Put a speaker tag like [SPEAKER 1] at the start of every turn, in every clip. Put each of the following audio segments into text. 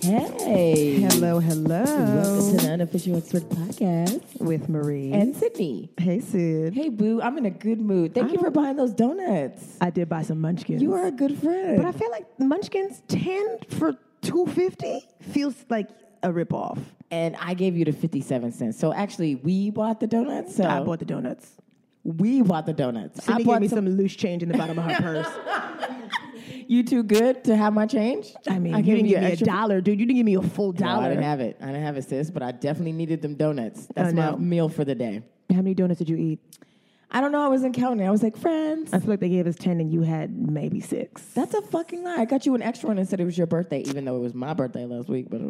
[SPEAKER 1] Hey.
[SPEAKER 2] Hello, hello.
[SPEAKER 1] Welcome to the Unofficial Expert Podcast
[SPEAKER 2] With Marie.
[SPEAKER 1] and Sydney.
[SPEAKER 2] hey, Sid.
[SPEAKER 1] Hey, Boo, I'm in a good mood. Thank you for buying those donuts.
[SPEAKER 2] I did buy some munchkins.
[SPEAKER 1] You are a good friend.
[SPEAKER 2] But I feel like munchkins 10 for 250 feels like a ripoff.
[SPEAKER 1] and I gave you the 57 cents. So actually, we bought the donuts. So
[SPEAKER 2] I bought the donuts.
[SPEAKER 1] we bought the donuts.
[SPEAKER 2] Sydney
[SPEAKER 1] I bought
[SPEAKER 2] gave me some, loose change in the bottom of her purse.
[SPEAKER 1] You too good to have my change?
[SPEAKER 2] I mean, you
[SPEAKER 1] gave
[SPEAKER 2] didn't give
[SPEAKER 1] an
[SPEAKER 2] me a
[SPEAKER 1] extra-
[SPEAKER 2] dollar, dude. You didn't give me a full
[SPEAKER 1] No, I
[SPEAKER 2] dollar.
[SPEAKER 1] didn't have it. I didn't have it, sis, but I definitely needed them donuts. That's
[SPEAKER 2] I
[SPEAKER 1] my
[SPEAKER 2] know.
[SPEAKER 1] meal for the day.
[SPEAKER 2] How many donuts did you eat?
[SPEAKER 1] I don't know. I wasn't counting. I was like, friends.
[SPEAKER 2] I feel like they gave us 10 and you had maybe six.
[SPEAKER 1] That's a fucking lie. I got you an extra one and said it was your birthday, even though it was my birthday last week. But uh,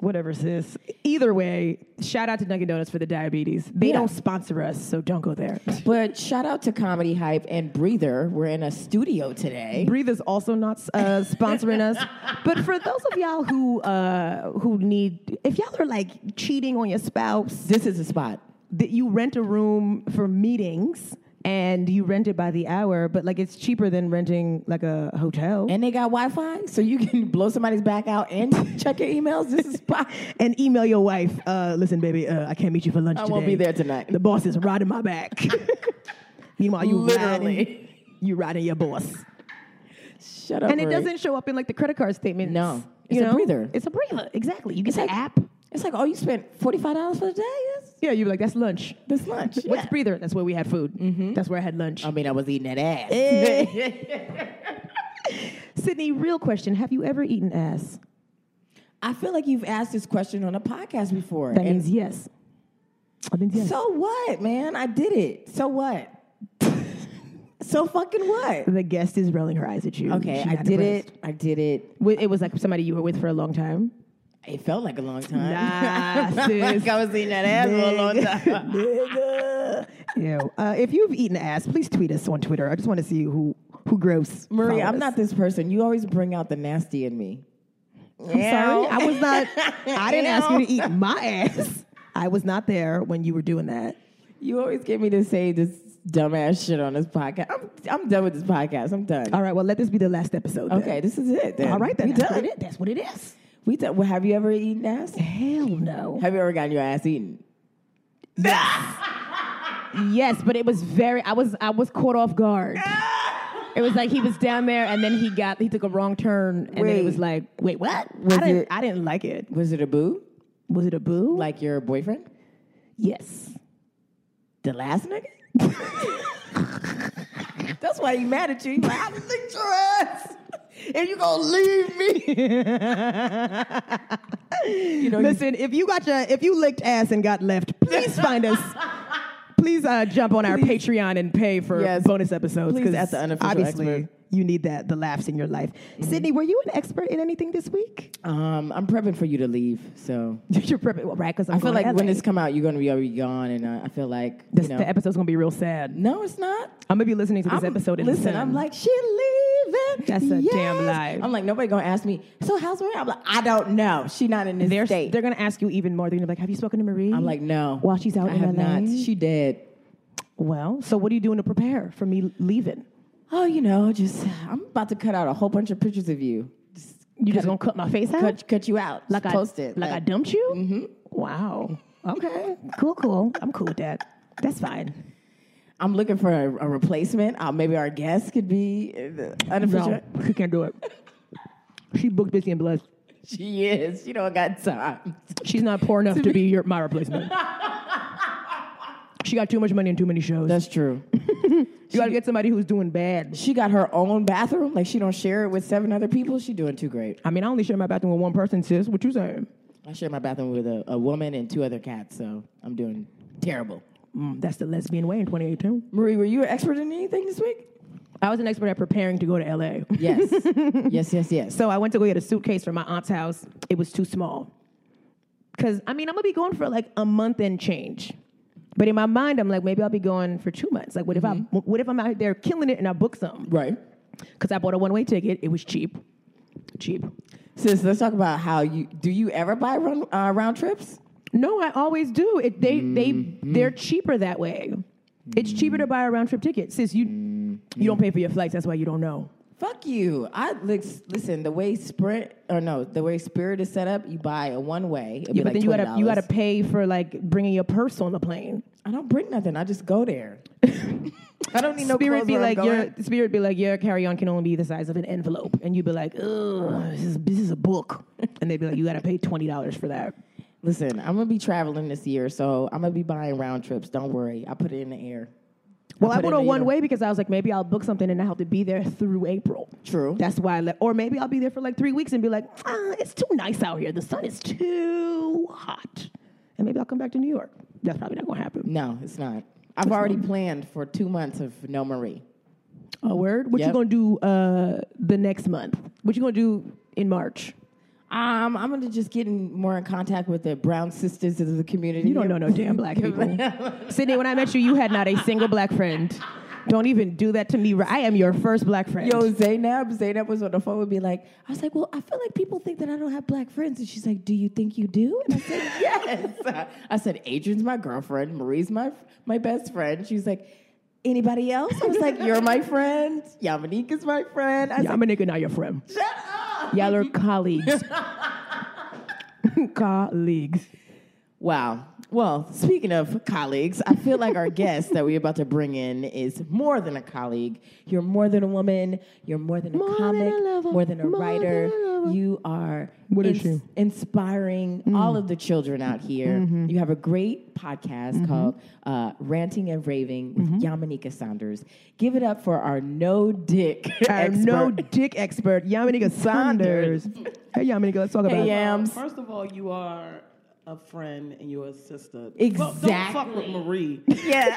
[SPEAKER 2] Whatever, sis. Either way, shout out to Dunkin' Donuts for the diabetes. They
[SPEAKER 1] Yeah.
[SPEAKER 2] don't sponsor us, so don't go there.
[SPEAKER 1] but shout out to Comedy Hype and Breather. We're in a studio today.
[SPEAKER 2] Breathe is also not uh, sponsoring us. But for those of y'all who uh, who need, if y'all are like cheating on your spouse,
[SPEAKER 1] This is a spot.
[SPEAKER 2] that you rent a room for meetings and you rent it by the hour, but like it's cheaper than renting like a hotel. And-
[SPEAKER 1] And they got Wi Fi, so you can blow somebody's back out and check your emails. This is spot.
[SPEAKER 2] email your wife. Uh, listen, baby, uh, I can't meet you for lunch.
[SPEAKER 1] I won't
[SPEAKER 2] today.
[SPEAKER 1] be there tonight."
[SPEAKER 2] The boss is riding my back. Meanwhile, you
[SPEAKER 1] Literally.
[SPEAKER 2] riding, you riding your boss,
[SPEAKER 1] Shut up.
[SPEAKER 2] and it
[SPEAKER 1] Marie.
[SPEAKER 2] doesn't show up in like the credit card statement.
[SPEAKER 1] No.
[SPEAKER 2] you
[SPEAKER 1] It's a
[SPEAKER 2] know?
[SPEAKER 1] breather.
[SPEAKER 2] It's a breather. Exactly. You get the
[SPEAKER 1] like-
[SPEAKER 2] app.
[SPEAKER 1] It's like, oh, you spent $45 for the day? That's,
[SPEAKER 2] Yeah, you're like, that's lunch.
[SPEAKER 1] that's lunch.
[SPEAKER 2] What's
[SPEAKER 1] Yeah.
[SPEAKER 2] breather? That's where we had food. That's where I had lunch.
[SPEAKER 1] I mean, I was eating that ass.
[SPEAKER 2] Eh. Sydney, real question: Have you ever eaten ass?
[SPEAKER 1] I feel like you've asked this question on a podcast before.
[SPEAKER 2] That
[SPEAKER 1] and
[SPEAKER 2] means yes. That means yes.
[SPEAKER 1] so what, man? I did it. So what? so fucking what?
[SPEAKER 2] the guest is rolling her eyes at you.
[SPEAKER 1] Okay,
[SPEAKER 2] She's
[SPEAKER 1] I
[SPEAKER 2] not
[SPEAKER 1] did
[SPEAKER 2] impressed.
[SPEAKER 1] it. I did it.
[SPEAKER 2] Wi- It was like somebody you were with for a long time.
[SPEAKER 1] It felt like a long time.
[SPEAKER 2] Nah,
[SPEAKER 1] like
[SPEAKER 2] Ah, sis.
[SPEAKER 1] I was eating that ass for a long time.
[SPEAKER 2] Nigga. Ew. Uh, if you've eaten ass, please tweet us on Twitter. I just want to see who who gross.
[SPEAKER 1] Marie, I'm
[SPEAKER 2] followers.
[SPEAKER 1] not this person. You always bring out the nasty in me.
[SPEAKER 2] I'm sorry. I was not. I didn't ask you
[SPEAKER 1] Ew.
[SPEAKER 2] to eat my ass. I was not there when you were doing that.
[SPEAKER 1] You always get me to say this dumbass shit on this podcast. I'm, I'm done with this podcast. I'm done.
[SPEAKER 2] All right. Well, let this be the last episode. then.
[SPEAKER 1] Okay, this is it. Then.
[SPEAKER 2] All right. Then
[SPEAKER 1] we
[SPEAKER 2] that's what,
[SPEAKER 1] done.
[SPEAKER 2] it is. that's what it is.
[SPEAKER 1] We done. Well, have you ever eaten ass?
[SPEAKER 2] Hell no.
[SPEAKER 1] Have you ever gotten your ass eaten?
[SPEAKER 2] Yes, but it was very. I was. I was caught off guard. It was like he was down there, and then he got. He took a wrong turn, and then
[SPEAKER 1] Wait.
[SPEAKER 2] it was like, wait, what?
[SPEAKER 1] Was
[SPEAKER 2] I didn't.
[SPEAKER 1] it-
[SPEAKER 2] I didn't like it.
[SPEAKER 1] Was it a boo?
[SPEAKER 2] Was it a boo?
[SPEAKER 1] Like your boyfriend?
[SPEAKER 2] yes.
[SPEAKER 1] The last nigga? That's why he mad at you. He like, I licked your ass. And you gonna leave me. you know,
[SPEAKER 2] Listen, if you got your, if you licked ass and got left, please find us. Please uh, jump on our Patreon and pay for
[SPEAKER 1] Yes.
[SPEAKER 2] bonus episodes.
[SPEAKER 1] Please
[SPEAKER 2] 'cause
[SPEAKER 1] at the unofficial
[SPEAKER 2] obviously
[SPEAKER 1] expert. Mm-hmm.
[SPEAKER 2] you need that the laughs in your life. Sydney, were you an expert in anything this week?
[SPEAKER 1] um, I'm prepping for you to leave. So
[SPEAKER 2] You're prepping, well, right? Because
[SPEAKER 1] I feel like when this come out, you're gonna be already gone. And uh, I feel like, you know.
[SPEAKER 2] the episode's gonna be real sad.
[SPEAKER 1] no, it's not.
[SPEAKER 2] I'm gonna be listening to this
[SPEAKER 1] I'm-
[SPEAKER 2] episode. in
[SPEAKER 1] Listen,
[SPEAKER 2] sin.
[SPEAKER 1] I'm like, she leaving.
[SPEAKER 2] That's a damn lie.
[SPEAKER 1] I'm like, nobody gonna ask me. So how's Maria? I'm like, I don't know. She not in this
[SPEAKER 2] they're
[SPEAKER 1] state.
[SPEAKER 2] they're gonna ask you even more. They're gonna be like, "Have you spoken to Marie?"
[SPEAKER 1] I'm like, no.
[SPEAKER 2] While she's out
[SPEAKER 1] I
[SPEAKER 2] in
[SPEAKER 1] have
[SPEAKER 2] LA?
[SPEAKER 1] not. She dead.
[SPEAKER 2] "Well, so what are you doing to prepare for me leaving?
[SPEAKER 1] Oh, you know, just I'm about to cut out a whole bunch of pictures of you. Just
[SPEAKER 2] You just gonna cut my face out
[SPEAKER 1] cut, cut you out.
[SPEAKER 2] like
[SPEAKER 1] Just
[SPEAKER 2] I
[SPEAKER 1] post it.
[SPEAKER 2] like I dumped you?" Mm-hmm. Wow. Okay. cool. Cool. I'm cool with that. That's fine.
[SPEAKER 1] I'm looking for a, a replacement. Uh, maybe our guest could be uh, the unofficial.
[SPEAKER 2] she can't do it. She booked busy and blessed.
[SPEAKER 1] She is. She don't got time.
[SPEAKER 2] She's not poor enough to be your, my replacement. She got too much money and too many shows.
[SPEAKER 1] That's true.
[SPEAKER 2] you gotta get somebody who's doing bad.
[SPEAKER 1] She got her own bathroom. Like she don't share it with seven other people. She doing too great.
[SPEAKER 2] I mean, I only share my bathroom with one person, sis. What you saying?
[SPEAKER 1] I share my bathroom with a, a woman and two other cats, so I'm doing terrible.
[SPEAKER 2] Mm, that's the lesbian way in 2018.
[SPEAKER 1] Marie, were you an expert in anything this week?
[SPEAKER 2] I was an expert at preparing to go to LA.
[SPEAKER 1] Yes. yes, yes, yes.
[SPEAKER 2] So I went to go get a suitcase from my aunt's house. It was too small. Cause I mean, I'm gonna be going for like a month and change. But in my mind, I'm like, maybe I'll be going for two months. Like, what if I, what if I'm out there killing it and I book some?
[SPEAKER 1] right.
[SPEAKER 2] Cause I bought a one way ticket. It was cheap, cheap.
[SPEAKER 1] Sis, let's talk about how you do you ever buy run, uh, round trips?
[SPEAKER 2] No, I always do. It, they they they're cheaper that Mm-hmm. way. It's cheaper to buy a round trip ticket. Sis, you you don't pay for your flights. That's why you don't know.
[SPEAKER 1] Fuck you. I like, s- listen. The way Sprint or no, the way Spirit is set up, you buy a one way.
[SPEAKER 2] Yeah, but then you gotta you gotta pay for like bringing your purse on the plane.
[SPEAKER 1] I don't bring nothing. I just go there. I don't need no
[SPEAKER 2] spirit
[SPEAKER 1] clothes
[SPEAKER 2] be
[SPEAKER 1] where I'm
[SPEAKER 2] like
[SPEAKER 1] going.
[SPEAKER 2] your spirit be like your carry on can only be the size of an envelope, and you'd be like, ugh, this is, this is a book, and they'd be like, you gotta pay twenty dollars for that.
[SPEAKER 1] Listen, I'm gonna be traveling this year, so I'm gonna be buying round trips. Don't worry, I put it in the air.
[SPEAKER 2] Well, I
[SPEAKER 1] put
[SPEAKER 2] went
[SPEAKER 1] it in
[SPEAKER 2] on
[SPEAKER 1] the
[SPEAKER 2] one
[SPEAKER 1] email.
[SPEAKER 2] way because I was like, maybe I'll book something and I have to be there through April.
[SPEAKER 1] True.
[SPEAKER 2] That's why I left. Or maybe I'll be there for like three weeks and be like, ah, it's too nice out here. The sun is too hot. And maybe I'll come back to New York. That's probably not going to happen.
[SPEAKER 1] No, it's not. I've already planned for two months of no Marie.
[SPEAKER 2] A word? What you
[SPEAKER 1] Yep.
[SPEAKER 2] going to do uh, the next month? What you going to do in March?
[SPEAKER 1] Um, I'm gonna just get in, more in contact with the brown sisters of the community.
[SPEAKER 2] You don't know no damn black people. Sydney, when I met you, you had not a single black friend. Don't even do that to me. I am your first black friend.
[SPEAKER 1] Yo, Zaynab, Zaynab was on the phone would be like, I was like, well, I feel like people think that I don't have black friends. And she's like, do you think you do? And I said, yes. I said, Adrian's my girlfriend. Marie's my, my best friend. She was like, anybody else? I was like, you're my friend. Yamanik is my friend. I
[SPEAKER 2] Yeah,
[SPEAKER 1] said,
[SPEAKER 2] I'm a nigga, not your friend.
[SPEAKER 1] shut up.
[SPEAKER 2] Y'all are colleagues. colleagues.
[SPEAKER 1] Wow. Well, speaking of colleagues, I feel like our guest that we're about to bring in is more than a colleague. You're more than a woman. You're more than a
[SPEAKER 2] More than
[SPEAKER 1] comic.
[SPEAKER 2] a lover,
[SPEAKER 1] more than a
[SPEAKER 2] more
[SPEAKER 1] writer.
[SPEAKER 2] than a lover.
[SPEAKER 1] you are
[SPEAKER 2] What is she?
[SPEAKER 1] inspiring all of the children out here. You have a great podcast called uh, Ranting and Raving with Yamanika Saunders. Give it up for our no dick
[SPEAKER 2] Our
[SPEAKER 1] expert.
[SPEAKER 2] no dick expert, Yamanika Saunders. hey, Yamanika, let's talk about
[SPEAKER 1] Hey, Yams.
[SPEAKER 3] First of all, you are a friend and you're a sister. Don't
[SPEAKER 1] Exactly.
[SPEAKER 3] fuck with Marie.
[SPEAKER 1] Yeah.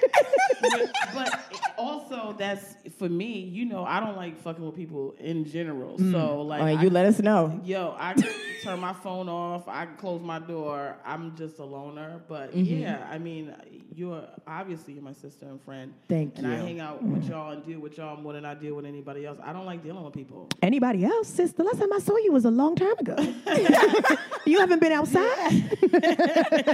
[SPEAKER 3] but also, that's for me. You know, I don't like fucking with people in general. So like,
[SPEAKER 1] Uh,
[SPEAKER 3] I-
[SPEAKER 1] you let us know.
[SPEAKER 3] yo, I turn my phone off. I close my door. I'm just a loner. But
[SPEAKER 1] Mm-hmm.
[SPEAKER 3] yeah, I mean, you're obviously you're my sister and friend.
[SPEAKER 1] Thank
[SPEAKER 3] and
[SPEAKER 1] you. Mm.
[SPEAKER 3] I hang out with y'all and deal with y'all more than I deal with anybody else. I don't like dealing with people.
[SPEAKER 2] anybody else, sis. The last time I saw you was a long time ago. you haven't been outside.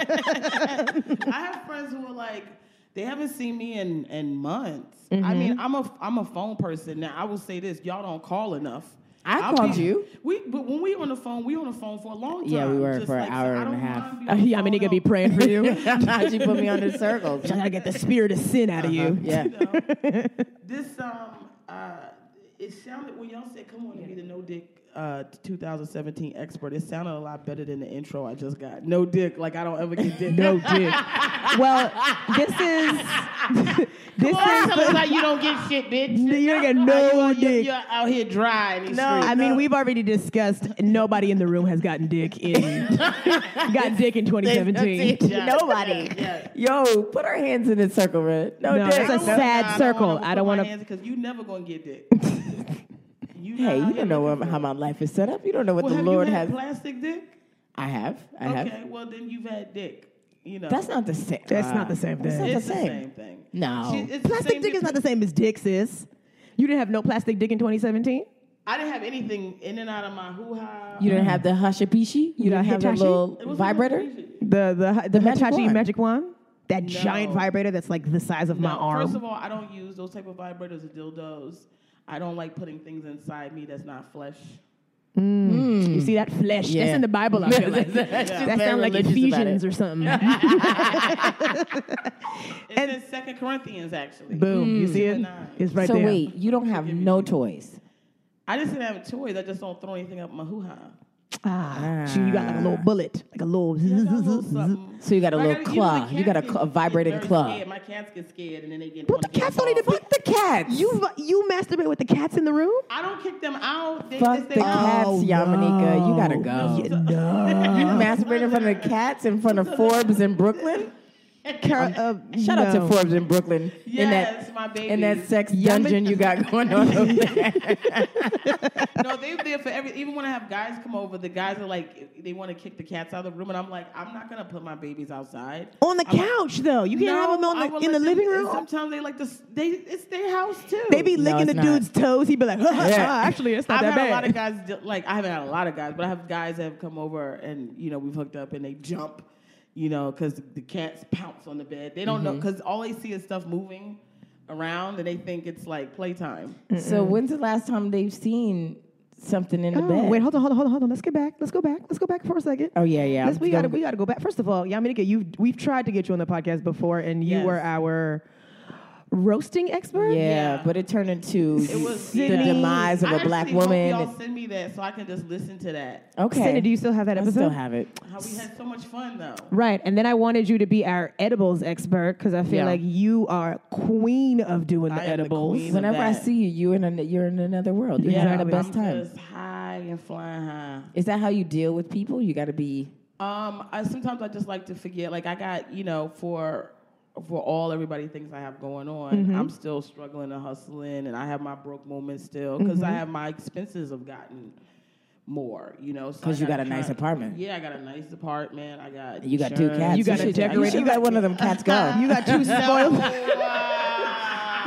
[SPEAKER 3] I have friends who are like, they haven't seen me in, in months. I
[SPEAKER 1] Mm-hmm.
[SPEAKER 3] mean, I'm a I'm a phone person. Now I will say this, y'all don't call enough.
[SPEAKER 1] I
[SPEAKER 3] I'll
[SPEAKER 1] called you.
[SPEAKER 3] We but when we on the phone, we on the phone for a long time.
[SPEAKER 1] Yeah, we were
[SPEAKER 3] Just
[SPEAKER 1] for an
[SPEAKER 3] like, so
[SPEAKER 1] hour
[SPEAKER 3] I
[SPEAKER 1] and a
[SPEAKER 3] don't
[SPEAKER 1] half.
[SPEAKER 3] mind being on the phone,
[SPEAKER 2] Yamanika Uh, be
[SPEAKER 3] no.
[SPEAKER 2] praying for you.
[SPEAKER 1] she put me under circles.
[SPEAKER 2] I gotta get the spirit of sin out of you.
[SPEAKER 1] Uh-huh. Yeah.
[SPEAKER 3] Uh-huh. You know, this um uh it sounded when y'all said come on and be the no dick uh 2017 expert, it sounded a lot better than the intro I just got. No dick, like I don't ever get dick.
[SPEAKER 2] No dick. well, this is this is.
[SPEAKER 3] Tell us how you don't get shit, bitch.
[SPEAKER 2] You ain't get
[SPEAKER 3] How you-
[SPEAKER 2] no
[SPEAKER 3] you-
[SPEAKER 2] dick.
[SPEAKER 3] You're out here dry. In these
[SPEAKER 2] No,
[SPEAKER 3] streets.
[SPEAKER 2] I mean we've already discussed. Nobody in the room has gotten dick in got dick in 2017.
[SPEAKER 1] That's it. Nobody.
[SPEAKER 3] Yeah,
[SPEAKER 1] Yo, put our hands in a circle, Red. No,
[SPEAKER 2] No,
[SPEAKER 1] dick.
[SPEAKER 2] it's a sad circle. I don't wanna-
[SPEAKER 3] because you never gonna get dick. you
[SPEAKER 1] Hey, you don't know
[SPEAKER 3] what
[SPEAKER 1] what- how my life is set up. You don't know what
[SPEAKER 3] well,
[SPEAKER 1] the
[SPEAKER 3] have
[SPEAKER 1] Lord
[SPEAKER 3] you had
[SPEAKER 1] has.
[SPEAKER 3] Plastic dick.
[SPEAKER 1] I have. I
[SPEAKER 3] Okay,
[SPEAKER 1] have.
[SPEAKER 3] well then you've had dick. You know
[SPEAKER 1] That's not the same.
[SPEAKER 2] That's not the same
[SPEAKER 1] That's
[SPEAKER 2] thing.
[SPEAKER 1] not
[SPEAKER 3] it's
[SPEAKER 1] the
[SPEAKER 3] the
[SPEAKER 1] same.
[SPEAKER 3] same thing.
[SPEAKER 1] No.
[SPEAKER 3] She- it's the
[SPEAKER 2] Plastic
[SPEAKER 3] same
[SPEAKER 2] dick is
[SPEAKER 3] difference.
[SPEAKER 2] not the same as dick, sis. You didn't have no plastic dick in 2017.
[SPEAKER 3] I didn't have anything in and out of my hoo ha.
[SPEAKER 1] You don't have the hashabishi. You don't have the
[SPEAKER 2] hitachi?
[SPEAKER 1] little vibrator.
[SPEAKER 2] The the the,
[SPEAKER 1] magic
[SPEAKER 2] Hitachi
[SPEAKER 1] wand.
[SPEAKER 2] magic wand. That giant
[SPEAKER 3] No.
[SPEAKER 2] vibrator that's like the size of my
[SPEAKER 3] No,
[SPEAKER 2] arm.
[SPEAKER 3] First of all, I don't use those type of vibrators or dildos. I don't like putting things inside me that's not flesh.
[SPEAKER 2] you see that flesh?
[SPEAKER 1] Mm. Yeah.
[SPEAKER 2] That's in the Bible. I feel like.
[SPEAKER 1] That's just
[SPEAKER 2] that
[SPEAKER 1] very
[SPEAKER 2] sounds like
[SPEAKER 1] religious about
[SPEAKER 2] Ephesians
[SPEAKER 1] it.
[SPEAKER 2] or something.
[SPEAKER 3] It's in Second Corinthians actually.
[SPEAKER 2] Boom. You see it?
[SPEAKER 3] Nine.
[SPEAKER 2] It's right
[SPEAKER 1] so
[SPEAKER 2] there.
[SPEAKER 1] wait, you don't have no toys.
[SPEAKER 3] I just didn't have toys. I just don't throw anything up my hoo ha.
[SPEAKER 2] Ah, so you got like a little bullet, like a little.
[SPEAKER 1] So you got a little claw. You got a cl- a vibrating claw.
[SPEAKER 3] My cats get scared, and then they get.
[SPEAKER 2] But the cats don't need to be.
[SPEAKER 1] Fuck the cats.
[SPEAKER 2] You you masturbate with the cats in the room?
[SPEAKER 3] I don't kick them out. They
[SPEAKER 1] fuck
[SPEAKER 3] just, "Oh."
[SPEAKER 1] the
[SPEAKER 3] they
[SPEAKER 1] cats, Yamanika. You gotta go.
[SPEAKER 2] Oh, Yeah, no.
[SPEAKER 1] You masturbate in front of the cats in front of Forbes in Brooklyn.
[SPEAKER 2] Car- uh,
[SPEAKER 1] Shout out
[SPEAKER 2] no.
[SPEAKER 1] to Forbes in Brooklyn. in that,
[SPEAKER 3] Yes, my baby.
[SPEAKER 1] in that sex dungeon you got going on over there.
[SPEAKER 3] no, they're there for every. Even when I have guys come over, the guys are like, they want to kick the cats out of the room, and I'm like, I'm not gonna put my babies outside.
[SPEAKER 2] On the
[SPEAKER 3] I'm like,
[SPEAKER 2] couch though, you can't
[SPEAKER 3] no,
[SPEAKER 2] have them
[SPEAKER 3] I
[SPEAKER 2] on
[SPEAKER 3] will
[SPEAKER 2] the, in the
[SPEAKER 3] let them-
[SPEAKER 2] living
[SPEAKER 3] and
[SPEAKER 2] room.
[SPEAKER 3] Sometimes they like to. s- They it's their house too.
[SPEAKER 2] They be
[SPEAKER 1] No,
[SPEAKER 2] licking
[SPEAKER 1] it's
[SPEAKER 2] the
[SPEAKER 1] not.
[SPEAKER 2] dude's toes. He'd be like, "Ah,
[SPEAKER 1] Yeah.
[SPEAKER 2] actually, it's not
[SPEAKER 3] I've
[SPEAKER 2] that
[SPEAKER 3] had a lot
[SPEAKER 2] bad.
[SPEAKER 3] of guys do- like I haven't had a lot of guys, but I have guys that have come over and you know we've hooked up and they jump,
[SPEAKER 1] Mm-hmm.
[SPEAKER 3] you know, because the cats pounce on the bed. They don't know because all they see is stuff moving, around and they think it's like playtime.
[SPEAKER 1] So when's the last time they've seen something in the
[SPEAKER 2] Oh,
[SPEAKER 1] bed?
[SPEAKER 2] wait, hold on, hold on, hold on, hold on. Let's get back. Let's go back. Let's go back for a second.
[SPEAKER 1] oh yeah, yeah.
[SPEAKER 2] Let's-
[SPEAKER 1] I'm
[SPEAKER 2] we gotta
[SPEAKER 1] gonna-
[SPEAKER 2] we gotta go back. First of all, Yaminika, you we've tried to get you on the podcast before, and you
[SPEAKER 3] Yes.
[SPEAKER 2] were our roasting expert.
[SPEAKER 1] yeah,
[SPEAKER 3] Yeah.
[SPEAKER 1] but it turned into
[SPEAKER 3] It was
[SPEAKER 1] the
[SPEAKER 3] yeah.
[SPEAKER 1] demise of
[SPEAKER 3] I
[SPEAKER 1] a black
[SPEAKER 3] actually hope
[SPEAKER 1] woman.
[SPEAKER 3] Y'all send me that so I can just listen to that.
[SPEAKER 1] Okay,
[SPEAKER 2] Cindy, do you still have that
[SPEAKER 1] I
[SPEAKER 2] episode?
[SPEAKER 1] still have it.
[SPEAKER 3] How we had so much fun though.
[SPEAKER 2] Right, and then I wanted you to be our edibles expert because I feel
[SPEAKER 1] Yeah.
[SPEAKER 2] like you are queen of doing the
[SPEAKER 3] I am the
[SPEAKER 2] edibles.
[SPEAKER 3] queen. Even
[SPEAKER 1] Whenever I
[SPEAKER 3] that.
[SPEAKER 1] see you, you in an, you're in another world. You're having the
[SPEAKER 2] Exactly.
[SPEAKER 1] best
[SPEAKER 3] I'm
[SPEAKER 1] time.
[SPEAKER 3] just high and flying high.
[SPEAKER 1] Is that how you deal with people? You got to be
[SPEAKER 3] Um, I sometimes I just like to forget. Like I got, you know, for for all everybody thinks I have going on,
[SPEAKER 1] Mm-hmm.
[SPEAKER 3] I'm still struggling and hustling, and I have my broke moments still because
[SPEAKER 1] Mm-hmm.
[SPEAKER 3] I have my expenses have gotten more. You know, so I
[SPEAKER 1] 'Cause you got
[SPEAKER 3] gotta
[SPEAKER 1] a nice
[SPEAKER 3] try-
[SPEAKER 1] apartment.
[SPEAKER 3] Yeah, I got a nice apartment. I got
[SPEAKER 1] You got two
[SPEAKER 3] insurance.
[SPEAKER 1] cats.
[SPEAKER 2] You got
[SPEAKER 1] should-
[SPEAKER 2] a decorated-
[SPEAKER 1] You got one of them cats gone.
[SPEAKER 2] You got two spoiled.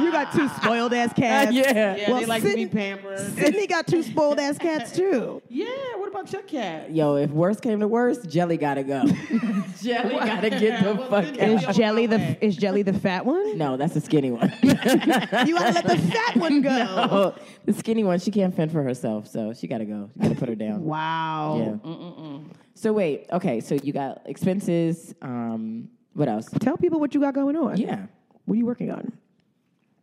[SPEAKER 2] you got two spoiled ass cats.
[SPEAKER 1] yeah.
[SPEAKER 3] Yeah,
[SPEAKER 2] Well,
[SPEAKER 3] they like to
[SPEAKER 2] Sydney-
[SPEAKER 3] be pampered.
[SPEAKER 2] Sydney got two spoiled ass cats too.
[SPEAKER 3] Yeah, what about your cat?
[SPEAKER 1] Yo, if worse came to worse, Jelly gotta go. Jelly gotta get the
[SPEAKER 3] Well,
[SPEAKER 1] fuck
[SPEAKER 3] Cindy-
[SPEAKER 1] out.
[SPEAKER 2] Is
[SPEAKER 3] Yeah,
[SPEAKER 2] Jelly
[SPEAKER 3] my
[SPEAKER 2] the
[SPEAKER 3] way.
[SPEAKER 2] is Jelly the fat one?
[SPEAKER 1] No, that's a skinny one.
[SPEAKER 2] You gotta let the fat one go.
[SPEAKER 1] Oh, the skinny one, she can't fend for herself, so she gotta go. You gotta put her down.
[SPEAKER 2] Wow.
[SPEAKER 1] Yeah. So wait, okay, so you got expenses. Um, what else?
[SPEAKER 2] Tell people what you got going on.
[SPEAKER 1] Yeah.
[SPEAKER 2] What are you working on?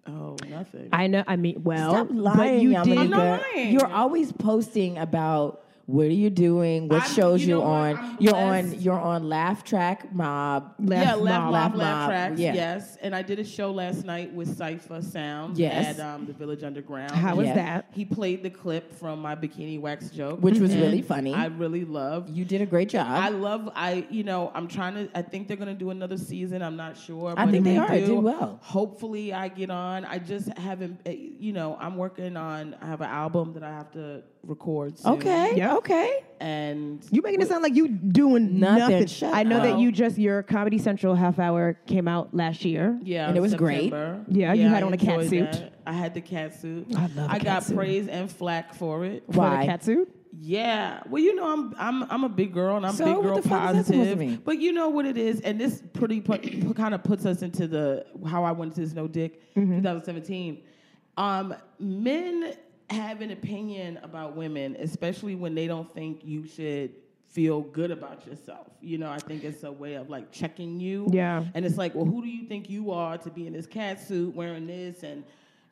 [SPEAKER 3] Oh, nothing.
[SPEAKER 2] I know. I mean, well,
[SPEAKER 1] Stop
[SPEAKER 2] but
[SPEAKER 1] lying,
[SPEAKER 2] you
[SPEAKER 1] Yamanika.
[SPEAKER 2] did.
[SPEAKER 3] I'm not lying.
[SPEAKER 1] You're always posting about what are you doing, what
[SPEAKER 3] I'm-
[SPEAKER 1] shows
[SPEAKER 3] you
[SPEAKER 1] you,
[SPEAKER 3] know what?
[SPEAKER 1] on.
[SPEAKER 3] I'm
[SPEAKER 1] you're on
[SPEAKER 3] blessed.
[SPEAKER 1] you're on Laugh Track Mob.
[SPEAKER 2] Laugh
[SPEAKER 3] yeah,
[SPEAKER 2] Mob.
[SPEAKER 3] laugh mob,
[SPEAKER 1] Laugh
[SPEAKER 3] laugh,
[SPEAKER 1] Mob,
[SPEAKER 3] tracks.
[SPEAKER 1] yeah.
[SPEAKER 3] Yes, and I did a show last night with Cipher Sound
[SPEAKER 1] Yes.
[SPEAKER 3] at um, the Village Underground.
[SPEAKER 2] How was
[SPEAKER 1] Yeah.
[SPEAKER 2] that?
[SPEAKER 3] He played the clip from my bikini wax joke,
[SPEAKER 1] Which was
[SPEAKER 3] and
[SPEAKER 1] really funny.
[SPEAKER 3] I really love.
[SPEAKER 1] You did a great job.
[SPEAKER 3] I love. I you know I'm trying to. I think they're gonna do another season. I'm not sure.
[SPEAKER 1] I
[SPEAKER 3] but
[SPEAKER 1] think
[SPEAKER 3] if
[SPEAKER 1] they are. It
[SPEAKER 3] Do,
[SPEAKER 1] did well.
[SPEAKER 3] Hopefully, I get on. I just haven't. eh, You know, I'm working on. I have an album that I have to record. Soon,
[SPEAKER 1] okay.
[SPEAKER 2] Yeah.
[SPEAKER 1] Okay.
[SPEAKER 3] and
[SPEAKER 2] You making it sound like you doing
[SPEAKER 1] Nothing.
[SPEAKER 2] nothing.
[SPEAKER 1] Shut
[SPEAKER 2] I know
[SPEAKER 1] up.
[SPEAKER 2] that you just your Comedy Central half hour came out last year.
[SPEAKER 3] Yeah,
[SPEAKER 1] And it was great.
[SPEAKER 3] September.
[SPEAKER 2] Yeah, you had
[SPEAKER 3] I
[SPEAKER 2] on a cat
[SPEAKER 3] enjoyed
[SPEAKER 2] suit.
[SPEAKER 3] that. I had the cat suit.
[SPEAKER 2] I love a
[SPEAKER 3] I
[SPEAKER 2] cat
[SPEAKER 3] got
[SPEAKER 2] suit.
[SPEAKER 3] praise and flack for it.
[SPEAKER 2] For the
[SPEAKER 1] Why?
[SPEAKER 2] catsuit.
[SPEAKER 3] Yeah. Well, you know, I'm I'm I'm a big girl and I'm
[SPEAKER 1] So
[SPEAKER 3] big
[SPEAKER 1] what
[SPEAKER 3] girl
[SPEAKER 1] the fuck is that supposed to
[SPEAKER 3] positive.
[SPEAKER 1] mean?
[SPEAKER 3] But you know what it is, and this pretty put, kind of puts us into the how I went to this no dick
[SPEAKER 2] Mm-hmm.
[SPEAKER 3] 2017. Um, men have an opinion about women, especially when they don't think you should feel good about yourself. You know, I think it's a way of like checking you.
[SPEAKER 2] Yeah.
[SPEAKER 3] And it's like, well, who do you think you are to be in this cat suit wearing this and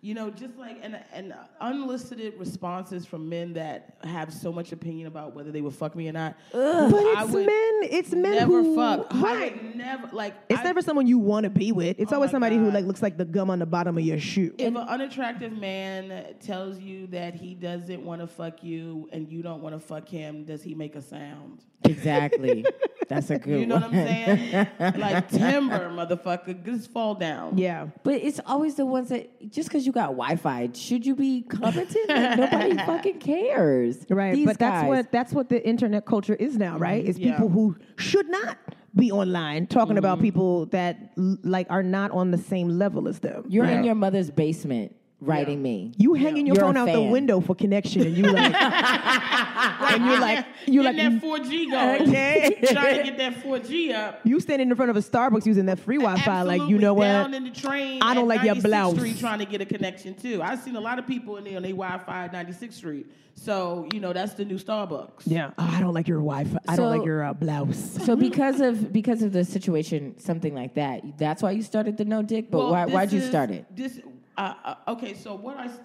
[SPEAKER 3] you know, just like and and unlisted responses from men that have so much opinion about whether they would fuck me or not.
[SPEAKER 2] But
[SPEAKER 3] I
[SPEAKER 2] it's
[SPEAKER 3] would
[SPEAKER 2] men. It's men
[SPEAKER 3] never
[SPEAKER 2] who
[SPEAKER 3] fuck.
[SPEAKER 2] Right.
[SPEAKER 3] I would never like.
[SPEAKER 2] It's
[SPEAKER 3] I,
[SPEAKER 2] never someone you want to be with. It's always
[SPEAKER 3] my
[SPEAKER 2] somebody who
[SPEAKER 3] God.
[SPEAKER 2] like looks like the gum on the bottom of your shoe.
[SPEAKER 3] If an unattractive man tells you that he doesn't want to fuck you and you don't want to fuck him, does he make a sound?
[SPEAKER 1] Exactly. That's a good
[SPEAKER 3] You know
[SPEAKER 1] one.
[SPEAKER 3] what I'm saying? like timber, motherfucker, just fall down.
[SPEAKER 2] yeah.
[SPEAKER 1] But it's always the ones that just because you got Wi-Fi, should you be commenting? Like, nobody fucking cares,
[SPEAKER 2] Right.
[SPEAKER 1] These
[SPEAKER 2] but that's
[SPEAKER 1] guys.
[SPEAKER 2] what that's what the internet culture is now, right? It's
[SPEAKER 3] yeah.
[SPEAKER 2] people who should not be online talking about people that l- like are not on the same level as them.
[SPEAKER 1] you're in your mother's basement writing me.
[SPEAKER 2] You hanging your
[SPEAKER 1] You're a
[SPEAKER 2] phone out the
[SPEAKER 1] fan.
[SPEAKER 2] window for connection, and you like, and you like, you
[SPEAKER 3] Getting
[SPEAKER 2] like,
[SPEAKER 3] that 4G going.
[SPEAKER 2] Okay.
[SPEAKER 3] Trying to get that 4G up.
[SPEAKER 2] you standing in front of a Starbucks using that free Wi-Fi, like you
[SPEAKER 3] Absolutely
[SPEAKER 2] know
[SPEAKER 3] Down
[SPEAKER 2] what?
[SPEAKER 3] in the train.
[SPEAKER 2] I don't
[SPEAKER 3] at
[SPEAKER 2] like your
[SPEAKER 3] 96th
[SPEAKER 2] blouse.
[SPEAKER 3] Street trying to get a connection too. I've seen a lot of people in there on their Wi-Fi at 96th Street. So you know that's the new Starbucks.
[SPEAKER 2] Yeah, oh, I don't like your Wi-Fi. I don't
[SPEAKER 1] So-
[SPEAKER 2] like your uh, blouse.
[SPEAKER 1] So because of because of the situation, something like that, that's why you started the no dick. But
[SPEAKER 3] Well,
[SPEAKER 1] why
[SPEAKER 3] this
[SPEAKER 1] why'd you
[SPEAKER 3] is-
[SPEAKER 1] start it?
[SPEAKER 3] This uh, uh, okay. So what I, s-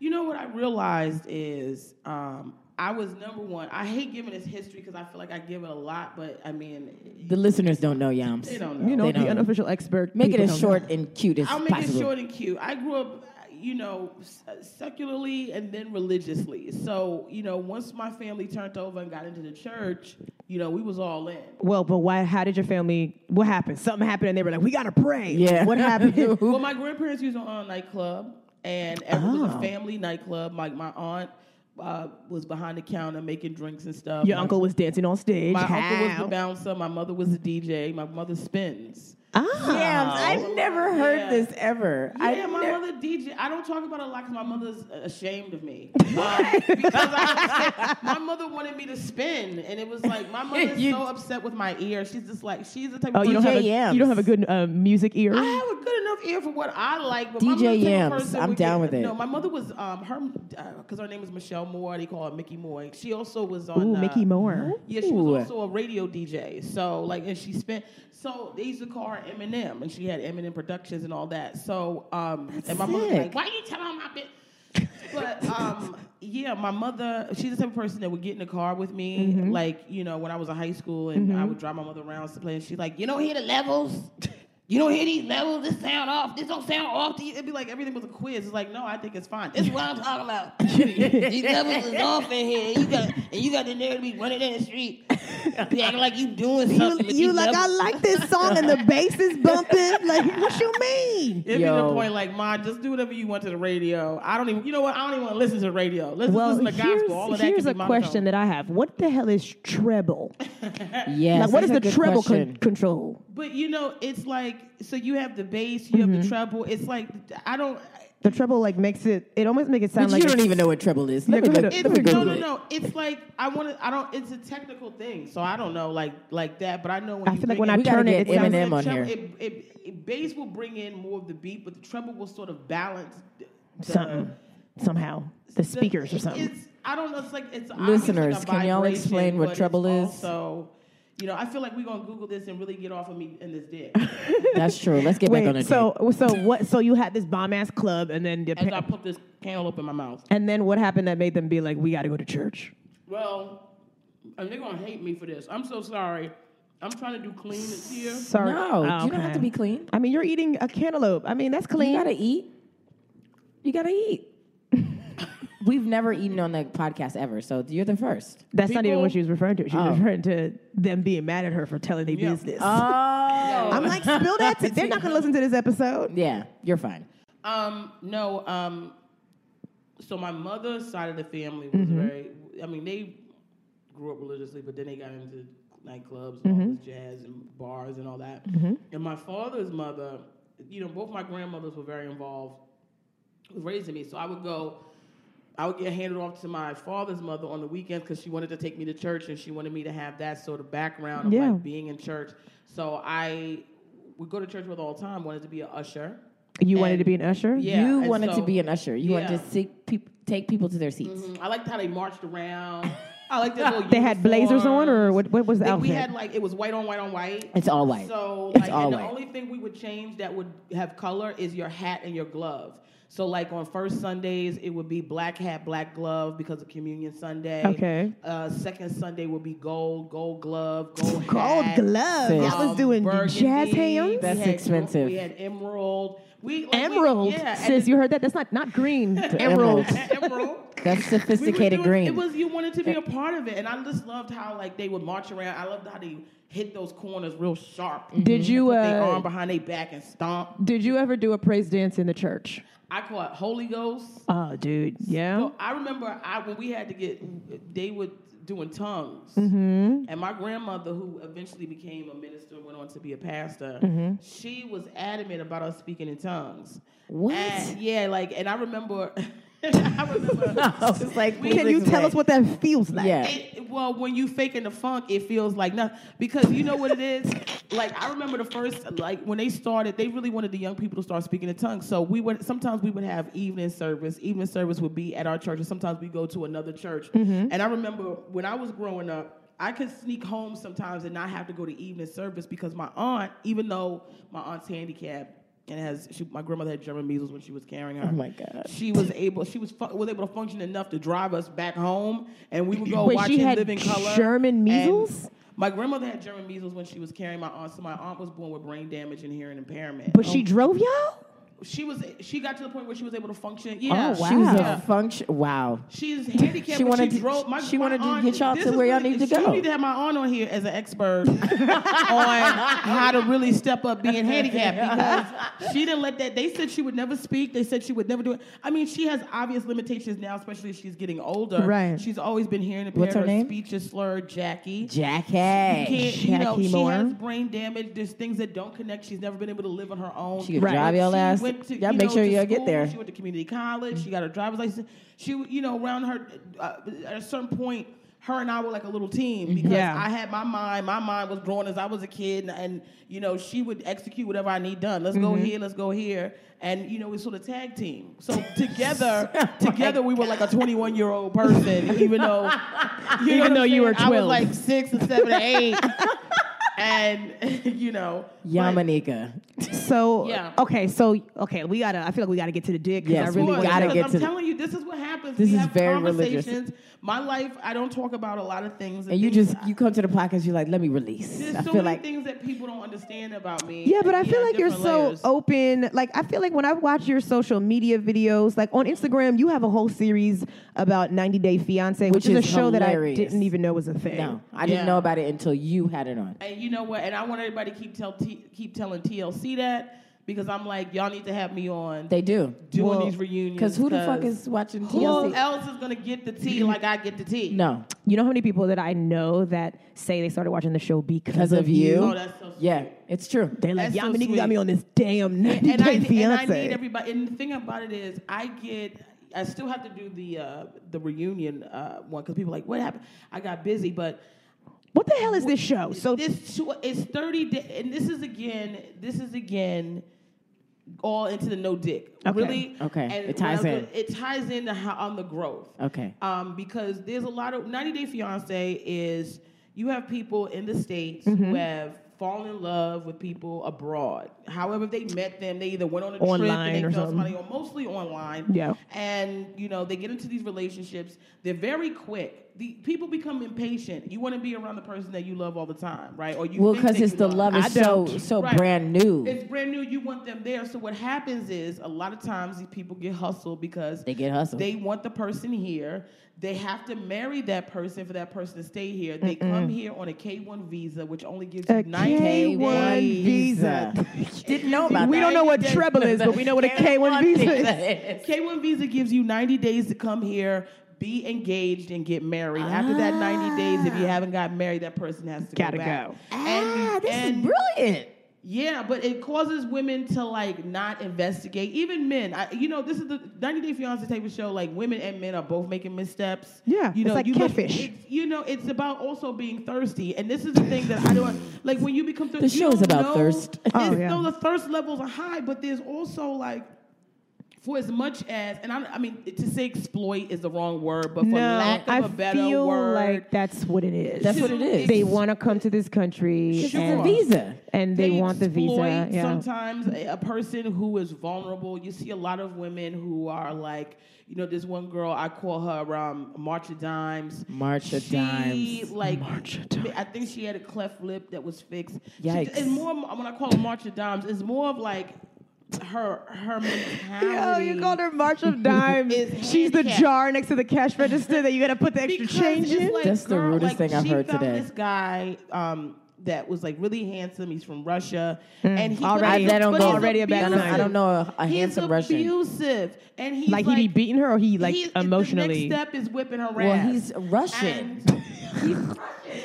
[SPEAKER 3] you know what I realized is um, I was number one. I hate giving this history because I feel like I give it a lot, but I mean,
[SPEAKER 1] The listeners don't know Yams.
[SPEAKER 3] they don't know.
[SPEAKER 2] You know,
[SPEAKER 1] They
[SPEAKER 2] the
[SPEAKER 1] don't.
[SPEAKER 2] unofficial expert.
[SPEAKER 1] Make it
[SPEAKER 2] people
[SPEAKER 1] as
[SPEAKER 2] don't
[SPEAKER 1] short
[SPEAKER 2] know.
[SPEAKER 1] and cute as
[SPEAKER 3] I'll make
[SPEAKER 1] possible.
[SPEAKER 3] it short and cute. I grew up, you know, s- uh, secularly and then religiously. So, you know, once my family turned over and got into the church, you know, we was all in.
[SPEAKER 2] Well, but why? How did your family? What happened? Something happened, and they were like, "We gotta pray."
[SPEAKER 1] Yeah.
[SPEAKER 2] What happened?
[SPEAKER 3] Well, my grandparents used to own a nightclub, and it was
[SPEAKER 2] Oh.
[SPEAKER 3] a family nightclub. Like my aunt uh, was behind the counter making drinks and stuff.
[SPEAKER 2] your
[SPEAKER 3] My-
[SPEAKER 2] uncle was dancing on stage.
[SPEAKER 3] My
[SPEAKER 2] How?
[SPEAKER 3] uncle was the bouncer. My mother was the DJ. My mother spins.
[SPEAKER 2] Ah.
[SPEAKER 1] Yams. I never heard
[SPEAKER 3] Yeah.
[SPEAKER 1] this ever. I
[SPEAKER 3] Yeah, my
[SPEAKER 1] ne-
[SPEAKER 3] mother DJ. I don't talk about it a lot because my mother's ashamed of me. Um, because I, my mother wanted me to spin, and it was like my mother's
[SPEAKER 1] You-
[SPEAKER 3] so upset with my ear. She's just like she's the type.
[SPEAKER 2] Oh,
[SPEAKER 3] of
[SPEAKER 2] you don't have
[SPEAKER 1] DJ
[SPEAKER 2] a
[SPEAKER 1] Yams.
[SPEAKER 2] you don't have a good uh, music ear.
[SPEAKER 3] I have a good enough ear for what I like. But my
[SPEAKER 1] DJ
[SPEAKER 3] mother's the type of
[SPEAKER 1] Yams,
[SPEAKER 3] person
[SPEAKER 1] I'm
[SPEAKER 3] would
[SPEAKER 1] down
[SPEAKER 3] get-
[SPEAKER 1] with it.
[SPEAKER 3] No, my mother was um her because her name was Michelle Moore. They call her Mickey Moore. She also was on
[SPEAKER 2] Ooh,
[SPEAKER 3] uh,
[SPEAKER 2] Mickey Moore.
[SPEAKER 3] Yeah, she was
[SPEAKER 1] Ooh.
[SPEAKER 3] also a radio DJ. So like, and she spent. So they used to call her Eminem, and she had Eminem Productions and all that. So um, and my mother was
[SPEAKER 1] sick.
[SPEAKER 3] like, why you telling her my bit? But um, yeah, my mother, she's the type of person that would get in the car with me,
[SPEAKER 1] Mm-hmm.
[SPEAKER 3] like you know, when I was in high school, and I would drive my mother around to play, and she's like, you don't hear the levels. You don't hear these levels. This sound off. This don't sound off. These-" It'd be like everything was a quiz. It's like, no, I think it's fine. This is what I'm talking about. These levels is off in here. And you got and you got the nerve to be running in the street, be acting like you doing something. with these levels.
[SPEAKER 2] like this song and the bass is bumping. Like, what you mean?
[SPEAKER 3] It'd be
[SPEAKER 1] Yo.
[SPEAKER 3] the point like, Ma, just do whatever you want to the radio. I don't even, you know what? I don't even want to listen to the radio. Let's
[SPEAKER 2] Well,
[SPEAKER 3] listen to
[SPEAKER 2] here's,
[SPEAKER 3] gospel. All of that
[SPEAKER 2] here's a
[SPEAKER 3] can be
[SPEAKER 2] question that I have. What the hell is treble?
[SPEAKER 1] Yes,
[SPEAKER 2] like, what
[SPEAKER 1] that's
[SPEAKER 2] is
[SPEAKER 1] a
[SPEAKER 2] the
[SPEAKER 1] good
[SPEAKER 2] treble
[SPEAKER 1] question.
[SPEAKER 2] con- control?
[SPEAKER 3] But you know, it's like so you have the bass, you
[SPEAKER 2] Mm-hmm.
[SPEAKER 3] have the treble. It's like I don't.
[SPEAKER 2] The treble like makes it. It almost makes it sound
[SPEAKER 1] But
[SPEAKER 2] like
[SPEAKER 1] you don't
[SPEAKER 2] it's-
[SPEAKER 1] even know what treble is. Let
[SPEAKER 2] Yeah,
[SPEAKER 1] me
[SPEAKER 2] go
[SPEAKER 1] go-
[SPEAKER 2] ahead.
[SPEAKER 1] let me
[SPEAKER 3] It's, no,
[SPEAKER 1] Google
[SPEAKER 3] no,
[SPEAKER 1] it.
[SPEAKER 3] no. It's like I want to. I don't. It's a technical thing, so I don't know like like that. But I know when
[SPEAKER 2] I
[SPEAKER 3] you
[SPEAKER 2] feel like
[SPEAKER 3] bring
[SPEAKER 2] when
[SPEAKER 3] in-
[SPEAKER 2] I
[SPEAKER 1] We gotta
[SPEAKER 2] turn it,
[SPEAKER 1] get
[SPEAKER 2] it sounds
[SPEAKER 1] Eminem
[SPEAKER 2] like
[SPEAKER 1] on
[SPEAKER 3] treble-
[SPEAKER 1] here.
[SPEAKER 3] It, it, it, bass will bring in more of the beat, but the treble will sort of balance the,
[SPEAKER 2] something somehow. The speakers or something.
[SPEAKER 3] It's, I don't know. It's like it's
[SPEAKER 1] Listeners,
[SPEAKER 3] obviously a
[SPEAKER 1] can y'all
[SPEAKER 3] vibration,
[SPEAKER 1] explain what
[SPEAKER 3] but it's
[SPEAKER 1] treble is?
[SPEAKER 3] Also, you know, I feel like we're gonna Google this and really get off of me in this dick.
[SPEAKER 1] That's true. Let's get
[SPEAKER 2] Wait,
[SPEAKER 1] back on it.
[SPEAKER 2] so so what? So you had this bomb ass club, and then the,
[SPEAKER 3] As I put this cantaloupe in my mouth.
[SPEAKER 2] and then what happened that made them be like, we got to go to church?
[SPEAKER 3] Well, and they're gonna hate me for this. I'm so sorry. I'm trying to do clean this year.
[SPEAKER 2] Sorry,
[SPEAKER 1] No,
[SPEAKER 2] Oh,
[SPEAKER 1] you don't have
[SPEAKER 2] okay.
[SPEAKER 1] to be clean.
[SPEAKER 2] I mean, you're eating a cantaloupe. I mean, that's clean.
[SPEAKER 1] You gotta eat. You gotta eat. We've never eaten on the podcast ever, so you're the first.
[SPEAKER 2] that's not even
[SPEAKER 3] people-
[SPEAKER 2] what she was referring to. She was
[SPEAKER 1] Oh.
[SPEAKER 2] referring to them being mad at her for telling their
[SPEAKER 3] Yeah.
[SPEAKER 2] business.
[SPEAKER 1] Oh,
[SPEAKER 2] I'm like, spill that. tea. They're not gonna listen to this episode.
[SPEAKER 1] yeah, you're fine.
[SPEAKER 3] Um, no, um, so my mother's side of the family was very, I mean, they grew up religiously, but then they got into nightclubs and all this jazz and bars and all that. And my father's mother, you know, both my grandmothers were very involved with raising me. So I would go, I would get handed off to my father's mother on the weekends because she wanted to take me to church and she wanted me to have that sort of background of
[SPEAKER 2] Yeah.
[SPEAKER 3] like being in church. So I would go to church with all the time, wanted to be an usher.
[SPEAKER 2] You wanted
[SPEAKER 3] And-
[SPEAKER 2] to be an usher.
[SPEAKER 3] Yeah,
[SPEAKER 1] you
[SPEAKER 3] and
[SPEAKER 1] wanted to
[SPEAKER 3] so-
[SPEAKER 1] be an usher. You wanted
[SPEAKER 3] Yeah.
[SPEAKER 1] to seek peop take people to their seats.
[SPEAKER 3] Mm, I liked how they marched around. I liked their little
[SPEAKER 2] They had blazers on, or
[SPEAKER 3] uniforms.
[SPEAKER 2] what? What was the
[SPEAKER 3] They-
[SPEAKER 2] outfit?
[SPEAKER 3] we had like it was white on white on white.
[SPEAKER 1] It's all white.
[SPEAKER 3] So
[SPEAKER 1] It's
[SPEAKER 3] like,
[SPEAKER 1] all
[SPEAKER 3] and
[SPEAKER 1] white.
[SPEAKER 3] the only thing we would change that would have color is your hat and your glove. So like on first Sundays, it would be black hat, black glove because of Communion Sunday.
[SPEAKER 2] Okay.
[SPEAKER 3] Uh, second Sunday would be gold, gold glove, gold
[SPEAKER 2] Gold
[SPEAKER 3] hat. Um,
[SPEAKER 2] glove.
[SPEAKER 1] Sis.
[SPEAKER 2] Y'all was doing
[SPEAKER 3] burgundy.
[SPEAKER 2] jazz
[SPEAKER 3] We
[SPEAKER 2] hands.
[SPEAKER 1] That's
[SPEAKER 3] had-
[SPEAKER 1] expensive.
[SPEAKER 3] We had emerald. We, like, we-
[SPEAKER 2] Emerald,
[SPEAKER 3] yeah, and
[SPEAKER 2] sis, you heard that? That's not not green.
[SPEAKER 1] emerald.
[SPEAKER 2] Emerald.
[SPEAKER 3] emerald.
[SPEAKER 1] That's
[SPEAKER 3] We were
[SPEAKER 1] sophisticated
[SPEAKER 3] doing-
[SPEAKER 1] green.
[SPEAKER 3] It was you wanted to be a part of it, and I just loved how like they would march around. I loved how they hit those corners real sharp. Mm-hmm.
[SPEAKER 2] Did you,
[SPEAKER 3] put their
[SPEAKER 2] uh,
[SPEAKER 3] arm behind their back and stomp?
[SPEAKER 2] Did you ever do a praise dance in the church?
[SPEAKER 3] I call it Holy Ghost.
[SPEAKER 2] Oh, dude, yeah.
[SPEAKER 3] So I remember I when we had to get they were doing tongues,
[SPEAKER 2] Mm-hmm.
[SPEAKER 3] and my grandmother, who eventually became a minister, went on to be a pastor.
[SPEAKER 2] Mm-hmm.
[SPEAKER 3] She was adamant about us speaking in tongues.
[SPEAKER 1] What?
[SPEAKER 3] And, yeah, like, and I remember. I remember.
[SPEAKER 1] It's like,
[SPEAKER 3] We-
[SPEAKER 1] please
[SPEAKER 2] Can you
[SPEAKER 1] explain.
[SPEAKER 2] tell us what that feels like?
[SPEAKER 1] Yeah.
[SPEAKER 3] It, well, when you faking the funk, it feels like nothing because you know what it is. Like I remember the first, like when they started, they really wanted the young people to start speaking in tongues. So we would sometimes we would have evening service. Evening service would be at our church, and sometimes we go to another church.
[SPEAKER 1] Mm-hmm.
[SPEAKER 3] And I remember when I was growing up. I could sneak home sometimes and not have to go to evening service because my aunt, even though my aunt's handicapped and has, she, my grandmother had German measles when she was carrying her.
[SPEAKER 1] Oh my God.
[SPEAKER 3] She was able, she was fu- was able to function enough to drive us back home, and we would go
[SPEAKER 2] Wait,
[SPEAKER 3] watch
[SPEAKER 2] she
[SPEAKER 3] him
[SPEAKER 2] had
[SPEAKER 3] live in color.
[SPEAKER 2] German
[SPEAKER 3] and
[SPEAKER 2] measles?
[SPEAKER 3] My grandmother had German measles when she was carrying my aunt, so my aunt was born with brain damage and hearing impairment.
[SPEAKER 2] But she drove y'all?
[SPEAKER 3] she was she got to the point where she was able to function. Yeah,
[SPEAKER 2] Oh, wow.
[SPEAKER 1] She was
[SPEAKER 2] Yeah.
[SPEAKER 1] a function. Wow.
[SPEAKER 3] She's handicapped.
[SPEAKER 1] She
[SPEAKER 3] but
[SPEAKER 1] wanted to-
[SPEAKER 3] she drove. My,
[SPEAKER 1] she
[SPEAKER 3] my
[SPEAKER 1] wanted to
[SPEAKER 3] aunt-
[SPEAKER 1] get y'all
[SPEAKER 3] this
[SPEAKER 1] to
[SPEAKER 3] is
[SPEAKER 1] where y'all
[SPEAKER 3] really-
[SPEAKER 1] need to
[SPEAKER 3] She
[SPEAKER 1] go.
[SPEAKER 3] need to have my aunt on here as an expert on how to really step up being handicapped because she didn't let that. They said she would never speak. They said she would never do it. I mean, she has obvious limitations now, especially as she's getting older.
[SPEAKER 2] Right.
[SPEAKER 3] She's always been hearing impaired.
[SPEAKER 1] What's her name?
[SPEAKER 3] Speech is slurred. Jackie.
[SPEAKER 1] Jackie.
[SPEAKER 3] Can't- you know,
[SPEAKER 2] Jackie
[SPEAKER 3] she
[SPEAKER 2] Moore.
[SPEAKER 3] has brain damage. There's things that don't connect. She's never been able to live on her own.
[SPEAKER 1] She could
[SPEAKER 2] Right.
[SPEAKER 1] drive y'all
[SPEAKER 3] She
[SPEAKER 1] ass.
[SPEAKER 3] went to-
[SPEAKER 1] y'all
[SPEAKER 3] you
[SPEAKER 1] make
[SPEAKER 3] know,
[SPEAKER 1] sure
[SPEAKER 3] to
[SPEAKER 1] y'all get
[SPEAKER 3] school,
[SPEAKER 1] there.
[SPEAKER 3] She went to community college. She got her driver's license. She, you know, around her uh, at a certain point, her and I were like a little
[SPEAKER 1] Mm-hmm.
[SPEAKER 3] team because
[SPEAKER 2] Yeah.
[SPEAKER 3] I had my mind. My mind was growing as I was a kid, and, and, you know, she would execute whatever I need done. Let's go
[SPEAKER 2] Mm-hmm.
[SPEAKER 3] here. Let's go here. And you know, we sort of tag team. So together, together we were like a 21 year old person, even though, you
[SPEAKER 2] Even
[SPEAKER 3] what
[SPEAKER 2] though
[SPEAKER 3] I'm
[SPEAKER 2] you were
[SPEAKER 3] saying? I
[SPEAKER 2] 12.
[SPEAKER 3] was like six and seven and eight. And you know, but-
[SPEAKER 1] Yamanika.
[SPEAKER 2] So
[SPEAKER 3] Yeah.
[SPEAKER 2] okay, so okay, we gotta. I feel like we gotta get to the dick. 'cause
[SPEAKER 1] Yes,
[SPEAKER 2] I really
[SPEAKER 1] we
[SPEAKER 2] wanna
[SPEAKER 1] gotta
[SPEAKER 2] know.
[SPEAKER 3] because
[SPEAKER 1] get
[SPEAKER 3] I'm
[SPEAKER 1] to the-
[SPEAKER 3] telling you, this is what happens.
[SPEAKER 1] This
[SPEAKER 3] we
[SPEAKER 1] is
[SPEAKER 3] have
[SPEAKER 1] very religious.
[SPEAKER 3] conversations. My life, I don't talk about a lot of things.
[SPEAKER 1] And you
[SPEAKER 3] things-
[SPEAKER 1] just you come to the podcast, you're like, let me release.
[SPEAKER 3] there's
[SPEAKER 1] I
[SPEAKER 3] so
[SPEAKER 1] feel
[SPEAKER 3] many
[SPEAKER 1] like
[SPEAKER 3] things that people don't understand about me.
[SPEAKER 2] Yeah, but
[SPEAKER 3] and
[SPEAKER 2] I
[SPEAKER 3] we
[SPEAKER 2] feel
[SPEAKER 3] have
[SPEAKER 2] like you're
[SPEAKER 3] different
[SPEAKER 2] so
[SPEAKER 3] layers.
[SPEAKER 2] open. Like I feel like when I watch your social media videos, like on Instagram, you have a whole series about 90 Day Fiance, which,
[SPEAKER 1] Which is
[SPEAKER 2] is, a show
[SPEAKER 1] hilarious.
[SPEAKER 2] that I didn't even know was a thing.
[SPEAKER 1] no, I didn't
[SPEAKER 3] Yeah.
[SPEAKER 1] know about it until you had it on.
[SPEAKER 3] And you know what? And I want everybody to keep tell T, keep telling TLC that because I'm like, y'all need to have me on
[SPEAKER 1] They do.
[SPEAKER 3] doing
[SPEAKER 2] Well,
[SPEAKER 3] these reunions.
[SPEAKER 1] Because who the fuck is watching
[SPEAKER 3] who
[SPEAKER 1] TLC?
[SPEAKER 3] else is gonna get the tea like I get the Oh, tea?
[SPEAKER 1] No,
[SPEAKER 2] You know how many people that I know that say they started watching the show because
[SPEAKER 1] because of you.
[SPEAKER 3] Oh, that's so sweet.
[SPEAKER 1] yeah, it's true.
[SPEAKER 2] They're like,
[SPEAKER 3] That's
[SPEAKER 2] y'all
[SPEAKER 3] so
[SPEAKER 2] niggas got
[SPEAKER 3] sweet.
[SPEAKER 2] me on this damn 90
[SPEAKER 3] and, I,
[SPEAKER 2] Day
[SPEAKER 3] and I
[SPEAKER 2] Fiance.
[SPEAKER 3] need everybody. And the thing about it is, I get. I still have to do the uh, the reunion uh, one because people are like, what happened? I got busy, but
[SPEAKER 2] what the hell is this show? So
[SPEAKER 3] this two, it's thirty. Day, and this is again. This is again. All into the no dick.
[SPEAKER 2] Okay.
[SPEAKER 3] Really.
[SPEAKER 1] Okay.
[SPEAKER 3] And
[SPEAKER 1] It
[SPEAKER 3] when
[SPEAKER 1] ties
[SPEAKER 3] I was-
[SPEAKER 1] in.
[SPEAKER 3] It ties into how on the growth.
[SPEAKER 1] Okay.
[SPEAKER 3] Um, because there's a lot of 90 Day Fiance is you have people in the states
[SPEAKER 1] Mm-hmm.
[SPEAKER 3] who have fallen in love with people abroad. However, they met them, they either went on a trip
[SPEAKER 2] Online
[SPEAKER 3] and they
[SPEAKER 2] or
[SPEAKER 3] felt
[SPEAKER 2] something.
[SPEAKER 3] somebody or mostly online.
[SPEAKER 2] Yeah.
[SPEAKER 3] And you know, they get into these relationships. They're very quick. The people become impatient. You want to be around the person that you love all the time, right? Or you
[SPEAKER 1] Well,
[SPEAKER 3] think
[SPEAKER 1] because
[SPEAKER 3] that
[SPEAKER 1] it's
[SPEAKER 3] you
[SPEAKER 1] the
[SPEAKER 3] love.
[SPEAKER 1] love
[SPEAKER 2] I
[SPEAKER 1] is so
[SPEAKER 2] don't.
[SPEAKER 1] so
[SPEAKER 3] Right.
[SPEAKER 1] brand new.
[SPEAKER 3] It's brand new. You want them there. So what happens is a lot of times these people get hustled because
[SPEAKER 1] They get hustled.
[SPEAKER 3] They want the person here. They have to marry that person for that person to stay here. They come here on a K one visa, which only gives you
[SPEAKER 2] A
[SPEAKER 3] ninety
[SPEAKER 2] K1
[SPEAKER 3] days.
[SPEAKER 2] visa.
[SPEAKER 1] Didn't know about
[SPEAKER 2] we
[SPEAKER 1] that.
[SPEAKER 2] don't know what
[SPEAKER 3] Yes.
[SPEAKER 2] treble is, but we know what a K1 visa is.
[SPEAKER 1] is.
[SPEAKER 3] K one visa gives you ninety days to come here. Be engaged and get married. After that 90 days, if you haven't got married, that person has to
[SPEAKER 2] Ah. Gotta
[SPEAKER 3] go back.
[SPEAKER 2] go.
[SPEAKER 3] And-
[SPEAKER 1] Ah, this
[SPEAKER 3] and-
[SPEAKER 1] is brilliant.
[SPEAKER 3] Yeah, but it causes women to like not investigate. Even men, I, you know, this is the 90 Day Fiance type of show. Like women and men are both making missteps.
[SPEAKER 2] Yeah,
[SPEAKER 3] you
[SPEAKER 2] it's
[SPEAKER 3] know,
[SPEAKER 2] like
[SPEAKER 3] you
[SPEAKER 2] catfish.
[SPEAKER 3] It's, you know, it's about also being thirsty, and this is the thing that I don't like. When you become thirsty,
[SPEAKER 1] The show is about thirst.
[SPEAKER 3] It's,
[SPEAKER 2] Oh, yeah.
[SPEAKER 3] No, the thirst levels are high, but there's also like. For as much as, and I, I mean, to say exploit is the wrong word, but for lack of a better
[SPEAKER 2] feel
[SPEAKER 3] word,
[SPEAKER 2] like that's what it is.
[SPEAKER 1] That's what it is.
[SPEAKER 2] They want to come to this country.
[SPEAKER 1] It's
[SPEAKER 2] and-
[SPEAKER 1] a visa.
[SPEAKER 2] and they, want the visa.
[SPEAKER 3] exploit
[SPEAKER 2] Yeah.
[SPEAKER 3] Sometimes a, a person who is vulnerable. You see a lot of women who are like, you know, this one girl I call her um, Marcha Dimes.
[SPEAKER 1] Marsha
[SPEAKER 3] she,
[SPEAKER 1] Dimes.
[SPEAKER 3] Like,
[SPEAKER 2] Marsha Dimes.
[SPEAKER 3] I think she had a cleft lip that was fixed. She-
[SPEAKER 1] Yikes.
[SPEAKER 3] it's more when I call her Marcha Dimes. It's more of like her her
[SPEAKER 2] Yo,
[SPEAKER 3] mentality.
[SPEAKER 2] you called her March of Dimes.
[SPEAKER 3] Is
[SPEAKER 2] She's the
[SPEAKER 3] handicapped.
[SPEAKER 2] jar next to the cash register that you gotta put the extra
[SPEAKER 3] Because
[SPEAKER 2] change
[SPEAKER 3] it's
[SPEAKER 2] in.
[SPEAKER 3] like,
[SPEAKER 1] That's the
[SPEAKER 3] girl,
[SPEAKER 1] rudest
[SPEAKER 3] like,
[SPEAKER 1] thing I've
[SPEAKER 3] she
[SPEAKER 1] heard
[SPEAKER 3] found
[SPEAKER 1] today.
[SPEAKER 3] This guy um, that was like really handsome. He's from Russia, and he
[SPEAKER 2] Mm. already-
[SPEAKER 3] but
[SPEAKER 2] that don't
[SPEAKER 3] he's
[SPEAKER 2] go- already a bad
[SPEAKER 3] abusive.
[SPEAKER 2] sign. I
[SPEAKER 1] don't know a- a
[SPEAKER 3] He's
[SPEAKER 1] handsome Russian.
[SPEAKER 3] abusive, and he's
[SPEAKER 2] like, he be beating her, or he like
[SPEAKER 3] he's-
[SPEAKER 2] emotionally.
[SPEAKER 3] The next step is whipping her ass.
[SPEAKER 1] Well, he's Russian.
[SPEAKER 3] And he's Russian.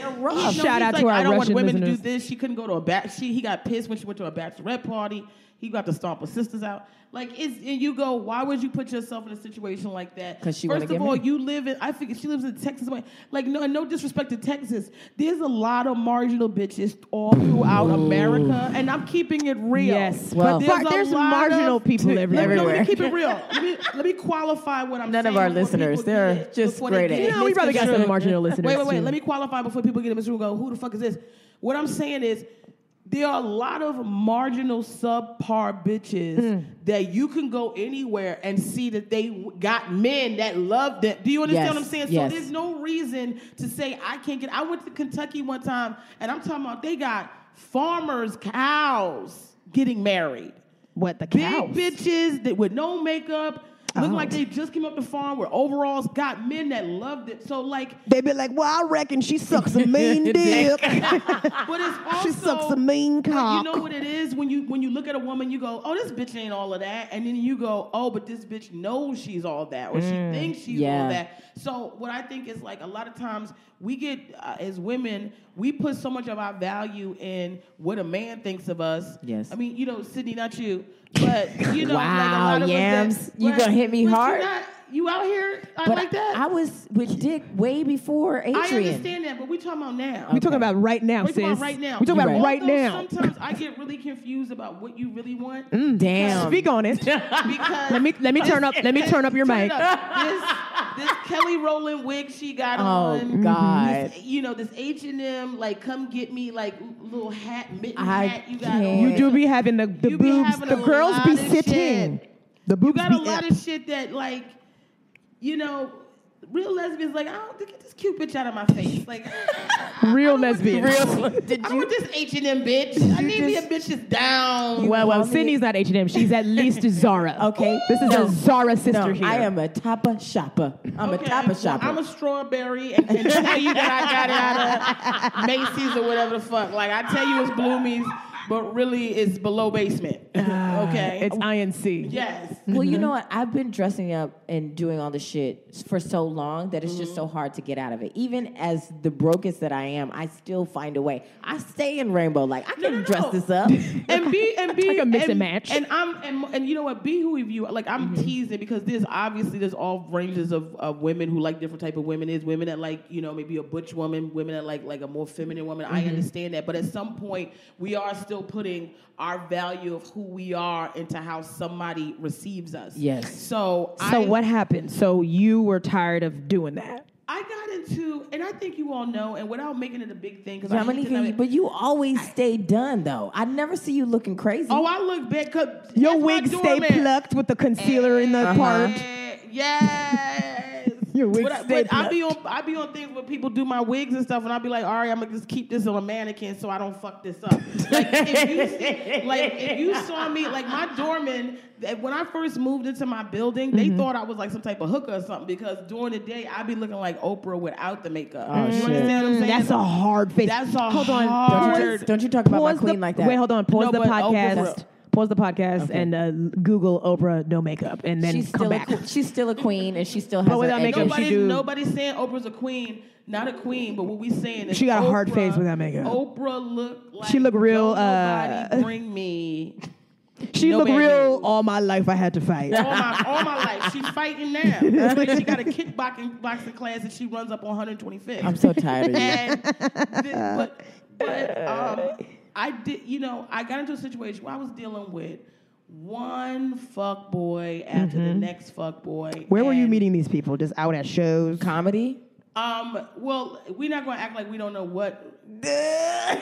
[SPEAKER 3] They're rough.
[SPEAKER 2] Shout out
[SPEAKER 3] he's
[SPEAKER 2] to
[SPEAKER 3] like,
[SPEAKER 2] our
[SPEAKER 3] I
[SPEAKER 2] Russian
[SPEAKER 3] don't want women
[SPEAKER 2] listeners.
[SPEAKER 3] to do this. She couldn't go to a back. She he got pissed when she went to a bachelorette party. He got to stomp her sisters out. Like it's and you go. Why would you put yourself in a situation like that?
[SPEAKER 1] 'Cause she wanna
[SPEAKER 3] first
[SPEAKER 1] get
[SPEAKER 3] of all,
[SPEAKER 1] married.
[SPEAKER 3] you live in. I figure she lives in Texas. Like- Like no, no disrespect to Texas. There's a lot of marginal bitches all throughout America, and I'm keeping it real.
[SPEAKER 2] Yes,
[SPEAKER 1] Well-
[SPEAKER 2] but
[SPEAKER 3] a
[SPEAKER 2] there's
[SPEAKER 3] lot
[SPEAKER 2] marginal
[SPEAKER 3] of-
[SPEAKER 2] people
[SPEAKER 3] Let me- let me
[SPEAKER 1] everywhere.
[SPEAKER 3] keep it real. Let me, let me qualify what I'm
[SPEAKER 1] None of
[SPEAKER 3] saying
[SPEAKER 1] our
[SPEAKER 3] before
[SPEAKER 1] listeners,
[SPEAKER 3] people
[SPEAKER 1] they're
[SPEAKER 3] get it-
[SPEAKER 1] just
[SPEAKER 3] before they
[SPEAKER 1] great
[SPEAKER 3] get
[SPEAKER 1] at
[SPEAKER 3] it
[SPEAKER 1] it.
[SPEAKER 2] No, we probably got some marginal listeners.
[SPEAKER 3] Wait, wait, wait.
[SPEAKER 2] too.
[SPEAKER 3] Let me qualify before people get in this room. and Go, who the fuck is this? What I'm saying is, there are a lot of marginal subpar bitches that you can go anywhere and see that they w- got men that love them. Do you understand
[SPEAKER 1] Yes,
[SPEAKER 3] what I'm saying?
[SPEAKER 1] yes.
[SPEAKER 3] So there's no reason to say I can't get. I went to Kentucky one time, and I'm talking about they got farmers' cows getting married.
[SPEAKER 2] What the
[SPEAKER 3] Big
[SPEAKER 2] cows?
[SPEAKER 3] bitches that with no makeup, look
[SPEAKER 2] Oh.
[SPEAKER 3] like they just came up the farm with overalls. Got men that loved it. So like,
[SPEAKER 2] They be like, well, I reckon she sucks a mean dick.
[SPEAKER 3] but it's also
[SPEAKER 2] she sucks a mean
[SPEAKER 3] Like,
[SPEAKER 2] cock.
[SPEAKER 3] you know what it is when you when you look at a woman, you go, "Oh, this bitch ain't all of that," and then you go, "Oh, but this bitch knows she's all that, or she thinks she's
[SPEAKER 1] Mm, Yeah.
[SPEAKER 3] all that." So what I think is like a lot of times we get uh, as women, we put so much of our value in what a man thinks of us.
[SPEAKER 1] Yes.
[SPEAKER 3] I mean, you know, Sydney, not you, but you know, like a
[SPEAKER 1] Wow,
[SPEAKER 3] lot of us
[SPEAKER 1] yams.
[SPEAKER 3] that-
[SPEAKER 1] You
[SPEAKER 3] but-
[SPEAKER 1] gonna hit me
[SPEAKER 3] but you
[SPEAKER 1] hard?
[SPEAKER 3] not- You, out here I
[SPEAKER 1] But
[SPEAKER 3] like that?
[SPEAKER 1] I was with Dick way before Adrian.
[SPEAKER 3] I understand that, but we talking about now.
[SPEAKER 2] We're talking about right now,
[SPEAKER 3] We're
[SPEAKER 2] sis.
[SPEAKER 3] talking about right now.
[SPEAKER 2] We're talking about
[SPEAKER 1] Right.
[SPEAKER 2] right
[SPEAKER 3] Although
[SPEAKER 2] now.
[SPEAKER 3] Sometimes I get really confused about what you really want.
[SPEAKER 1] Damn.
[SPEAKER 2] Speak on it.
[SPEAKER 3] Because
[SPEAKER 2] Let me let me turn up let me turn up your
[SPEAKER 3] Turn it
[SPEAKER 2] mic.
[SPEAKER 3] up. this, this Kelly Rowland wig she got
[SPEAKER 1] Oh,
[SPEAKER 3] on.
[SPEAKER 1] God.
[SPEAKER 3] This, you know this H and M like come get me like little hat mitten
[SPEAKER 1] I
[SPEAKER 3] hat you got
[SPEAKER 1] can't.
[SPEAKER 3] on.
[SPEAKER 2] You do be having the, the
[SPEAKER 3] You be
[SPEAKER 2] boobs.
[SPEAKER 3] having
[SPEAKER 2] The
[SPEAKER 3] a
[SPEAKER 2] girls
[SPEAKER 3] lot
[SPEAKER 2] be
[SPEAKER 3] of
[SPEAKER 2] sitting.
[SPEAKER 3] shit.
[SPEAKER 2] The
[SPEAKER 3] You
[SPEAKER 2] boobs
[SPEAKER 3] got a
[SPEAKER 2] be
[SPEAKER 3] lot
[SPEAKER 2] up.
[SPEAKER 3] of shit that like, you know, real lesbians like I don't get this cute bitch out of my face like.
[SPEAKER 2] real lesbians.
[SPEAKER 1] Real. Did
[SPEAKER 3] I
[SPEAKER 1] you?
[SPEAKER 3] want this H and M bitch. I need me a bitch that's down.
[SPEAKER 2] Well, well,
[SPEAKER 1] call me-
[SPEAKER 2] Sydney's not H and M. She's at least Zara.
[SPEAKER 1] Okay.
[SPEAKER 2] this is
[SPEAKER 1] No.
[SPEAKER 2] a Zara
[SPEAKER 1] No,
[SPEAKER 2] sister here.
[SPEAKER 1] I am a topper shopper. I'm a
[SPEAKER 3] Okay,
[SPEAKER 1] topper
[SPEAKER 3] well,
[SPEAKER 1] shopper.
[SPEAKER 3] I'm a strawberry and can tell you that I got it out of Macy's or whatever the fuck. Like I tell you it's Bloomies, but really it's below basement.
[SPEAKER 1] Ah,
[SPEAKER 3] okay.
[SPEAKER 2] It's INC.
[SPEAKER 3] yes.
[SPEAKER 1] Well, you know what? I've been dressing up and doing all this shit for so long that it's just so hard to get out of it. Even as the brokest that I am, I still find a way. I stay in rainbow. Like I can
[SPEAKER 3] no,
[SPEAKER 1] dress
[SPEAKER 3] no.
[SPEAKER 1] this up.
[SPEAKER 3] And be and be
[SPEAKER 2] Like a mix
[SPEAKER 3] and,
[SPEAKER 2] and match. Mm-hmm.
[SPEAKER 3] And I'm and, and you know what? Be who you like. I'm teasing because there's obviously there's all ranges of, of women who like different type of women. There's women that like you know maybe a butch woman, women that like like a more feminine woman.
[SPEAKER 2] Mm-hmm.
[SPEAKER 3] I understand that, but at some point we are still putting our value of who we are into how somebody receives us.
[SPEAKER 1] Yes.
[SPEAKER 3] So
[SPEAKER 2] So
[SPEAKER 3] I,
[SPEAKER 2] what happened? So you were tired of doing that.
[SPEAKER 3] I got into, and I think you all know, and without making it a big thing, because I hate
[SPEAKER 1] Dominique,
[SPEAKER 3] to know
[SPEAKER 1] you-
[SPEAKER 3] it-
[SPEAKER 1] but you always stay done though. I never see you looking crazy.
[SPEAKER 3] Oh, I look back. 'cause
[SPEAKER 2] Your
[SPEAKER 3] that's my
[SPEAKER 2] wig stay
[SPEAKER 3] doorman.
[SPEAKER 2] plucked with the concealer in the part.
[SPEAKER 3] Eh, Yes.
[SPEAKER 2] Your wig
[SPEAKER 3] But I,
[SPEAKER 2] stay
[SPEAKER 3] but I be on I be on things where people do my wigs and stuff, and I'll be like, all right, I'm gonna just keep this on a mannequin so I don't fuck this up. like, if you see, like if you saw me, like my doorman, that- when I first moved into my building, they
[SPEAKER 2] Mm-hmm.
[SPEAKER 3] thought I was like some type of hooker or something because during the day I'd be looking like Oprah without the makeup. you
[SPEAKER 1] shit.
[SPEAKER 3] understand what I'm saying?
[SPEAKER 2] Oh, Mm-hmm. That's a hard face.
[SPEAKER 3] That's a
[SPEAKER 2] hold on.
[SPEAKER 1] don't, you
[SPEAKER 3] hard-
[SPEAKER 1] just- don't you talk about my
[SPEAKER 2] Pause
[SPEAKER 1] queen
[SPEAKER 2] the-
[SPEAKER 1] like that?
[SPEAKER 2] Wait, hold on. Pause
[SPEAKER 3] No,
[SPEAKER 2] the
[SPEAKER 3] but
[SPEAKER 2] podcast.
[SPEAKER 3] Oprah-
[SPEAKER 2] Pause the podcast and uh, Google Oprah no makeup, and then
[SPEAKER 1] she's
[SPEAKER 2] come
[SPEAKER 1] still
[SPEAKER 2] back.
[SPEAKER 1] a, que- she's still a queen and she still has
[SPEAKER 2] without
[SPEAKER 1] her
[SPEAKER 2] makeup,
[SPEAKER 1] edges.
[SPEAKER 2] she
[SPEAKER 3] Nobody,
[SPEAKER 2] do.
[SPEAKER 3] nobody's saying Oprah's a queen, not a queen, but what we saying is
[SPEAKER 2] She got a hard
[SPEAKER 3] Oprah-
[SPEAKER 2] face without makeup.
[SPEAKER 3] Oprah look like
[SPEAKER 2] She look real,
[SPEAKER 3] Don't nobody
[SPEAKER 2] uh,
[SPEAKER 3] bring me
[SPEAKER 2] She
[SPEAKER 3] No
[SPEAKER 2] looked
[SPEAKER 3] bad
[SPEAKER 2] real.
[SPEAKER 3] news.
[SPEAKER 2] All my life, I had to fight.
[SPEAKER 3] all my all my life. She's fighting now. Like, she got a kickboxing boxing class that she runs up on 125th.
[SPEAKER 1] I'm so tired of you.
[SPEAKER 3] and th- but, but um, I did, you know, I got into a situation where I was dealing with one fuck boy after the next fuck boy.
[SPEAKER 2] Mm-hmm. Where were you
[SPEAKER 3] and-
[SPEAKER 2] meeting these people? Just out at shows?
[SPEAKER 1] Comedy?
[SPEAKER 3] Um, well, we're not going to act like we don't know what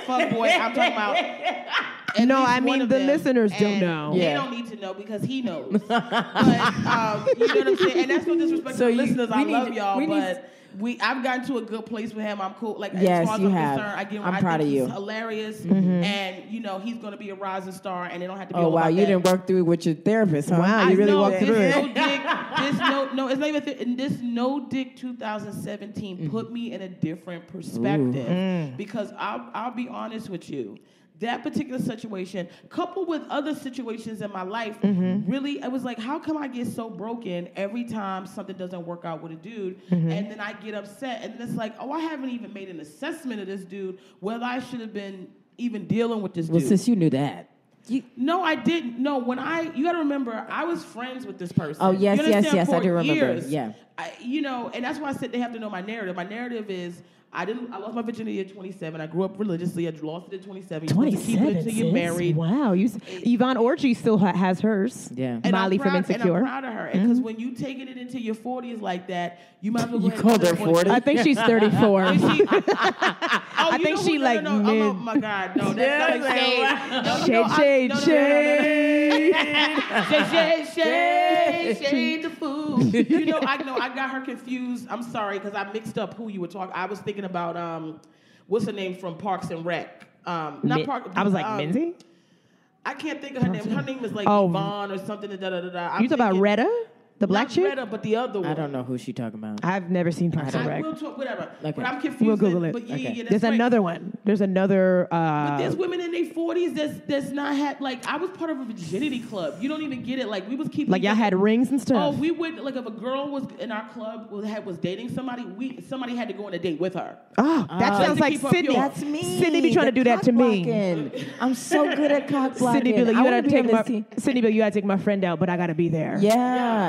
[SPEAKER 3] fuck boy I'm talking about. At
[SPEAKER 2] No,
[SPEAKER 3] least
[SPEAKER 2] I
[SPEAKER 3] one
[SPEAKER 2] mean,
[SPEAKER 3] of
[SPEAKER 2] the
[SPEAKER 3] them.
[SPEAKER 2] listeners don't
[SPEAKER 3] And
[SPEAKER 2] know.
[SPEAKER 3] They
[SPEAKER 1] Yeah.
[SPEAKER 3] don't need to know because he knows. but um, you know what I'm saying, and that's no disrespect
[SPEAKER 1] So
[SPEAKER 3] to the
[SPEAKER 1] you-
[SPEAKER 3] listeners.
[SPEAKER 1] we
[SPEAKER 3] I
[SPEAKER 1] need-
[SPEAKER 3] love y'all,
[SPEAKER 1] we need-
[SPEAKER 3] but we I've gotten to a good place with him. I'm cool. Like
[SPEAKER 1] Yes,
[SPEAKER 3] as far as
[SPEAKER 1] you
[SPEAKER 3] I'm
[SPEAKER 1] have.
[SPEAKER 3] concerned, I get. him.
[SPEAKER 1] I'm
[SPEAKER 3] I
[SPEAKER 1] proud
[SPEAKER 3] think
[SPEAKER 1] of
[SPEAKER 3] he's
[SPEAKER 1] you. Mm-hmm.
[SPEAKER 3] Hilarious, and you know he's going to be a rising star, and they don't have to be.
[SPEAKER 1] Oh
[SPEAKER 3] all
[SPEAKER 1] wow,
[SPEAKER 3] about
[SPEAKER 1] you
[SPEAKER 3] that.
[SPEAKER 1] didn't work through it with your therapist, huh?
[SPEAKER 2] Wow,
[SPEAKER 3] I
[SPEAKER 2] you really
[SPEAKER 3] know,
[SPEAKER 2] walked
[SPEAKER 3] this
[SPEAKER 2] through it.
[SPEAKER 3] No dick, this no, no, it's not even. Th- and this no dick 2017
[SPEAKER 2] Mm.
[SPEAKER 3] put me in a different perspective because I'll, I'll be honest with you. That particular situation, coupled with other situations in my life,
[SPEAKER 2] Mm-hmm.
[SPEAKER 3] really, I was like, how come I get so broken every time something doesn't work out with a dude?
[SPEAKER 2] Mm-hmm.
[SPEAKER 3] And then I get upset. And then it's like, oh, I haven't even made an assessment of this dude, whether I should have been even dealing with this
[SPEAKER 1] Well,
[SPEAKER 3] dude.
[SPEAKER 1] since you knew that. You,
[SPEAKER 3] No, I didn't. No, when I you got to remember, I was friends with this person.
[SPEAKER 1] Oh, yes,
[SPEAKER 3] You
[SPEAKER 1] yes,
[SPEAKER 3] understand?
[SPEAKER 1] yes, I
[SPEAKER 3] For
[SPEAKER 1] do remember.
[SPEAKER 3] years,
[SPEAKER 1] Yeah.
[SPEAKER 3] I, you know, and that's why I said they have to know my narrative. My narrative is I didn't. I lost my virginity at 27. I grew up religiously. I lost it at 27. You're supposed to keep it
[SPEAKER 2] 27
[SPEAKER 3] until you're
[SPEAKER 2] sis.
[SPEAKER 3] married.
[SPEAKER 2] Wow, you s- Yvonne Orgy still ha- has hers.
[SPEAKER 1] Yeah.
[SPEAKER 3] And I'm
[SPEAKER 2] Molly from
[SPEAKER 3] proud-
[SPEAKER 2] Insecure.
[SPEAKER 3] And I'm proud of her because when you taking it into your 40s like that, you might as well go
[SPEAKER 1] You
[SPEAKER 3] ahead and
[SPEAKER 1] called
[SPEAKER 3] put
[SPEAKER 1] her
[SPEAKER 3] it on the
[SPEAKER 1] 40?
[SPEAKER 2] I think she's 34.
[SPEAKER 3] And she- oh,
[SPEAKER 2] I
[SPEAKER 3] you
[SPEAKER 2] think
[SPEAKER 3] know
[SPEAKER 2] she,
[SPEAKER 3] who, no,
[SPEAKER 2] like,
[SPEAKER 3] no, no, oh
[SPEAKER 2] mid-
[SPEAKER 3] my god, no, that's not
[SPEAKER 1] Yeah,
[SPEAKER 3] like
[SPEAKER 2] Shade,
[SPEAKER 3] shade.
[SPEAKER 2] shade,
[SPEAKER 3] no, no, no, no, no, no,
[SPEAKER 2] shade.
[SPEAKER 3] Shade, shade, shade, shade the fool. You know, I know I got her confused. I'm sorry because I mixed up who you were talking. I was thinking about um, what's her name from Parks and Rec. Um, not
[SPEAKER 2] Mi-
[SPEAKER 3] Park.
[SPEAKER 2] I was like,
[SPEAKER 3] um,
[SPEAKER 2] Minzy?
[SPEAKER 3] I can't think of her name. Her name is like
[SPEAKER 2] Oh.
[SPEAKER 3] Yvonne or something. Da, da, da, da. I'm
[SPEAKER 2] You talking about
[SPEAKER 3] thinking-
[SPEAKER 2] Retta, the black
[SPEAKER 3] not
[SPEAKER 2] chick?
[SPEAKER 3] Retta, but the other one.
[SPEAKER 1] I don't know who she talking about.
[SPEAKER 2] I've never seen Parks and
[SPEAKER 3] I
[SPEAKER 2] Rec.
[SPEAKER 3] will talk whatever.
[SPEAKER 1] Okay.
[SPEAKER 3] But I'm confused.
[SPEAKER 2] We'll Google it.
[SPEAKER 3] But yeah,
[SPEAKER 1] Okay.
[SPEAKER 3] yeah, that's
[SPEAKER 2] There's
[SPEAKER 3] right.
[SPEAKER 2] another one. There's another.
[SPEAKER 3] But
[SPEAKER 2] Uh,
[SPEAKER 3] there's women in their 40s that's that's not had like I was part of a virginity club. You don't even get it. Like we was keeping
[SPEAKER 2] like y'all had rings and
[SPEAKER 3] Oh,
[SPEAKER 2] stuff.
[SPEAKER 3] we would like if a girl was in our club was, had was dating somebody, we somebody had to go on a date with her.
[SPEAKER 2] Oh, that
[SPEAKER 3] Like
[SPEAKER 2] sounds
[SPEAKER 3] Ah. to
[SPEAKER 2] like
[SPEAKER 3] keep up
[SPEAKER 2] Sydney.
[SPEAKER 3] your-
[SPEAKER 1] That's me.
[SPEAKER 2] Sydney be trying to
[SPEAKER 1] the
[SPEAKER 2] do that to me.
[SPEAKER 1] cock-blocking. I'm so good at cock blocking.
[SPEAKER 2] Sydney be like,
[SPEAKER 1] I
[SPEAKER 2] you
[SPEAKER 1] wanna
[SPEAKER 2] gotta
[SPEAKER 1] be on
[SPEAKER 2] take
[SPEAKER 1] this
[SPEAKER 2] my
[SPEAKER 1] team.
[SPEAKER 2] Sydney be like, you gotta take my friend out, but I gotta be there.
[SPEAKER 1] Yeah,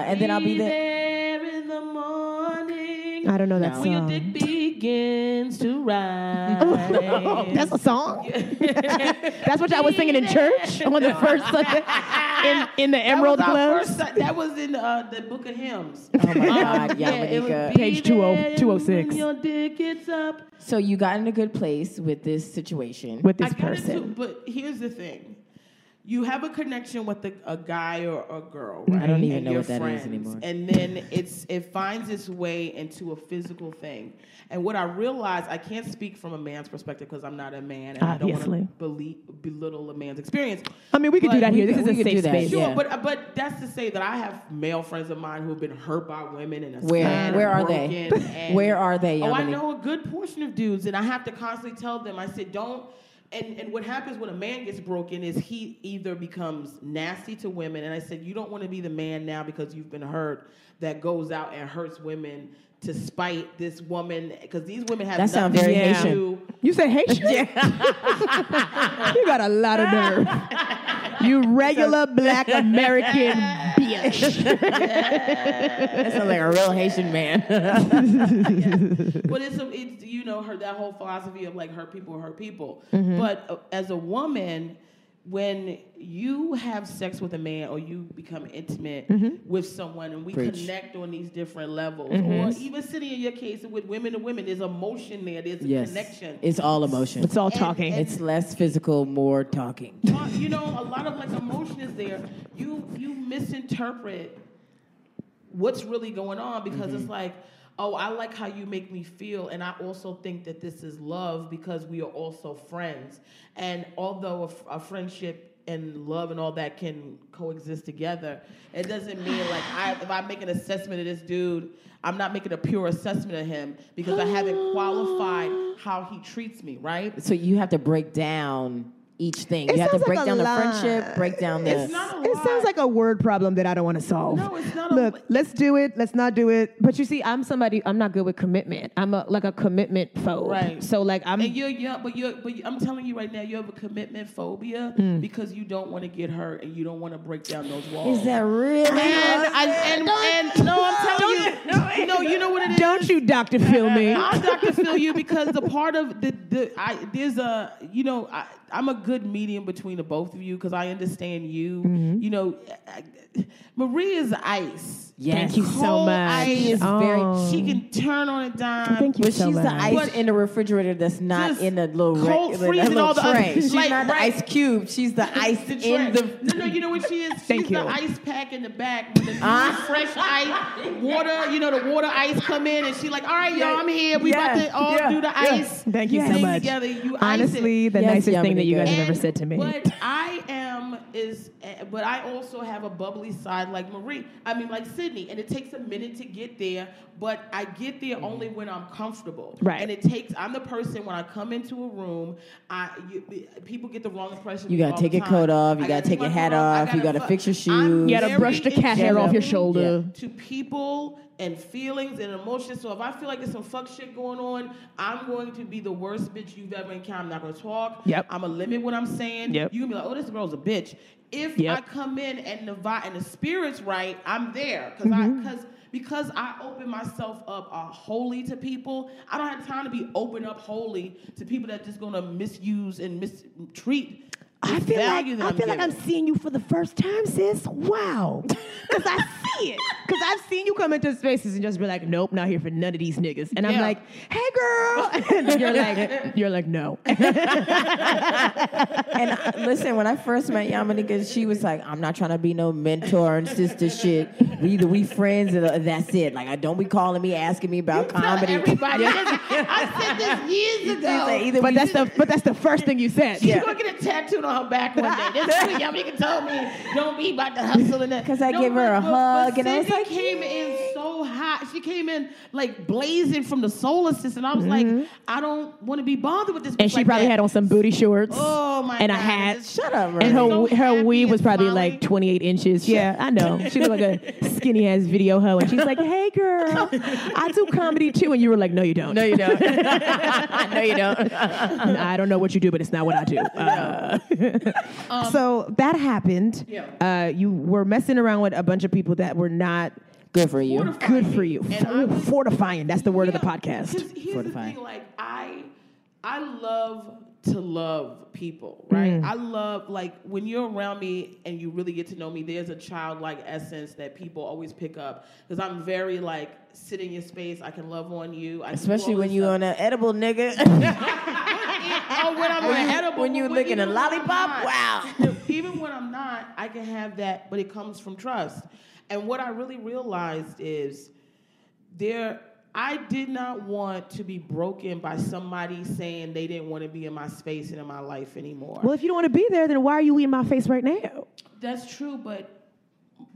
[SPEAKER 2] Ah,
[SPEAKER 1] and then I'll be there.
[SPEAKER 3] in the morning.
[SPEAKER 2] I don't know that
[SPEAKER 3] When your
[SPEAKER 2] song.
[SPEAKER 3] dick begins to
[SPEAKER 2] Oh,
[SPEAKER 3] rise.
[SPEAKER 2] That's a song. That's what y'all was singing in church on the first Sunday in, in the Emerald
[SPEAKER 3] that was our
[SPEAKER 2] Clubs.
[SPEAKER 3] first si- that was in uh, the Book of Hymns.
[SPEAKER 1] Oh my God,
[SPEAKER 3] it would
[SPEAKER 1] Yamanika.
[SPEAKER 3] be
[SPEAKER 2] Ah, Page oh, 20
[SPEAKER 3] there
[SPEAKER 2] 206.
[SPEAKER 3] When your dick gets up.
[SPEAKER 1] So you got in a good place with this situation.
[SPEAKER 2] with this
[SPEAKER 3] I got it too,
[SPEAKER 2] person.
[SPEAKER 3] but here's the thing. You have a connection with a, a guy or a girl, right?
[SPEAKER 1] Mm, don't even
[SPEAKER 3] And
[SPEAKER 1] know
[SPEAKER 3] you're
[SPEAKER 1] what that is
[SPEAKER 3] friends,
[SPEAKER 1] anymore.
[SPEAKER 3] And then it's it finds its way into a physical thing. And what I realized, I can't speak from a man's perspective because I'm not a man, and I
[SPEAKER 2] Obviously.
[SPEAKER 3] don't want to belittle a man's experience.
[SPEAKER 2] I mean, we could do
[SPEAKER 3] But
[SPEAKER 2] that
[SPEAKER 3] we
[SPEAKER 2] here.
[SPEAKER 1] could-
[SPEAKER 2] This
[SPEAKER 1] we
[SPEAKER 2] is a
[SPEAKER 1] could do
[SPEAKER 2] safe
[SPEAKER 1] that,
[SPEAKER 2] space.
[SPEAKER 3] Sure,
[SPEAKER 1] Yeah.
[SPEAKER 3] but uh, but that's to say that I have male friends of mine who have been hurt by women and
[SPEAKER 1] Where-
[SPEAKER 3] assaulted
[SPEAKER 1] where
[SPEAKER 3] and
[SPEAKER 1] are they?
[SPEAKER 3] broken and-
[SPEAKER 1] Where are they,
[SPEAKER 3] Oh, I
[SPEAKER 1] Yamini?
[SPEAKER 3] know a good portion of dudes, and I have to constantly tell them. I said, don't. And and what happens when a man gets broken is he either becomes nasty to women, and I said you don't want to be the man now because you've been hurt that goes out and hurts women to spite this woman because these women have
[SPEAKER 1] That sound
[SPEAKER 3] nothing
[SPEAKER 1] very
[SPEAKER 3] to
[SPEAKER 1] Haitian.
[SPEAKER 3] do.
[SPEAKER 2] You said Haitian? you got a lot of nerve. You regular black American bitch.
[SPEAKER 1] That sounds like a real Haitian man.
[SPEAKER 3] but it's, a, it's you know her that whole philosophy of like hurt people hurt people
[SPEAKER 1] Mm-hmm.
[SPEAKER 3] but uh, as a woman when you have sex with a man or you become intimate with someone and we
[SPEAKER 1] Mm-hmm. Preach. Mm-hmm.
[SPEAKER 3] connect on these different levels or even sitting in your case with women to women there's emotion there there's a
[SPEAKER 1] yes.
[SPEAKER 3] connection
[SPEAKER 1] It's all emotion.
[SPEAKER 2] It's all talking.
[SPEAKER 1] It's less physical, more talking.
[SPEAKER 3] Uh, you know, a lot of like emotion is there. You you misinterpret what's really going on because it's like, oh, I like how you make me feel, and I also think that this is love because we are also friends. And although a, f- a friendship and love and all that can coexist together, it doesn't mean like I, if I make an assessment of this dude, I'm not making a pure assessment of him because I haven't qualified how he treats me, right?
[SPEAKER 1] So you have to break down each thing.
[SPEAKER 2] It
[SPEAKER 1] you have to
[SPEAKER 2] sounds
[SPEAKER 1] break
[SPEAKER 2] like a
[SPEAKER 1] down the
[SPEAKER 2] lie.
[SPEAKER 1] friendship, break down the.
[SPEAKER 3] It's not a
[SPEAKER 2] It
[SPEAKER 3] lie.
[SPEAKER 2] sounds like a word problem that I don't want to solve.
[SPEAKER 3] No, it's not a-
[SPEAKER 2] Look, let's do it. Let's not do it. But you see, I'm somebody. I'm not good with commitment. I'm a, like a commitment phobe.
[SPEAKER 3] Right.
[SPEAKER 2] So like I'm.
[SPEAKER 3] And you're young, but you're but you- I'm telling you right now, you have a commitment phobia
[SPEAKER 2] Mm.
[SPEAKER 3] because you don't want to get hurt and you don't want to break down those walls.
[SPEAKER 1] Is that really?
[SPEAKER 3] and I and, and no, I'm telling you, no, you know Oh, what it is.
[SPEAKER 2] don't you, Doctor Feel me?
[SPEAKER 3] I'm not gonna feel you because the part of the, the I there's a you know I, I'm a good medium between the both of you because I understand you.
[SPEAKER 2] Mm-hmm.
[SPEAKER 3] You know, I, I- Marie is ice.
[SPEAKER 1] Yes. Thank
[SPEAKER 2] you so
[SPEAKER 3] Cold
[SPEAKER 2] much.
[SPEAKER 1] She
[SPEAKER 3] Ice.
[SPEAKER 1] is very.
[SPEAKER 2] Oh.
[SPEAKER 3] She can turn on a dime.
[SPEAKER 2] Thank you
[SPEAKER 1] But
[SPEAKER 2] so
[SPEAKER 1] she's the
[SPEAKER 2] much.
[SPEAKER 1] ice
[SPEAKER 3] But-
[SPEAKER 1] in the refrigerator that's not
[SPEAKER 3] Just
[SPEAKER 1] in the little re-
[SPEAKER 3] cold
[SPEAKER 1] in the
[SPEAKER 3] freezing
[SPEAKER 1] little
[SPEAKER 3] all the other-
[SPEAKER 1] tray. She's
[SPEAKER 3] like,
[SPEAKER 1] not the
[SPEAKER 3] right.
[SPEAKER 1] ice cube. She's the ice in
[SPEAKER 3] Trash.
[SPEAKER 1] the.
[SPEAKER 3] no, no, you know what she is? She's
[SPEAKER 2] Thank
[SPEAKER 3] the
[SPEAKER 2] you.
[SPEAKER 3] ice pack in the back with the new fresh ice, water, you know, the water ice come in and she like, all right, y'all, I'm here. We about
[SPEAKER 1] Yeah.
[SPEAKER 3] to all
[SPEAKER 1] Yeah.
[SPEAKER 3] do the
[SPEAKER 1] Yeah.
[SPEAKER 3] ice.
[SPEAKER 2] Thank you so
[SPEAKER 3] thing
[SPEAKER 2] much.
[SPEAKER 3] Together. You ice it.
[SPEAKER 2] Honestly, the
[SPEAKER 1] Yes,
[SPEAKER 2] nicest thing that you
[SPEAKER 1] Yamanika.
[SPEAKER 2] guys have ever
[SPEAKER 3] And
[SPEAKER 2] said to me.
[SPEAKER 3] What I am is, eh, but I also have a bubbly side like Marie. I mean, like Sydney, and it takes a minute to get there. But I get there
[SPEAKER 1] Mm-hmm.
[SPEAKER 3] only when I'm comfortable.
[SPEAKER 2] Right.
[SPEAKER 3] And it takes. I'm the person when I come into a room. I you, people get the wrong impression. of
[SPEAKER 1] You
[SPEAKER 3] me
[SPEAKER 1] gotta
[SPEAKER 3] all
[SPEAKER 1] take
[SPEAKER 3] the
[SPEAKER 1] your
[SPEAKER 3] time.
[SPEAKER 1] coat off, you
[SPEAKER 3] I
[SPEAKER 1] gotta take
[SPEAKER 3] my
[SPEAKER 1] your hat
[SPEAKER 3] coat I
[SPEAKER 1] off, you gotta
[SPEAKER 3] fu-
[SPEAKER 1] fix your
[SPEAKER 3] I'm
[SPEAKER 1] shoes. You
[SPEAKER 2] gotta
[SPEAKER 3] very
[SPEAKER 2] brush the cat hair off your shoulder.
[SPEAKER 3] to people and feelings and emotions. So if I feel like there's some fuck shit going on, I'm going to be the worst bitch you've ever encountered. I'm not going to talk.
[SPEAKER 2] Yep.
[SPEAKER 3] I'm gonna limit what I'm saying.
[SPEAKER 2] Yep.
[SPEAKER 3] You can be like, oh, this girl's a bitch. If
[SPEAKER 2] Yep.
[SPEAKER 3] I come in and the vibe and the spirit's right, I'm there because
[SPEAKER 2] Mm-hmm.
[SPEAKER 3] I because because I open myself up uh, wholly to people. I don't have time to be open up wholly to people that just gonna misuse and mistreat.
[SPEAKER 2] I
[SPEAKER 3] this
[SPEAKER 2] feel like
[SPEAKER 3] value
[SPEAKER 2] I
[SPEAKER 3] that I'm
[SPEAKER 2] feel like I'm
[SPEAKER 3] giving.
[SPEAKER 2] seeing you for the first time, sis. Wow, because I see it. Because I've seen you come into spaces and just be like, "Nope, not here for none of these niggas." And I'm
[SPEAKER 3] Yeah.
[SPEAKER 2] like, "Hey, girl," and you're like, "You're like, no."
[SPEAKER 1] And I- listen, when I first met Yamanika, she was like, "I'm not trying to be no mentor and sister shit. We either we friends or that's it. Like, I don't be calling me asking me about
[SPEAKER 3] Tell
[SPEAKER 1] comedy.
[SPEAKER 3] everybody. I said this years
[SPEAKER 1] She said,
[SPEAKER 3] ago.
[SPEAKER 1] either
[SPEAKER 2] But
[SPEAKER 1] we
[SPEAKER 2] that's the but that's the first thing you said.
[SPEAKER 3] She's
[SPEAKER 1] Yeah.
[SPEAKER 3] gonna get it tattooed on her back one day. This is what Yamika told me. Don't be about to hustle and that.
[SPEAKER 1] 'Cause I
[SPEAKER 3] No,
[SPEAKER 1] gave her
[SPEAKER 3] but-
[SPEAKER 1] a
[SPEAKER 3] but- but
[SPEAKER 1] hug and I was
[SPEAKER 3] Cindy
[SPEAKER 1] like,
[SPEAKER 3] came in so hot. She came in like blazing from the solar system. I was like, I don't want to be bothered with this.
[SPEAKER 2] and
[SPEAKER 3] bitch
[SPEAKER 2] she
[SPEAKER 3] like
[SPEAKER 2] probably
[SPEAKER 3] that.
[SPEAKER 2] had on some booty shorts.
[SPEAKER 3] Oh my
[SPEAKER 2] and
[SPEAKER 3] god!
[SPEAKER 2] a hat.
[SPEAKER 3] It's-
[SPEAKER 1] Shut up,
[SPEAKER 2] And her
[SPEAKER 1] Ryan.
[SPEAKER 3] so
[SPEAKER 2] her
[SPEAKER 3] happy
[SPEAKER 2] weed was
[SPEAKER 3] and
[SPEAKER 2] probably
[SPEAKER 3] smiling.
[SPEAKER 2] like 28 inches. Yeah, I know. She looked like a skinny ass video hoe, and she's like, "Hey, girl, I do comedy too." And you were like, "No, you don't.
[SPEAKER 1] No, you don't. no, you don't.
[SPEAKER 2] I don't know what you do, but it's not what I do." Uh, so that happened.
[SPEAKER 3] Um, Yeah.
[SPEAKER 2] Uh, you were messing around with a bunch of people that were not
[SPEAKER 1] Good for you.
[SPEAKER 2] good for you.
[SPEAKER 3] And I was-
[SPEAKER 2] Fortifying. That's the word of the
[SPEAKER 3] Yeah,
[SPEAKER 2] podcast.
[SPEAKER 3] 'cause Here's
[SPEAKER 1] Fortifying.
[SPEAKER 3] the thing, like I, I love to love people, right?
[SPEAKER 2] Mm.
[SPEAKER 3] I love like when you're around me and you really get to know me. There's a childlike essence that people always pick up because I'm very like sit in your space. I can love on you, I can do
[SPEAKER 1] Especially
[SPEAKER 3] all
[SPEAKER 1] when
[SPEAKER 3] this
[SPEAKER 1] you
[SPEAKER 3] stuff.
[SPEAKER 1] on an edible, nigga.
[SPEAKER 3] oh when I'm
[SPEAKER 1] When
[SPEAKER 3] an
[SPEAKER 1] you-
[SPEAKER 3] edible,
[SPEAKER 1] when
[SPEAKER 3] but
[SPEAKER 1] you licking a
[SPEAKER 3] even when I'm
[SPEAKER 1] lollipop?
[SPEAKER 3] not-
[SPEAKER 1] Wow.
[SPEAKER 3] No, even when I'm not, I can have that, but it comes from trust. And what I really realized is there I did not want to be broken by somebody saying they didn't want to be in my space and in my life anymore.
[SPEAKER 2] Well, if you don't want to be there, then why are you in my face right now?
[SPEAKER 3] That's true, but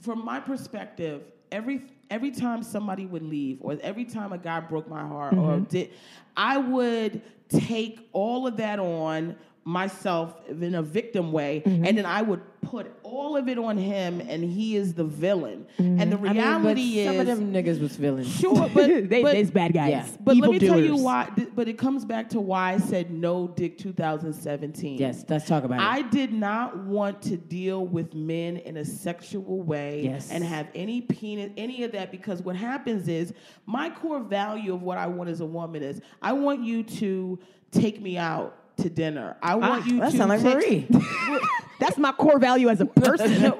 [SPEAKER 3] from my perspective, every every time somebody would leave, or every time a guy broke my heart,
[SPEAKER 1] Mm-hmm.
[SPEAKER 3] or did, I would take all of that on myself in a victim way,
[SPEAKER 1] Mm-hmm.
[SPEAKER 3] and then I would put all of it on him, and he is the villain. And the
[SPEAKER 1] Mm-hmm. I mean, but
[SPEAKER 3] reality
[SPEAKER 1] some of
[SPEAKER 3] is,
[SPEAKER 1] them niggas was feeling.
[SPEAKER 3] sure, but,
[SPEAKER 2] they,
[SPEAKER 3] but
[SPEAKER 2] they's bad guys.
[SPEAKER 1] yeah.
[SPEAKER 3] but
[SPEAKER 2] Evil
[SPEAKER 3] let me tell you
[SPEAKER 2] doers.
[SPEAKER 3] why. th- But it comes back to why I said no, Dick, 2017.
[SPEAKER 1] Yes, let's talk about it.
[SPEAKER 3] I did not want to deal with men in a sexual way
[SPEAKER 1] Yes.
[SPEAKER 3] and have any penis, any of that, because what happens is my core value of what I want as a woman is I want you to take me out to dinner. I want you
[SPEAKER 1] Ah, that
[SPEAKER 3] to
[SPEAKER 1] sound like
[SPEAKER 3] take-
[SPEAKER 1] Marie.
[SPEAKER 2] That's my core value as a person.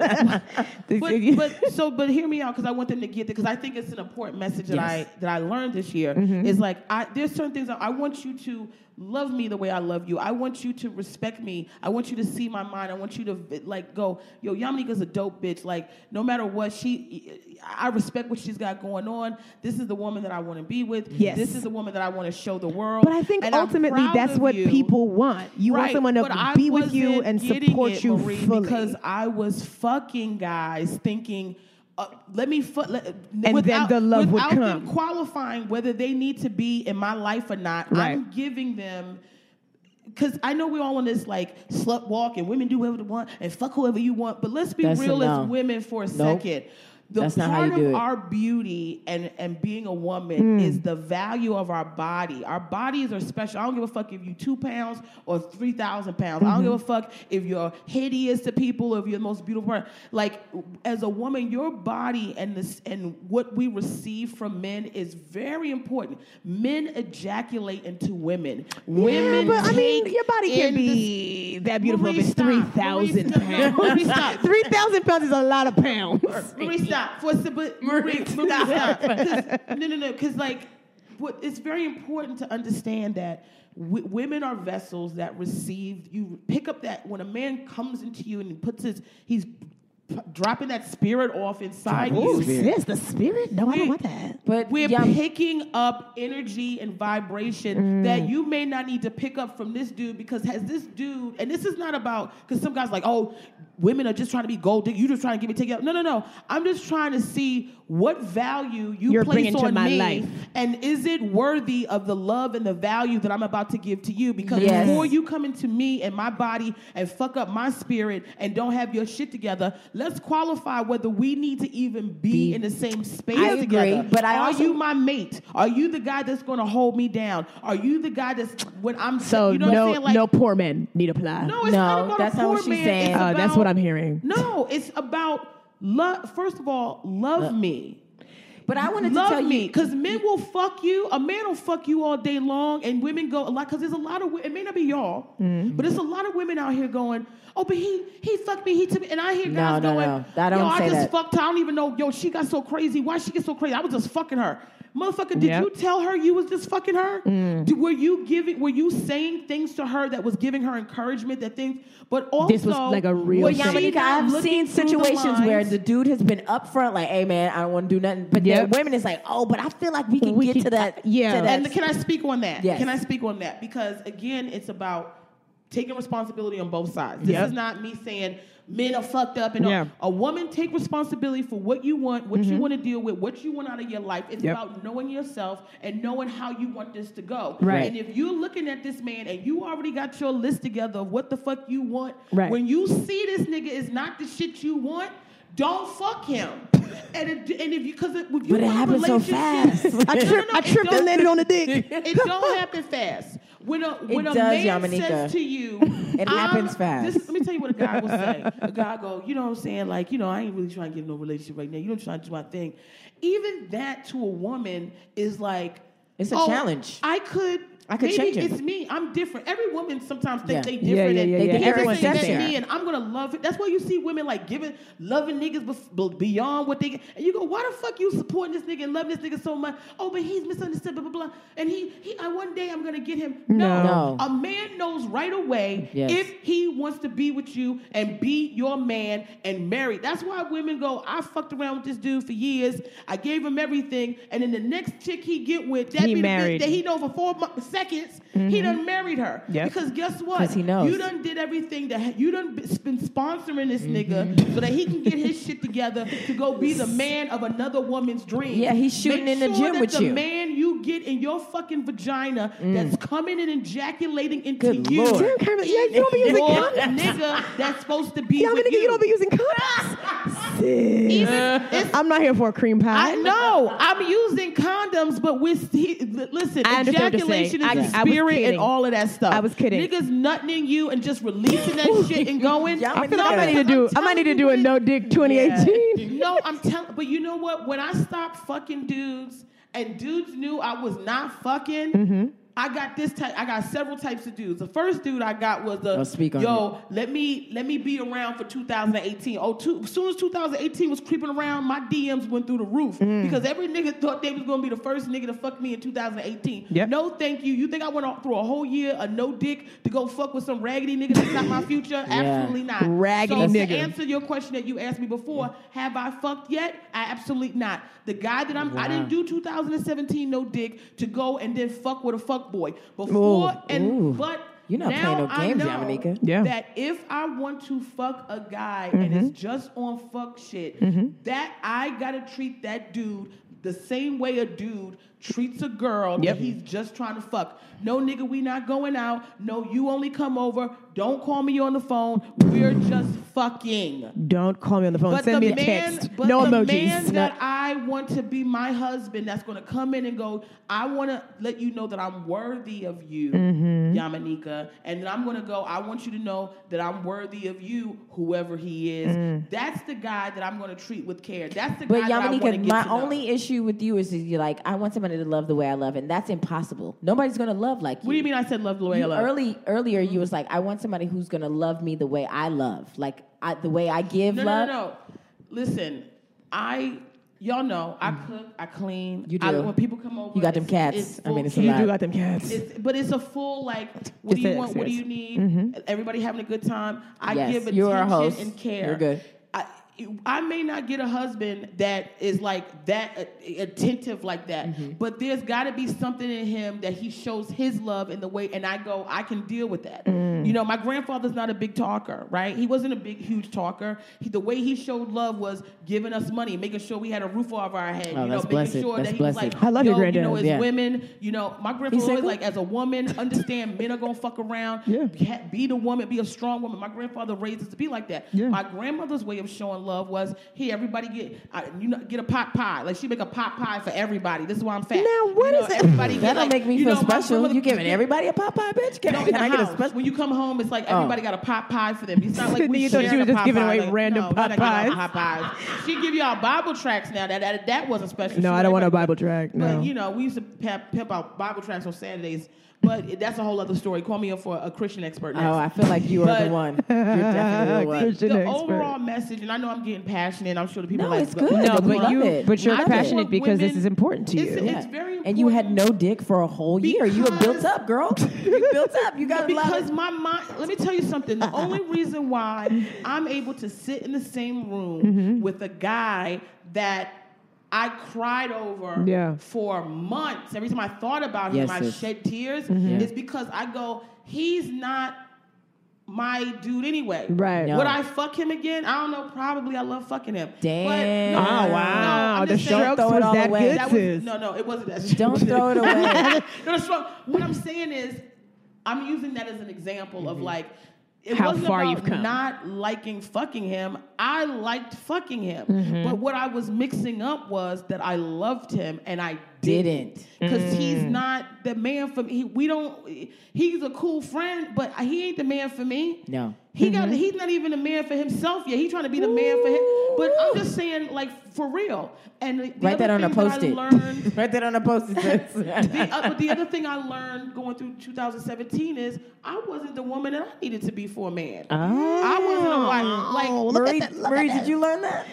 [SPEAKER 3] but, but so but hear me out because I want them to get it because I think it's an important message that
[SPEAKER 1] Yes.
[SPEAKER 3] I that I learned this year
[SPEAKER 2] Mm-hmm.
[SPEAKER 3] is like I there's certain things that I want you to love me the way I love you. I want you to respect me. I want you to see my mind. I want you to vi- like go yo Yamanika's a dope bitch. Like no matter what she, I respect what she's got going on. This is the woman that I want to be with.
[SPEAKER 2] Yes.
[SPEAKER 3] this is the woman that I want to show the world.
[SPEAKER 2] But I think
[SPEAKER 3] And I'm
[SPEAKER 2] ultimately
[SPEAKER 3] proud
[SPEAKER 2] that's
[SPEAKER 3] of
[SPEAKER 2] what
[SPEAKER 3] you.
[SPEAKER 2] people want. You want
[SPEAKER 3] Right,
[SPEAKER 2] someone to
[SPEAKER 3] but I
[SPEAKER 2] be with you
[SPEAKER 3] wasn't
[SPEAKER 2] and
[SPEAKER 3] getting
[SPEAKER 2] support
[SPEAKER 3] it,
[SPEAKER 2] you
[SPEAKER 3] Marie,
[SPEAKER 2] fully.
[SPEAKER 3] because I was fucking guys thinking. Uh, let me fu- let,
[SPEAKER 2] then the love would
[SPEAKER 3] without
[SPEAKER 2] come.
[SPEAKER 3] Them qualifying whether they need to be in my life or not. I'm
[SPEAKER 2] Right.
[SPEAKER 3] giving them because I know we're all on this like slut walk and women do whatever they want and fuck whoever you want. But let's be
[SPEAKER 1] That's a
[SPEAKER 3] real
[SPEAKER 1] no.
[SPEAKER 3] as women for a
[SPEAKER 1] Nope.
[SPEAKER 3] second. The
[SPEAKER 1] That's not
[SPEAKER 3] part
[SPEAKER 1] how you
[SPEAKER 3] of
[SPEAKER 1] do it.
[SPEAKER 3] our beauty and, and being a
[SPEAKER 2] Hmm.
[SPEAKER 3] woman is the value of our body. Our bodies are special. I don't give a fuck if you two pounds or three thousand pounds. I don't give a
[SPEAKER 2] Mm-hmm.
[SPEAKER 3] fuck if you're hideous to people or if you're the most beautiful. person. Like as a woman, your body and this and what we receive from men is very important. Men ejaculate into women.
[SPEAKER 2] yeah,
[SPEAKER 3] women,
[SPEAKER 2] but I mean,
[SPEAKER 3] take
[SPEAKER 2] your body can
[SPEAKER 3] in the
[SPEAKER 2] be that beautiful
[SPEAKER 3] Marie,
[SPEAKER 2] if it's
[SPEAKER 3] stop.
[SPEAKER 2] 3,000
[SPEAKER 3] Marie, stop. Marie,
[SPEAKER 2] pounds.
[SPEAKER 3] stop.
[SPEAKER 2] 3,000 pounds is a lot of pounds.
[SPEAKER 3] Marie, stop. For some, but Marie, Marie, stop. 'Cause- No, no, no. Because like, what, it's very important to understand that w- women are vessels that receive. You pick up that when a man comes into you and he puts his, he's p- dropping that spirit off inside
[SPEAKER 1] Ooh,
[SPEAKER 3] you.
[SPEAKER 1] spirit.
[SPEAKER 2] Yes, the spirit? No, I don't want that.
[SPEAKER 1] But
[SPEAKER 3] We're
[SPEAKER 1] yeah,
[SPEAKER 3] picking up energy and vibration
[SPEAKER 2] Mm.
[SPEAKER 3] that you may not need to pick up from this dude because has this dude, and this is not about because some guys like, oh, women are just trying to be gold digger. You just trying to get me taken out. No, no, no. I'm just trying to see what value you
[SPEAKER 2] You're
[SPEAKER 3] place
[SPEAKER 2] bringing to
[SPEAKER 3] on
[SPEAKER 2] my
[SPEAKER 3] me,
[SPEAKER 2] life.
[SPEAKER 3] and is it worthy of the love and the value that I'm about to give to you? Because
[SPEAKER 1] Yes.
[SPEAKER 3] before you come into me and my body and fuck up my spirit and don't have your shit together, let's qualify whether we need to even be,
[SPEAKER 1] Be-
[SPEAKER 3] in the same space
[SPEAKER 1] I
[SPEAKER 3] together.
[SPEAKER 1] agree, but I
[SPEAKER 3] Are
[SPEAKER 1] also-
[SPEAKER 3] you my mate? Are you the guy that's going to hold me down? Are you the guy that's when I'm
[SPEAKER 2] So
[SPEAKER 3] you
[SPEAKER 2] no,
[SPEAKER 3] know what I'm saying? Like,
[SPEAKER 2] no poor men need apply.
[SPEAKER 3] no, it's
[SPEAKER 1] No,
[SPEAKER 3] not about
[SPEAKER 1] that's
[SPEAKER 3] a
[SPEAKER 1] not
[SPEAKER 3] poor
[SPEAKER 1] what she's
[SPEAKER 3] man.
[SPEAKER 1] saying.
[SPEAKER 3] It's
[SPEAKER 2] Uh, that's
[SPEAKER 3] about-
[SPEAKER 2] what I'm hearing.
[SPEAKER 3] No, it's about love. First of all, love me.
[SPEAKER 1] but I wanted to
[SPEAKER 3] Love
[SPEAKER 1] tell
[SPEAKER 3] me,
[SPEAKER 1] you
[SPEAKER 3] because men will fuck you. A man will fuck you all day long, and women go a lot. Because there's a lot of wo- it may not be y'all,
[SPEAKER 1] Mm-hmm.
[SPEAKER 3] but there's a lot of women out here going, "Oh, but he he fucked me, he took me," and I hear guys
[SPEAKER 1] no,
[SPEAKER 3] going,
[SPEAKER 1] no. I don't
[SPEAKER 3] "Yo,
[SPEAKER 1] say
[SPEAKER 3] I just
[SPEAKER 1] that."
[SPEAKER 3] fucked her. I don't even know. Yo, she got so crazy. Why she get so crazy? I was just fucking her." Motherfucker, did
[SPEAKER 2] Yep.
[SPEAKER 3] you tell her you was just fucking her?
[SPEAKER 1] Mm.
[SPEAKER 3] Do- were you giving? Were you saying things to her that was giving her encouragement? That things, but also
[SPEAKER 2] This was like a real
[SPEAKER 1] Well,
[SPEAKER 3] was
[SPEAKER 2] thing.
[SPEAKER 3] she
[SPEAKER 1] Yamanika,
[SPEAKER 3] not
[SPEAKER 1] I've
[SPEAKER 3] looking
[SPEAKER 1] seen
[SPEAKER 3] through the
[SPEAKER 1] situations where
[SPEAKER 3] lines?
[SPEAKER 1] the dude has been upfront, like, "Hey, man, I don't want to do nothing," but
[SPEAKER 2] Yep.
[SPEAKER 1] then women is like, "Oh, but I feel like we can
[SPEAKER 2] We
[SPEAKER 1] get
[SPEAKER 2] can-
[SPEAKER 1] to that."
[SPEAKER 2] yeah.
[SPEAKER 1] to that
[SPEAKER 3] And can I speak on that?
[SPEAKER 1] Yes.
[SPEAKER 3] Can I speak on that? Because again, it's about taking responsibility on both sides. This
[SPEAKER 2] Yep.
[SPEAKER 3] is not me saying men are fucked up and
[SPEAKER 2] Yeah. Mm-hmm.
[SPEAKER 3] all. a woman take responsibility for what you want, what you want to deal with, what you want out of your life. It's
[SPEAKER 2] Yep.
[SPEAKER 3] about knowing yourself and knowing how you want this to go.
[SPEAKER 2] Right.
[SPEAKER 3] And if you're looking at this man and you already got your list together of what the fuck you want,
[SPEAKER 2] Right.
[SPEAKER 3] when you see this nigga is not the shit you want, don't fuck him. And, it, and if you, because if you
[SPEAKER 1] But it
[SPEAKER 3] want a
[SPEAKER 1] happens so
[SPEAKER 3] relationship-
[SPEAKER 1] fast.
[SPEAKER 2] I,
[SPEAKER 3] No, no,
[SPEAKER 2] trip,
[SPEAKER 3] no,
[SPEAKER 2] I
[SPEAKER 3] it
[SPEAKER 2] tripped
[SPEAKER 3] don't-
[SPEAKER 2] and landed on the dick.
[SPEAKER 3] it don't happen fast. When a when a
[SPEAKER 1] does,
[SPEAKER 3] man
[SPEAKER 1] Yamanika.
[SPEAKER 3] says to you,
[SPEAKER 1] It
[SPEAKER 3] I'm-
[SPEAKER 1] happens fast.
[SPEAKER 3] This, let me tell you what a guy will say. A guy go, you know what I'm saying? Like, you know, I ain't really trying to get in no relationship right now. You don't trying to do my thing. Even that to a woman is like
[SPEAKER 1] It's a
[SPEAKER 3] "Oh,
[SPEAKER 1] challenge.
[SPEAKER 3] I could.
[SPEAKER 1] I could
[SPEAKER 3] maybe
[SPEAKER 1] change it."
[SPEAKER 3] it's me. I'm different. Every woman sometimes
[SPEAKER 1] Yeah.
[SPEAKER 3] thinks they
[SPEAKER 2] Yeah,
[SPEAKER 3] different
[SPEAKER 2] yeah,
[SPEAKER 3] and
[SPEAKER 2] yeah,
[SPEAKER 1] They
[SPEAKER 2] yeah.
[SPEAKER 1] think
[SPEAKER 3] everything
[SPEAKER 1] everyone's
[SPEAKER 3] that's
[SPEAKER 1] different.
[SPEAKER 3] me and I'm gonna love it. That's why you see women like giving loving niggas bef- be- beyond what they get. And you go, why the fuck you supporting this nigga and loving this nigga so much? Oh, but he's misunderstood, blah blah blah. And he he I one day I'm gonna get him. No.
[SPEAKER 1] No.
[SPEAKER 3] A man knows right away
[SPEAKER 1] Yes.
[SPEAKER 3] if he wants to be with you and be your man and marry. That's why women go, I fucked around with this dude for years. I gave him everything, and then the next chick he get with, that
[SPEAKER 2] He
[SPEAKER 3] be the bitch
[SPEAKER 2] married. Mm-hmm.
[SPEAKER 3] that he know for four mo- seconds, he done married her.
[SPEAKER 2] Yep.
[SPEAKER 3] Because guess what?
[SPEAKER 1] 'Cause he knows.
[SPEAKER 3] You done did everything that ha- you done b- been sponsoring this
[SPEAKER 1] Mm-hmm.
[SPEAKER 3] nigga so that he can get his shit together to go be the man of another woman's dream.
[SPEAKER 1] Yeah, he's shooting
[SPEAKER 3] Make
[SPEAKER 1] in the
[SPEAKER 3] sure
[SPEAKER 1] gym
[SPEAKER 3] that
[SPEAKER 1] with
[SPEAKER 3] the
[SPEAKER 1] you. Mm.
[SPEAKER 3] man you get in your fucking vagina that's coming and ejaculating into
[SPEAKER 1] Good
[SPEAKER 3] you.
[SPEAKER 1] Lord.
[SPEAKER 2] Damn, Kermit, yeah, you don't be
[SPEAKER 3] is
[SPEAKER 2] using
[SPEAKER 3] your
[SPEAKER 2] condoms.
[SPEAKER 3] nigga that's supposed to be
[SPEAKER 2] Yeah, I mean,
[SPEAKER 3] with
[SPEAKER 2] nigga, you don't be
[SPEAKER 3] you.
[SPEAKER 2] using condoms. Sis.
[SPEAKER 3] Even- it's-
[SPEAKER 2] I'm not here for a cream pie.
[SPEAKER 3] I know I'm using condoms, but with he, li- listen,
[SPEAKER 2] I understand what you're
[SPEAKER 3] ejaculation
[SPEAKER 2] saying. I-
[SPEAKER 3] is
[SPEAKER 2] I
[SPEAKER 3] a
[SPEAKER 2] was
[SPEAKER 3] spirit and
[SPEAKER 2] kidding.
[SPEAKER 3] all of that stuff.
[SPEAKER 2] I was kidding.
[SPEAKER 3] Niggas nutting you and just releasing that shit and going.
[SPEAKER 1] Y'all
[SPEAKER 2] I feel
[SPEAKER 1] No,
[SPEAKER 2] like I
[SPEAKER 1] I'm
[SPEAKER 2] need to do. I might need to do a no dick 2018.
[SPEAKER 3] no, I'm telling. But you know what? When I stopped fucking dudes, and dudes knew I was not fucking.
[SPEAKER 2] Mm-hmm.
[SPEAKER 3] I got this type. I got several types of dudes. The first dude I got was the
[SPEAKER 1] Now speak on
[SPEAKER 3] yo. Let me let me be around for 2018. Oh, two, as soon as 2018 was creeping around, my DMs went through the roof
[SPEAKER 2] Mm.
[SPEAKER 3] because every nigga thought they was gonna be the first nigga to fuck me in 2018.
[SPEAKER 2] Yep.
[SPEAKER 3] No, thank you. You think I went all, through a whole year a no dick to go fuck with some raggedy nigga that's not my future? Absolutely not.
[SPEAKER 2] Raggedy
[SPEAKER 3] so
[SPEAKER 2] nigga.
[SPEAKER 3] To answer your question that you asked me before, have I fucked yet? I absolutely not. The guy that I'm, I didn't do 2017 no dick to go and then fuck with a fuck boy before
[SPEAKER 2] Ooh.
[SPEAKER 3] and
[SPEAKER 1] Ooh.
[SPEAKER 3] but.
[SPEAKER 1] You're not
[SPEAKER 3] now
[SPEAKER 1] playing no games,
[SPEAKER 3] I know
[SPEAKER 1] Yamanika.
[SPEAKER 2] Yeah. Mm-hmm.
[SPEAKER 3] That if I want to fuck a guy and it's just on fuck shit, that I gotta treat that dude the same way a dude treats a girl
[SPEAKER 2] Yep.
[SPEAKER 3] that he's just trying to fuck. No nigga, we not going out. No, you only come over. Don't call me on the phone. We're just fucking.
[SPEAKER 2] Don't call me on the phone.
[SPEAKER 3] But
[SPEAKER 2] Send
[SPEAKER 3] the
[SPEAKER 2] me a
[SPEAKER 3] man,
[SPEAKER 2] text.
[SPEAKER 3] But
[SPEAKER 2] No
[SPEAKER 3] the
[SPEAKER 2] emojis.
[SPEAKER 3] man that I want to be my husband, that's going to come in and go. I want to let you know that I'm worthy of you,
[SPEAKER 1] Mm-hmm.
[SPEAKER 3] Yamanika, and then I'm going to go. I want you to know that I'm worthy of you, whoever he is. That's the guy that I'm going to treat with care. That's the
[SPEAKER 1] Mm. But
[SPEAKER 3] guy that I want to
[SPEAKER 1] Yamanika,
[SPEAKER 3] get
[SPEAKER 1] my
[SPEAKER 3] to know.
[SPEAKER 1] only issue with you is that you're like, I want somebody to love the way I love, and that's impossible. Nobody's gonna love like you.
[SPEAKER 3] What do you mean? I said love the way I
[SPEAKER 1] You
[SPEAKER 3] love.
[SPEAKER 1] Early earlier, you was like, I want somebody who's gonna love me the way I love, like I, the way I give
[SPEAKER 3] No, no,
[SPEAKER 1] love.
[SPEAKER 3] no, no. Listen, I y'all know I cook, I clean.
[SPEAKER 1] Mm. You
[SPEAKER 3] I,
[SPEAKER 1] do.
[SPEAKER 3] when people come over,
[SPEAKER 1] You got them
[SPEAKER 3] it's-
[SPEAKER 1] cats.
[SPEAKER 3] it's
[SPEAKER 1] I mean,
[SPEAKER 3] full
[SPEAKER 1] it's a
[SPEAKER 3] kit.
[SPEAKER 2] you
[SPEAKER 1] lot.
[SPEAKER 2] do got them cats.
[SPEAKER 3] It's, but it's a full like,
[SPEAKER 2] Just
[SPEAKER 3] what do you
[SPEAKER 2] an
[SPEAKER 3] want? What do you
[SPEAKER 2] experience.
[SPEAKER 3] need? Everybody having a good time. I
[SPEAKER 1] Mm-hmm. Yes,
[SPEAKER 3] give attention
[SPEAKER 1] you are a host.
[SPEAKER 3] and care.
[SPEAKER 1] You're good.
[SPEAKER 3] I, I may not get a husband that is like that uh, attentive like that,
[SPEAKER 1] Mm-hmm.
[SPEAKER 3] but there's got to be something in him that he shows his love in the way, and I go, I can deal with that.
[SPEAKER 1] Mm.
[SPEAKER 3] You know, my grandfather's not a big talker, right? He wasn't a big, huge talker. He, the way he showed love was giving us money, making sure we had a roof over our head.
[SPEAKER 1] Oh,
[SPEAKER 3] you know,
[SPEAKER 1] that's
[SPEAKER 3] making
[SPEAKER 1] blessed.
[SPEAKER 3] sure
[SPEAKER 1] That's
[SPEAKER 3] that he was
[SPEAKER 1] blessed.
[SPEAKER 3] like,
[SPEAKER 2] I love your
[SPEAKER 3] "Yo, You know,
[SPEAKER 2] granddad."
[SPEAKER 3] as
[SPEAKER 1] Yeah.
[SPEAKER 3] women, you know, my grandfather
[SPEAKER 1] He's
[SPEAKER 3] was always
[SPEAKER 1] single?
[SPEAKER 3] like, as a woman, understand men are gonna fuck around.
[SPEAKER 2] Yeah.
[SPEAKER 3] Ha- Be the woman, be a strong woman. My grandfather raised us to be like that.
[SPEAKER 2] Yeah.
[SPEAKER 3] My grandmother's way of showing love was, hey, everybody get uh, you know get a pot pie. Like she make a pot pie for everybody. This is why I'm fat.
[SPEAKER 2] Now, what
[SPEAKER 3] what is
[SPEAKER 2] is it-
[SPEAKER 1] That don't make me feel special. You giving everybody a Popeye, bitch? Can,
[SPEAKER 3] no,
[SPEAKER 1] I-
[SPEAKER 3] in
[SPEAKER 1] can I
[SPEAKER 3] the
[SPEAKER 1] get a
[SPEAKER 3] house.
[SPEAKER 1] special?
[SPEAKER 3] When you come home, it's like everybody got a pot pie for them. It's not like we
[SPEAKER 2] You thought she
[SPEAKER 3] sharing
[SPEAKER 2] was
[SPEAKER 3] a
[SPEAKER 2] just
[SPEAKER 3] pot
[SPEAKER 2] giving
[SPEAKER 3] pie.
[SPEAKER 2] away
[SPEAKER 3] Like,
[SPEAKER 2] random
[SPEAKER 3] no, we're not giving
[SPEAKER 2] Popeyes.
[SPEAKER 3] out Popeyes. She give y'all Bible tracts now. That that, that wasn't special.
[SPEAKER 2] no,
[SPEAKER 3] She
[SPEAKER 2] I don't
[SPEAKER 3] like,
[SPEAKER 2] want a Bible track. No.
[SPEAKER 3] but you know, we used to pep, pep out Bible tracts on Saturdays, but that's a whole other story. Call me up for a Christian expert. Next.
[SPEAKER 1] Oh, I feel like you are the
[SPEAKER 3] But-
[SPEAKER 1] one. You're definitely the one.
[SPEAKER 2] Christian
[SPEAKER 3] the
[SPEAKER 2] expert.
[SPEAKER 3] overall message, and I know I'm getting passionate. I'm sure the people
[SPEAKER 1] No,
[SPEAKER 3] like
[SPEAKER 1] it's good.
[SPEAKER 2] no,
[SPEAKER 1] We
[SPEAKER 2] but
[SPEAKER 1] love
[SPEAKER 2] you,
[SPEAKER 1] it.
[SPEAKER 2] but you're
[SPEAKER 1] I love
[SPEAKER 2] passionate
[SPEAKER 3] it.
[SPEAKER 2] because this
[SPEAKER 3] Women-
[SPEAKER 2] is important to you.
[SPEAKER 3] It's- it's very important.
[SPEAKER 1] And you had no dick for a whole year. You were built
[SPEAKER 3] Because-
[SPEAKER 1] up, girl. You built up. You got a lot
[SPEAKER 3] because
[SPEAKER 1] of.
[SPEAKER 3] my mind let me tell you something the only reason why i'm able to sit in the same room with a guy that i cried over
[SPEAKER 2] Yeah.
[SPEAKER 3] for months every time i thought about
[SPEAKER 1] Yes,
[SPEAKER 3] him i
[SPEAKER 1] sis.
[SPEAKER 3] shed tears
[SPEAKER 1] Yeah.
[SPEAKER 3] is because i go he's not my dude anyway.
[SPEAKER 2] Right.
[SPEAKER 1] No.
[SPEAKER 3] Would I fuck him again? I don't know. Probably. I love fucking him. But
[SPEAKER 1] Damn.
[SPEAKER 3] no,
[SPEAKER 1] Oh,
[SPEAKER 3] no,
[SPEAKER 2] wow.
[SPEAKER 3] I'm
[SPEAKER 2] the
[SPEAKER 3] just saying-
[SPEAKER 2] strokes
[SPEAKER 1] Throw it
[SPEAKER 2] was
[SPEAKER 1] all
[SPEAKER 2] that
[SPEAKER 1] away.
[SPEAKER 2] good,
[SPEAKER 3] That
[SPEAKER 2] sis.
[SPEAKER 3] was, no, no, it wasn't that. Strong.
[SPEAKER 1] Don't throw it away.
[SPEAKER 3] no, that's wrong. What I'm saying is, I'm using that as an example
[SPEAKER 1] Mm-hmm.
[SPEAKER 3] of like it
[SPEAKER 2] How
[SPEAKER 3] wasn't
[SPEAKER 2] far
[SPEAKER 3] about
[SPEAKER 2] you've come.
[SPEAKER 3] Not liking fucking him. I liked fucking him,
[SPEAKER 1] Mm-hmm.
[SPEAKER 3] but what I was mixing up was that I loved him and I
[SPEAKER 1] Didn't. Mm.
[SPEAKER 3] because he's not the man for me. He, we don't. He's a cool friend, but he ain't the man for me.
[SPEAKER 1] No. Mm-hmm.
[SPEAKER 3] He got. He's not even a man for himself yet. He's trying to be the man for him. But I'm just saying, like for real. And the
[SPEAKER 1] Write that
[SPEAKER 3] other
[SPEAKER 1] on a
[SPEAKER 3] thing that I
[SPEAKER 1] post-it.
[SPEAKER 3] learned
[SPEAKER 1] Write that on a post-it.
[SPEAKER 3] the,
[SPEAKER 1] sis.
[SPEAKER 3] uh, but the other thing I learned going through 2017 is I wasn't the woman that I needed to be for a man.
[SPEAKER 1] Ah.
[SPEAKER 3] I wasn't a wife. Like,
[SPEAKER 2] Oh, look
[SPEAKER 1] Marie,
[SPEAKER 2] at that, look at
[SPEAKER 1] Marie
[SPEAKER 2] that.
[SPEAKER 1] did you learn that?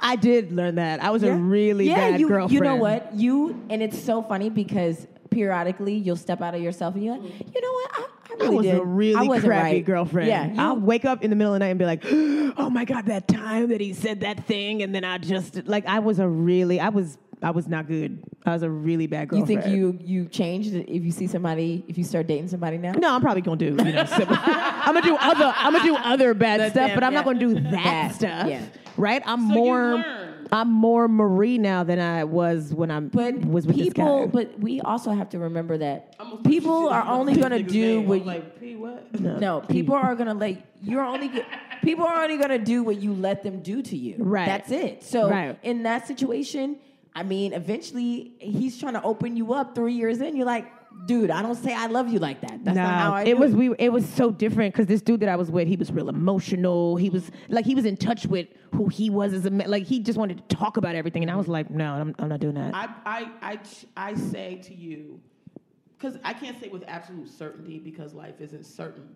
[SPEAKER 2] I did learn that. I was a really
[SPEAKER 1] yeah,
[SPEAKER 2] bad
[SPEAKER 1] you,
[SPEAKER 2] girlfriend.
[SPEAKER 1] You know what? You and it's so funny because periodically you'll step out of yourself and you're like, you know what? I, I
[SPEAKER 2] I
[SPEAKER 1] really
[SPEAKER 2] was
[SPEAKER 1] did.
[SPEAKER 2] a really
[SPEAKER 1] I wasn't
[SPEAKER 2] crappy
[SPEAKER 1] right.
[SPEAKER 2] girlfriend.
[SPEAKER 1] Yeah, you-
[SPEAKER 2] I'll wake up in the middle of the night and be like, "Oh my god, that time that he said that thing," and then I just like I was a really I was I was not good. I was a really bad
[SPEAKER 1] you
[SPEAKER 2] girlfriend.
[SPEAKER 1] think you you changed if you see somebody if you start dating somebody now?
[SPEAKER 2] No, I'm probably gonna do. You know, sim- I'm gonna do other. I'm gonna do other bad stuff,
[SPEAKER 1] damn-
[SPEAKER 2] but I'm not
[SPEAKER 1] yeah.
[SPEAKER 2] gonna do that,
[SPEAKER 1] That,
[SPEAKER 2] stuff.
[SPEAKER 1] yeah.
[SPEAKER 2] Right? I'm
[SPEAKER 3] you
[SPEAKER 2] more.
[SPEAKER 3] learned.
[SPEAKER 2] I'm more Marie now than I was when I
[SPEAKER 1] But
[SPEAKER 2] was with
[SPEAKER 1] people,
[SPEAKER 2] This guy.
[SPEAKER 1] but we also have to remember that
[SPEAKER 3] I'm gonna-
[SPEAKER 1] people are only going to
[SPEAKER 3] Niggas
[SPEAKER 1] do
[SPEAKER 3] name.
[SPEAKER 1] what
[SPEAKER 3] I'm
[SPEAKER 1] you,
[SPEAKER 3] like. P what?
[SPEAKER 1] no,
[SPEAKER 2] Mm.
[SPEAKER 1] people are going to let you're only get- people are only going to do what you let them do to you.
[SPEAKER 2] Right.
[SPEAKER 1] That's it. So
[SPEAKER 2] Right.
[SPEAKER 1] in that situation, I mean, eventually he's trying to open you up. Three years in, you're like, dude, I don't say I love you like that. That's not how I.
[SPEAKER 2] it
[SPEAKER 1] do
[SPEAKER 2] was we. It was so different because this dude that I was with, he was real emotional. He was like he was in touch with who he was as a man. Like he just wanted to talk about everything, and I was like, no, I'm, I'm not doing that.
[SPEAKER 3] I, I, I, ch- I say to you, because I can't say with absolute certainty because life isn't certain,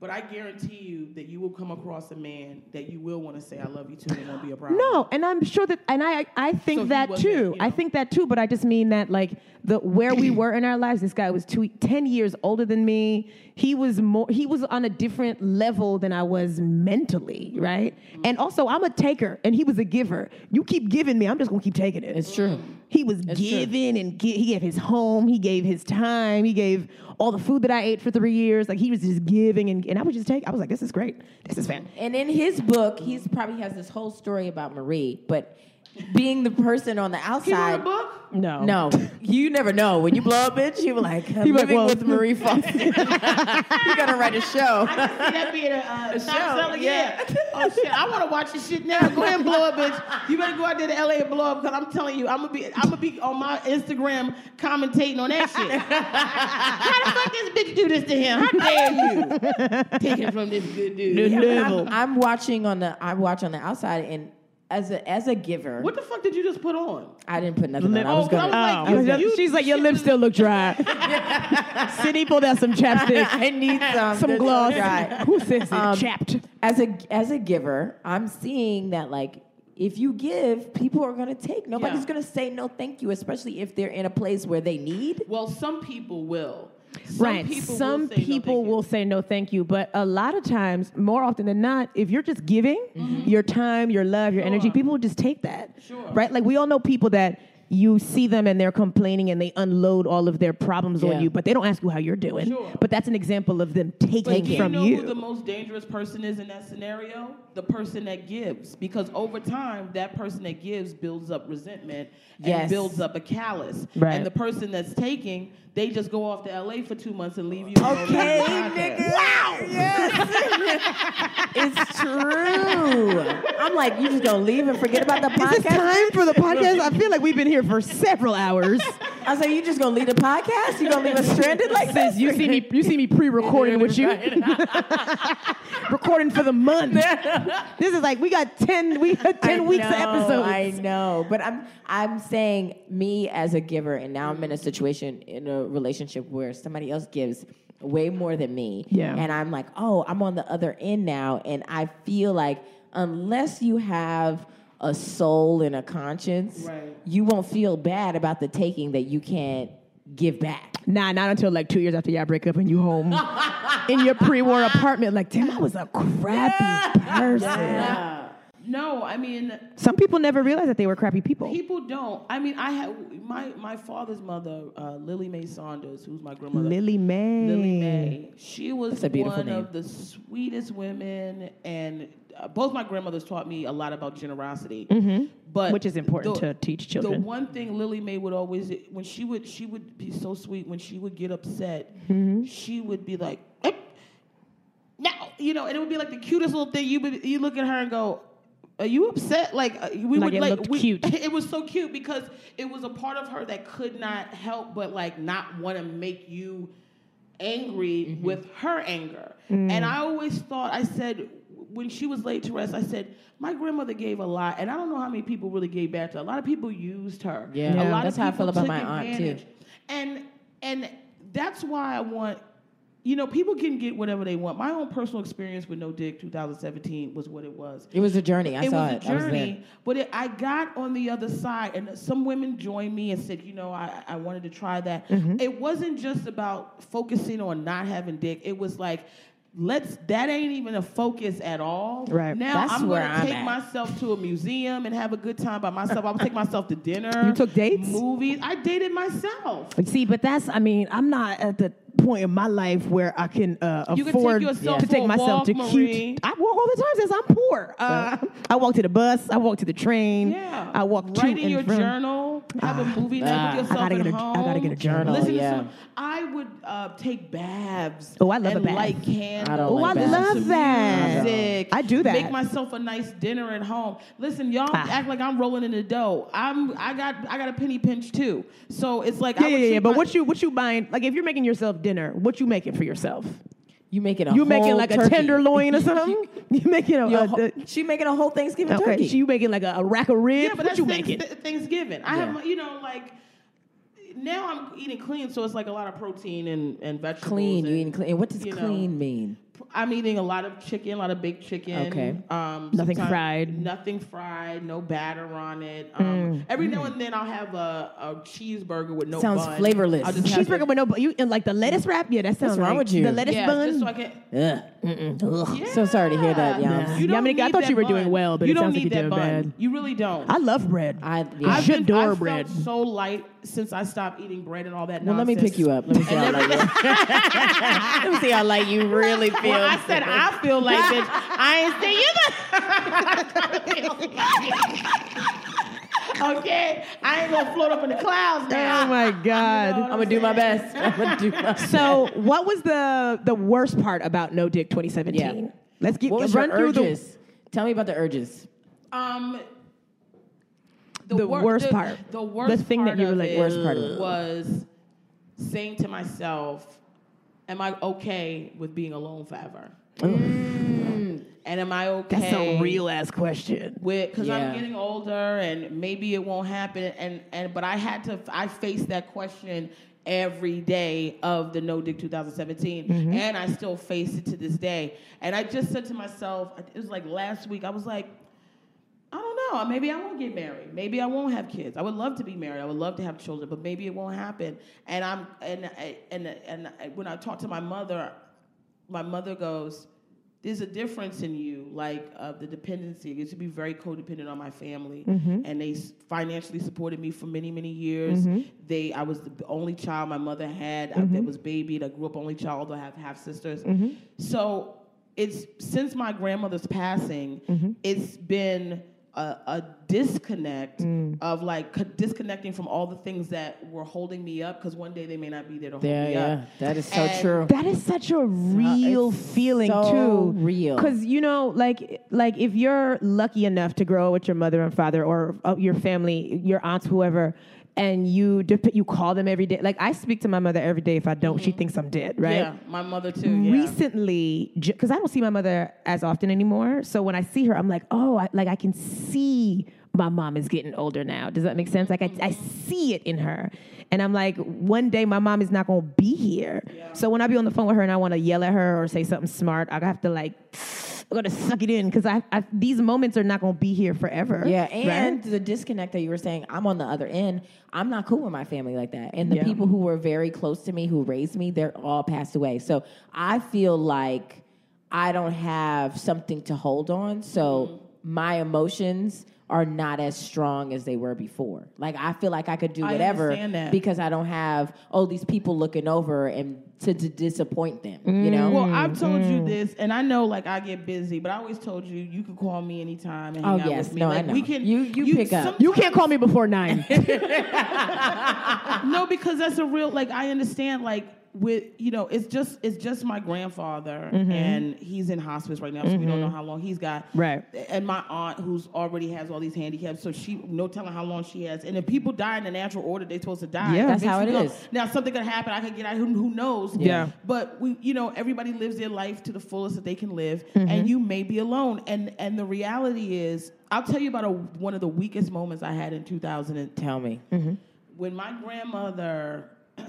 [SPEAKER 3] but I guarantee you that you will come across a man that you will want to say I love you to and it won't be a problem.
[SPEAKER 2] No, and I'm sure that, and I I think
[SPEAKER 3] So he
[SPEAKER 2] that too.
[SPEAKER 3] wasn't, you
[SPEAKER 2] I
[SPEAKER 3] know.
[SPEAKER 2] think that too, but I just mean that like the where we were in our lives. This guy was two, 10 years older than me. He was more. He was on a different level than I was mentally, right?
[SPEAKER 1] Mm.
[SPEAKER 2] And also, I'm a taker, and he was a giver. You keep giving me, I'm just gonna keep taking it.
[SPEAKER 1] It's true.
[SPEAKER 2] He was
[SPEAKER 1] true.
[SPEAKER 2] giving and gi- he gave his home, he gave his time, he gave all the food that I ate for three years. Like he was just giving, and, and I was just take. I was like, this is great. This is fan.
[SPEAKER 1] And in his book, he's probably has this whole story about Marie, but being the person on the
[SPEAKER 3] He wrote a
[SPEAKER 1] outside.
[SPEAKER 3] book.
[SPEAKER 2] No,
[SPEAKER 1] No, you never know. When you blow up, bitch, you were like, I'm
[SPEAKER 2] He like,
[SPEAKER 1] living
[SPEAKER 2] well-
[SPEAKER 1] with Marie Foster. you gotta write a show.
[SPEAKER 3] I can see that being a, uh, a
[SPEAKER 1] show,
[SPEAKER 3] Yeah.
[SPEAKER 1] yeah.
[SPEAKER 3] oh shit! I want to watch this shit now. Go ahead and blow up, bitch. You better go out there to LA and blow up because I'm telling you, I'm gonna be, I'm gonna be on my Instagram commentating on that shit. How the fuck this bitch do this to him? How dare you? Take it from this good dude.
[SPEAKER 1] Yeah, but I'm, I'm watching on the I watch on the outside, and as a as a giver,
[SPEAKER 3] What the fuck did you just put on?
[SPEAKER 1] I didn't put nothing on. I
[SPEAKER 3] Oh,
[SPEAKER 1] was
[SPEAKER 3] but I
[SPEAKER 1] gonna.
[SPEAKER 3] was like,
[SPEAKER 2] Oh,
[SPEAKER 3] you- you-
[SPEAKER 2] she's like, your lips still look dry. Sydney, pull out some chapstick,
[SPEAKER 1] I need some
[SPEAKER 2] some
[SPEAKER 1] That's
[SPEAKER 2] gloss.
[SPEAKER 1] right.
[SPEAKER 2] Who says it?
[SPEAKER 1] Um,
[SPEAKER 2] Chapped.
[SPEAKER 1] As a as a giver, I'm seeing that like. If you give, people are gonna take. Nobody's
[SPEAKER 3] Yeah.
[SPEAKER 1] gonna say no, thank you, especially if they're in a place where they need.
[SPEAKER 3] Well, some people will. Some
[SPEAKER 2] right.
[SPEAKER 3] People
[SPEAKER 2] some
[SPEAKER 3] will say no,
[SPEAKER 2] people
[SPEAKER 3] thank you.
[SPEAKER 2] will say no, thank you. But a lot of times, more often than not, if you're just giving your time, your love, your energy,
[SPEAKER 3] Mm-hmm. Sure.
[SPEAKER 2] people will just take that.
[SPEAKER 3] Sure.
[SPEAKER 2] Right? Like we all know people that you see them and they're complaining and they unload all of their problems
[SPEAKER 1] Yeah.
[SPEAKER 2] on you, but they don't ask you how you're doing.
[SPEAKER 3] Sure.
[SPEAKER 2] But that's an example of them taking
[SPEAKER 3] But do you
[SPEAKER 2] from
[SPEAKER 3] know
[SPEAKER 2] you.
[SPEAKER 3] who the most dangerous person is in that scenario? The person that gives, because over time, that person that gives builds up resentment and
[SPEAKER 1] Yes.
[SPEAKER 3] builds up a callus.
[SPEAKER 2] Right.
[SPEAKER 3] And the person that's taking, they just go off to LA for two months and leave you.
[SPEAKER 1] Okay,
[SPEAKER 3] alone.
[SPEAKER 1] nigga. Wow. Yes. it's true. I'm like, you just gonna leave and forget about the podcast.
[SPEAKER 2] Is this time for the podcast? I feel like we've been here for several hours.
[SPEAKER 1] I was like, you just gonna leave the podcast? You gonna leave us stranded like this?
[SPEAKER 2] Sis, you see me, you see me pre-recording with you, recording for the month. this is like we got ten, we got ten
[SPEAKER 1] I
[SPEAKER 2] weeks
[SPEAKER 1] know,
[SPEAKER 2] of episodes.
[SPEAKER 1] I know, but I'm I'm saying me as a giver, and now I'm in a situation in a relationship where somebody else gives way more than me.
[SPEAKER 2] Yeah.
[SPEAKER 1] and I'm like, oh, I'm on the other end now, and I feel like unless you have a soul and a conscience,
[SPEAKER 3] Right.
[SPEAKER 1] you won't feel bad about the taking that you can't give back.
[SPEAKER 2] Nah, not until like two years after y'all break up and you home in your pre-war apartment. Like, damn, I was a crappy person.
[SPEAKER 3] Yeah. You No, I mean
[SPEAKER 2] Some people never realize that they were crappy people.
[SPEAKER 3] people don't. I mean, I had my my father's mother, uh, Lily Mae Saunders, who's my grandmother.
[SPEAKER 2] Lily Mae.
[SPEAKER 3] Lily Mae. She was
[SPEAKER 1] That's a beautiful
[SPEAKER 3] one
[SPEAKER 1] name.
[SPEAKER 3] of the sweetest women, and uh, both my grandmothers taught me a lot about generosity. But
[SPEAKER 2] Mm-hmm. Which is important
[SPEAKER 3] the-
[SPEAKER 2] to teach children.
[SPEAKER 3] The one thing Lily Mae would always, when she would, she would be so sweet. When she would get upset,
[SPEAKER 2] Mm-hmm.
[SPEAKER 3] she would be like, "Eh, "Now," you know, and it would be like the cutest little thing. You would, you look at her and go. Are you upset? Like uh, we
[SPEAKER 2] Like
[SPEAKER 3] would
[SPEAKER 2] it
[SPEAKER 3] like
[SPEAKER 2] looked
[SPEAKER 3] we-
[SPEAKER 2] cute.
[SPEAKER 3] It was so cute because it was a part of her that could not help but like not want to make you angry
[SPEAKER 1] Mm-hmm.
[SPEAKER 3] with her anger.
[SPEAKER 1] Mm.
[SPEAKER 3] And I always thought, I said, when she was laid to rest, I said, my grandmother gave a lot, and I don't know how many people really gave back to her. A lot of people used her.
[SPEAKER 1] Yeah.
[SPEAKER 3] a
[SPEAKER 1] Yeah,
[SPEAKER 3] lot
[SPEAKER 1] that's how I
[SPEAKER 3] people
[SPEAKER 1] feel about
[SPEAKER 3] took
[SPEAKER 1] my aunt, too.
[SPEAKER 3] advantage. And and that's why I want, you know, people can get whatever they want. My own personal experience with No Dick 2017 was what it was
[SPEAKER 1] It was a journey. I
[SPEAKER 3] it
[SPEAKER 1] saw
[SPEAKER 3] was
[SPEAKER 1] it.
[SPEAKER 3] a
[SPEAKER 1] I was there.
[SPEAKER 3] journey, but it, I got on the other side, and some women joined me and said, "You know, I, I wanted to try that."
[SPEAKER 1] Mm-hmm.
[SPEAKER 3] It wasn't just about focusing on not having dick. It was like, let's that ain't even a focus at all.
[SPEAKER 2] Right.
[SPEAKER 3] now,
[SPEAKER 1] That's
[SPEAKER 3] I'm
[SPEAKER 1] where
[SPEAKER 3] gonna
[SPEAKER 1] I'm
[SPEAKER 3] take
[SPEAKER 1] at.
[SPEAKER 3] myself to a museum and have a good time by myself. I'm gonna take myself to dinner.
[SPEAKER 2] You took dates?
[SPEAKER 3] movies. I dated myself.
[SPEAKER 2] See, but that's, I mean, I'm not at the point in my life where I can uh,
[SPEAKER 3] You can take
[SPEAKER 2] afford
[SPEAKER 3] yourself
[SPEAKER 2] to
[SPEAKER 3] for
[SPEAKER 2] take
[SPEAKER 3] a
[SPEAKER 2] myself
[SPEAKER 3] walk,
[SPEAKER 2] to
[SPEAKER 3] Marie.
[SPEAKER 2] cute. I walk all the time since I'm poor. Uh, I walk to the bus, I walk to the train,
[SPEAKER 3] Yeah,
[SPEAKER 2] I walk to
[SPEAKER 3] Write in
[SPEAKER 2] and
[SPEAKER 3] your
[SPEAKER 2] from.
[SPEAKER 3] journal. Have a movie night
[SPEAKER 1] ah.
[SPEAKER 3] with
[SPEAKER 1] I
[SPEAKER 3] yourself
[SPEAKER 2] gotta
[SPEAKER 3] at
[SPEAKER 2] get a- I
[SPEAKER 3] home.
[SPEAKER 2] gotta get a journal,
[SPEAKER 3] Listen
[SPEAKER 1] yeah.
[SPEAKER 3] to some. I would uh, take baths.
[SPEAKER 2] Oh, I love a
[SPEAKER 3] and
[SPEAKER 2] bath.
[SPEAKER 3] Light candles.
[SPEAKER 1] I don't
[SPEAKER 2] Oh,
[SPEAKER 1] like
[SPEAKER 2] I
[SPEAKER 1] that.
[SPEAKER 2] love that.
[SPEAKER 3] Music.
[SPEAKER 2] I do that.
[SPEAKER 3] Make myself a nice dinner at home. Listen, y'all
[SPEAKER 2] Ah.
[SPEAKER 3] act like I'm rolling in the dough. I'm. I got. I got a penny pinch too. So it's like.
[SPEAKER 2] yeah,
[SPEAKER 3] I would
[SPEAKER 2] yeah, yeah.
[SPEAKER 3] treat
[SPEAKER 2] But
[SPEAKER 3] my-
[SPEAKER 2] what you what you buying? Like, if you're making yourself dinner, what you making for yourself?
[SPEAKER 1] You making a
[SPEAKER 2] You making
[SPEAKER 1] whole
[SPEAKER 2] like a
[SPEAKER 1] turkey.
[SPEAKER 2] tenderloin or something? you making a,
[SPEAKER 1] Your
[SPEAKER 2] a-
[SPEAKER 1] whole- she making a whole Thanksgiving
[SPEAKER 2] okay?
[SPEAKER 1] turkey.
[SPEAKER 2] so you making like a, a rack of ribs?
[SPEAKER 3] Yeah, but
[SPEAKER 2] what
[SPEAKER 3] that's
[SPEAKER 2] you
[SPEAKER 3] thanks-
[SPEAKER 2] making?
[SPEAKER 3] th- Thanksgiving. I
[SPEAKER 1] Yeah.
[SPEAKER 3] have. my- You know, like. Now I'm eating clean, so it's like a lot of protein and and vegetables.
[SPEAKER 1] clean.
[SPEAKER 3] and-
[SPEAKER 1] You eating clean. What does
[SPEAKER 3] you know.
[SPEAKER 1] clean mean?
[SPEAKER 3] I'm eating a lot of chicken, a lot of baked chicken.
[SPEAKER 1] Okay.
[SPEAKER 3] Um,
[SPEAKER 2] Nothing
[SPEAKER 3] sometimes-
[SPEAKER 2] fried. Mm.
[SPEAKER 3] Nothing fried. No batter on it. Um, Every now and then I'll have a, a cheeseburger with no
[SPEAKER 1] Sounds
[SPEAKER 3] bun.
[SPEAKER 1] flavorless.
[SPEAKER 3] I'll just have
[SPEAKER 2] Cheeseburger
[SPEAKER 3] the-
[SPEAKER 2] with no bu- you and like the lettuce wrap? Yeah, that sounds
[SPEAKER 1] wrong
[SPEAKER 2] right.
[SPEAKER 1] with you?
[SPEAKER 2] The lettuce
[SPEAKER 3] yeah,
[SPEAKER 2] bun.
[SPEAKER 3] just so I can.
[SPEAKER 1] Ugh. Mm-mm. Ugh. So sorry to hear that, y'all.
[SPEAKER 2] Yeah.
[SPEAKER 3] You don't
[SPEAKER 2] Yamanika, I
[SPEAKER 3] need
[SPEAKER 2] thought
[SPEAKER 3] that
[SPEAKER 2] you were
[SPEAKER 3] bun.
[SPEAKER 2] doing well, but
[SPEAKER 3] you
[SPEAKER 2] it
[SPEAKER 3] don't
[SPEAKER 2] sounds like
[SPEAKER 3] need
[SPEAKER 2] you're
[SPEAKER 3] that
[SPEAKER 2] doing
[SPEAKER 3] bun.
[SPEAKER 2] bad.
[SPEAKER 3] You really don't.
[SPEAKER 2] I love bread.
[SPEAKER 1] I- yeah.
[SPEAKER 2] I
[SPEAKER 1] I've
[SPEAKER 2] should
[SPEAKER 3] I
[SPEAKER 2] adore
[SPEAKER 3] felt
[SPEAKER 2] bread.
[SPEAKER 3] so light since I stopped eating bread and all that.
[SPEAKER 1] Well, let me pick you up. Let me see how light. you- let me see how light you really feel.
[SPEAKER 3] Well, I said I feel like bitch. I ain't say you. okay, I ain't gonna float up in the clouds now.
[SPEAKER 2] oh my
[SPEAKER 1] I'm
[SPEAKER 2] god.
[SPEAKER 1] gonna do my best. I'm gonna do my best.
[SPEAKER 2] so, what was the the worst part about No Dick 2017?
[SPEAKER 1] Yeah.
[SPEAKER 2] Let's get
[SPEAKER 1] What was
[SPEAKER 2] run
[SPEAKER 1] your
[SPEAKER 2] through the
[SPEAKER 1] urges? Tell me about the urges.
[SPEAKER 3] Um,
[SPEAKER 2] The worst part.
[SPEAKER 3] The worst
[SPEAKER 2] The thing that
[SPEAKER 3] part
[SPEAKER 2] you were
[SPEAKER 3] of
[SPEAKER 2] like,
[SPEAKER 3] it
[SPEAKER 1] worst part of it.
[SPEAKER 3] was saying to myself, "Am I okay with being alone forever? And am I okay?
[SPEAKER 2] That's a real ass question.
[SPEAKER 3] with because
[SPEAKER 1] Yeah.
[SPEAKER 3] I'm getting older and maybe it won't happen and and but I had to I faced that question every day of the No Dick 2017 and I still face it to this day and I just said to myself it was like last week I was like I don't know maybe I won't get married maybe I won't have kids I would love to be married I would love to have children but maybe it won't happen and I'm and I- and and, and when I talk to my mother my mother goes, there's a difference in you, like of the dependency. I used to be very codependent on my family, and they s- financially supported me for many, many years. They, I was the only child my mother had I, that was babied. I grew up only child, although I have half sisters. So it's since my grandmother's passing, it's been a, a disconnect of like co- disconnecting from all the things that were holding me up because one day they may not be there to hold
[SPEAKER 1] Yeah,
[SPEAKER 3] me
[SPEAKER 1] yeah,
[SPEAKER 3] up.
[SPEAKER 1] that is so
[SPEAKER 3] And-
[SPEAKER 1] true.
[SPEAKER 2] That is such a real
[SPEAKER 1] it's
[SPEAKER 2] feeling
[SPEAKER 1] so
[SPEAKER 2] too.
[SPEAKER 1] real.
[SPEAKER 2] Cuz you know like like if you're lucky enough to grow up with your mother and father or uh, your family, your aunts whoever and you dep- you call them every day. Like I speak to my mother every day if I don't she thinks I'm dead, right?
[SPEAKER 3] Yeah, my mother
[SPEAKER 1] Oh,
[SPEAKER 3] too. Yeah.
[SPEAKER 2] recently because i don't see my mother as often anymore so when i see her i'm like oh I, like i can see my mom is getting older now does that make sense like i, I see it in her and i'm like one day my mom is not going to be here so when i be on the phone with her and i want to yell at her or say something smart i have to like i gotta suck it in because I, I these moments are not going to be here forever
[SPEAKER 1] Yeah,
[SPEAKER 2] right?
[SPEAKER 1] and the disconnect that you were saying, I'm on the other end. I'm not cool with my family like that. And the
[SPEAKER 2] Yeah.
[SPEAKER 1] people who were very close to me, who raised me, they're all passed away. So I feel like I don't have something to hold on. So
[SPEAKER 3] Mm-hmm.
[SPEAKER 1] my emotions are not as strong as they were before. Like I feel like I could do
[SPEAKER 3] I
[SPEAKER 1] whatever
[SPEAKER 3] understand that.
[SPEAKER 1] because I don't have all these people looking over and to, to disappoint them. You know? Mm.
[SPEAKER 3] Mm. Well, I've told you this, and I know like I get busy, but I always told you you can call me anytime and hang
[SPEAKER 1] Oh,
[SPEAKER 3] out
[SPEAKER 1] yes.
[SPEAKER 3] with me.
[SPEAKER 1] No, I
[SPEAKER 3] like,
[SPEAKER 1] know.
[SPEAKER 3] We can
[SPEAKER 1] You- you pick up.
[SPEAKER 3] some-
[SPEAKER 2] You can't call me before nine.
[SPEAKER 3] no, because that's a real like I understand like with you know it's just it's just my grandfather
[SPEAKER 2] Mm-hmm.
[SPEAKER 3] and he's in hospice right now, so we don't know how long he's got.
[SPEAKER 2] Right.
[SPEAKER 3] And my aunt who's already has all these handicaps, so she no telling how long she has. And if people die in the natural order, they're supposed to die.
[SPEAKER 2] Yeah. That's
[SPEAKER 3] makes
[SPEAKER 1] how
[SPEAKER 3] you
[SPEAKER 1] it
[SPEAKER 3] go.
[SPEAKER 1] is.
[SPEAKER 3] Now something could happen. I could get out. Who, who knows?
[SPEAKER 2] Yeah.
[SPEAKER 3] But we, you know, everybody lives their life to the fullest that they can live,
[SPEAKER 2] Mm-hmm.
[SPEAKER 3] and you may be alone. And and the reality is, I'll tell you about a, one of the weakest moments I had in 2010
[SPEAKER 1] Tell me.
[SPEAKER 3] Mm-hmm. when my grandmother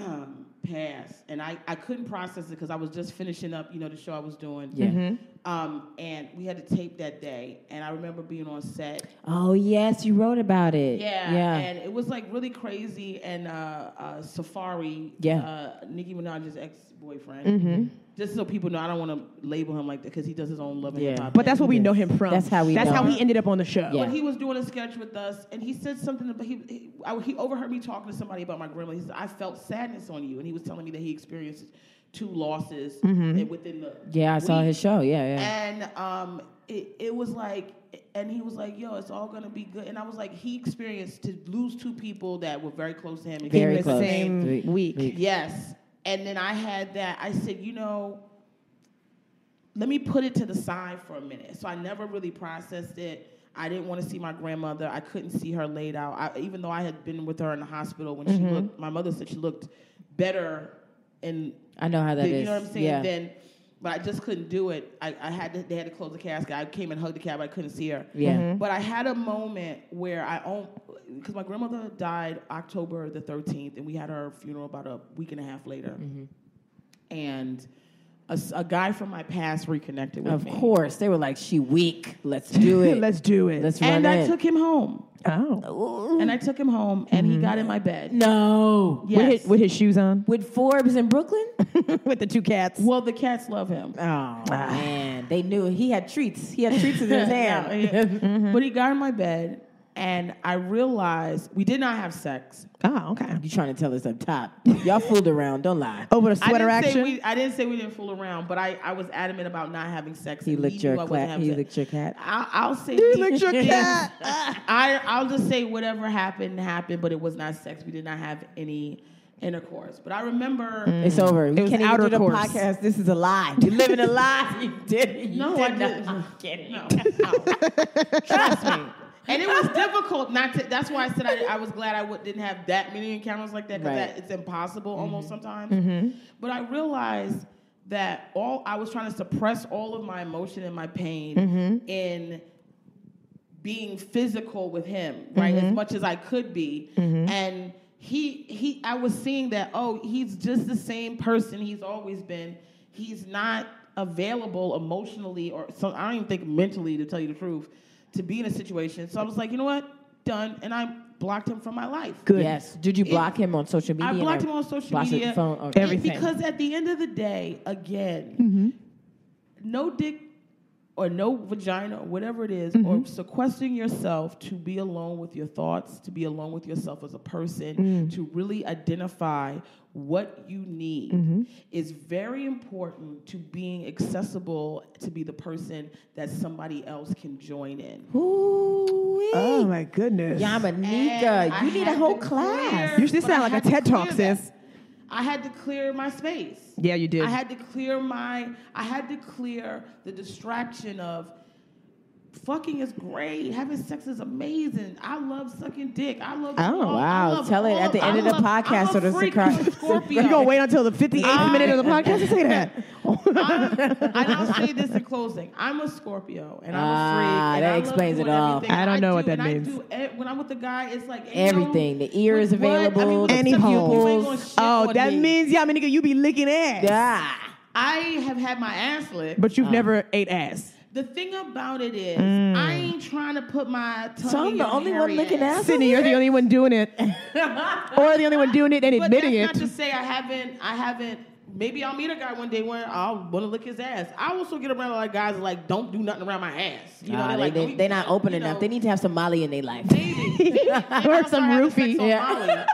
[SPEAKER 3] passed, and I, I couldn't process it because I was just finishing up, you know, the show I was doing.
[SPEAKER 1] Yeah. Mhm.
[SPEAKER 3] Um, and we had to tape that day, and I remember being on set.
[SPEAKER 1] Oh yes, you wrote about it.
[SPEAKER 3] Yeah,
[SPEAKER 1] Yeah.
[SPEAKER 3] and it was like really crazy. And uh, uh, Safari,
[SPEAKER 1] Yeah. Mm-hmm.
[SPEAKER 3] uh, Nicki Minaj's ex boyfriend. Just so people know, I don't want to label him like that because he does his own love and
[SPEAKER 1] Yeah.
[SPEAKER 3] hip hop.
[SPEAKER 2] But that's what we
[SPEAKER 1] Yes.
[SPEAKER 2] know him from.
[SPEAKER 1] That's how we
[SPEAKER 2] That's
[SPEAKER 1] know
[SPEAKER 2] how
[SPEAKER 1] him.
[SPEAKER 2] he ended up on the show.
[SPEAKER 1] Yeah.
[SPEAKER 3] But he was doing a sketch with us, and he said something. But he he, I, he overheard me talking to somebody about my grandma. He said, "I felt sadness on you," and he was telling me that he experienced two losses and within the
[SPEAKER 1] Mm-hmm. yeah, I saw
[SPEAKER 3] week.
[SPEAKER 1] his show. Yeah, yeah.
[SPEAKER 3] And um, it, it was like, and he was like, "Yo, it's all gonna be good." And I was like, he experienced to lose two people that were very close to him. and
[SPEAKER 1] Very
[SPEAKER 3] he was
[SPEAKER 1] close.
[SPEAKER 3] saying,
[SPEAKER 2] Same
[SPEAKER 1] Week.
[SPEAKER 2] week.
[SPEAKER 1] Week.
[SPEAKER 3] Yes. And then I had that. I said, you know, let me put it to the side for a minute. So I never really processed it. I didn't want to see my grandmother. I couldn't see her laid out. I, even though I had been with her in the hospital when
[SPEAKER 1] Mm-hmm.
[SPEAKER 3] she looked, my mother said she looked better and
[SPEAKER 1] I know how that is.
[SPEAKER 3] you know what I'm saying?
[SPEAKER 1] Yeah.
[SPEAKER 3] Then, but I just couldn't do it. I, I had to, they had to close the casket. I came and hugged the cab. I couldn't see her.
[SPEAKER 1] Yeah. Mhm.
[SPEAKER 3] But I had a moment where I own because my grandmother died October the 13th, and we had her funeral about a week and a half later.
[SPEAKER 1] Mm-hmm.
[SPEAKER 3] And a, s- a guy from my past reconnected with
[SPEAKER 1] of
[SPEAKER 3] me.
[SPEAKER 1] course, they were like, "She weak. Let's do it.
[SPEAKER 2] Let's do it.
[SPEAKER 1] Let's
[SPEAKER 3] And
[SPEAKER 1] run
[SPEAKER 3] I
[SPEAKER 1] it."
[SPEAKER 3] took him home.
[SPEAKER 2] oh.
[SPEAKER 3] And I took him home, and
[SPEAKER 1] Mm-hmm.
[SPEAKER 3] he got in my bed.
[SPEAKER 1] no.
[SPEAKER 3] Yes.
[SPEAKER 2] With, his, with his shoes on.
[SPEAKER 1] With Forbes in Brooklyn?
[SPEAKER 2] with the two cats.
[SPEAKER 3] well, the cats love him.
[SPEAKER 1] Oh man, they knew he had treats. He had treats in his
[SPEAKER 3] Yeah,
[SPEAKER 1] hand.
[SPEAKER 3] yeah.
[SPEAKER 1] Mm-hmm.
[SPEAKER 3] But he got in my bed, and I realized we did not have sex.
[SPEAKER 2] Oh, okay.
[SPEAKER 1] You trying to tell us up top? Y'all fooled around. Don't lie.
[SPEAKER 2] Over the
[SPEAKER 3] I
[SPEAKER 2] sweater
[SPEAKER 3] didn't say
[SPEAKER 2] action.
[SPEAKER 3] we- I didn't say we didn't fool around, but I, I was adamant about not having sex.
[SPEAKER 1] He
[SPEAKER 3] and
[SPEAKER 1] licked
[SPEAKER 3] knew
[SPEAKER 1] your
[SPEAKER 3] I wasn't
[SPEAKER 1] cat.
[SPEAKER 3] having
[SPEAKER 1] He
[SPEAKER 3] sex.
[SPEAKER 1] licked your cat.
[SPEAKER 3] I'll, I'll say
[SPEAKER 2] licked your cat.
[SPEAKER 3] I I'll just say whatever happened happened, but it was not sex. We did not have any intercourse. But I remember
[SPEAKER 1] It's over. We
[SPEAKER 2] was
[SPEAKER 1] can't even do
[SPEAKER 2] outer
[SPEAKER 1] the
[SPEAKER 2] course.
[SPEAKER 1] podcast. This is a lie. You're living a lie. You did it. You
[SPEAKER 3] No,
[SPEAKER 1] did
[SPEAKER 3] I
[SPEAKER 1] not.
[SPEAKER 3] didn't.
[SPEAKER 1] I'm kidding.
[SPEAKER 3] No. Trust me. And it was difficult not to. That's why I said I, I was glad I would, didn't have that many encounters like that because
[SPEAKER 1] Right. Mm-hmm.
[SPEAKER 3] it's impossible almost sometimes. But I realized that all I was trying to suppress all of my emotion and my pain
[SPEAKER 1] Mm-hmm.
[SPEAKER 3] in being physical with him, right? As much as I could be. And he he I was seeing that, oh, he's just the same person he's always been. He's not available emotionally or so I don't even think mentally to tell you the truth, to be in a situation. So I was like, you know what? Done. And I blocked him from my life.
[SPEAKER 2] Good.
[SPEAKER 1] Yes. Did you block him on social media?
[SPEAKER 3] I
[SPEAKER 1] and
[SPEAKER 3] blocked him
[SPEAKER 1] everything?
[SPEAKER 3] on social
[SPEAKER 1] Blocked his
[SPEAKER 3] media.
[SPEAKER 1] phone, Oh, okay.
[SPEAKER 3] And
[SPEAKER 2] Everything.
[SPEAKER 3] Because at the end of the day, again, no dick or no vagina or whatever it is, or sequestering yourself to be alone with your thoughts, to be alone with yourself as a person, to really identify what you need is very important to being accessible to be the person that somebody else can join in.
[SPEAKER 1] Ooh-wee.
[SPEAKER 2] Oh my goodness.
[SPEAKER 3] And
[SPEAKER 1] Yamanika,
[SPEAKER 3] I
[SPEAKER 1] you need a
[SPEAKER 3] had
[SPEAKER 1] whole
[SPEAKER 3] to
[SPEAKER 1] class.
[SPEAKER 3] clear-
[SPEAKER 2] You should
[SPEAKER 3] but I
[SPEAKER 2] sound like a
[SPEAKER 3] had to
[SPEAKER 2] TED Talk,
[SPEAKER 3] clear that.
[SPEAKER 2] sis.
[SPEAKER 3] I had to clear my space.
[SPEAKER 2] Yeah, you did.
[SPEAKER 3] I had to clear my. I had to clear the distraction of. Fucking is great. Having sex is amazing. I love sucking dick. I love.
[SPEAKER 2] Oh,
[SPEAKER 3] all- I
[SPEAKER 1] wow.
[SPEAKER 3] love
[SPEAKER 1] Tell it
[SPEAKER 3] all
[SPEAKER 1] at the end of the
[SPEAKER 3] I love-
[SPEAKER 1] podcast
[SPEAKER 3] I'm
[SPEAKER 1] so the
[SPEAKER 3] a freak.
[SPEAKER 1] surprise-
[SPEAKER 3] I'm a Scorpio.
[SPEAKER 2] you gonna wait until the 58th
[SPEAKER 3] I-
[SPEAKER 2] minute of the podcast to say that?
[SPEAKER 3] I'm, and I'll say this in closing. I'm a Scorpio, and I'm a freak.
[SPEAKER 1] Ah,
[SPEAKER 3] and
[SPEAKER 1] that
[SPEAKER 3] I love
[SPEAKER 1] explains
[SPEAKER 3] doing
[SPEAKER 1] it all.
[SPEAKER 3] everything.
[SPEAKER 2] I don't know
[SPEAKER 3] do,
[SPEAKER 2] what that
[SPEAKER 3] and I
[SPEAKER 2] means.
[SPEAKER 3] do e- when I'm with the guy, it's like ain't
[SPEAKER 1] Everything.
[SPEAKER 3] no-
[SPEAKER 1] The ear
[SPEAKER 3] with
[SPEAKER 1] is
[SPEAKER 3] what? I mean,
[SPEAKER 1] available,
[SPEAKER 3] with
[SPEAKER 2] Any
[SPEAKER 3] stuff you- you
[SPEAKER 2] hole.
[SPEAKER 3] ain't gonna shit
[SPEAKER 2] Oh,
[SPEAKER 3] on
[SPEAKER 2] that
[SPEAKER 3] me.
[SPEAKER 2] means Yamanika, you be licking ass.
[SPEAKER 1] Yeah.
[SPEAKER 3] I have had my ass licked.
[SPEAKER 2] But you've never ate ass.
[SPEAKER 3] The thing about it is,
[SPEAKER 2] Mm.
[SPEAKER 3] I ain't trying to put my tongue.
[SPEAKER 1] So I'm
[SPEAKER 3] in
[SPEAKER 1] the
[SPEAKER 3] your
[SPEAKER 1] only
[SPEAKER 3] hairy
[SPEAKER 1] one looking
[SPEAKER 3] ass.
[SPEAKER 1] ass.
[SPEAKER 2] Sydney, you're the only one doing it, or the only one doing it and
[SPEAKER 3] But
[SPEAKER 2] admitting
[SPEAKER 3] that's
[SPEAKER 2] it.
[SPEAKER 3] not to say I haven't. I haven't Maybe I'll meet a guy one day where I'll want to lick his ass. I also get around a lot of guys that, like don't do nothing around my ass. You know,
[SPEAKER 1] Nah, Ah,
[SPEAKER 3] they're
[SPEAKER 1] they,
[SPEAKER 3] like,
[SPEAKER 1] they,
[SPEAKER 3] "Oh, you-
[SPEAKER 1] they're not open
[SPEAKER 3] you
[SPEAKER 1] enough.
[SPEAKER 3] know,
[SPEAKER 1] They need to have some Molly in their life.
[SPEAKER 3] maybe, maybe
[SPEAKER 2] Or some roofie,
[SPEAKER 1] yeah.
[SPEAKER 3] Yeah.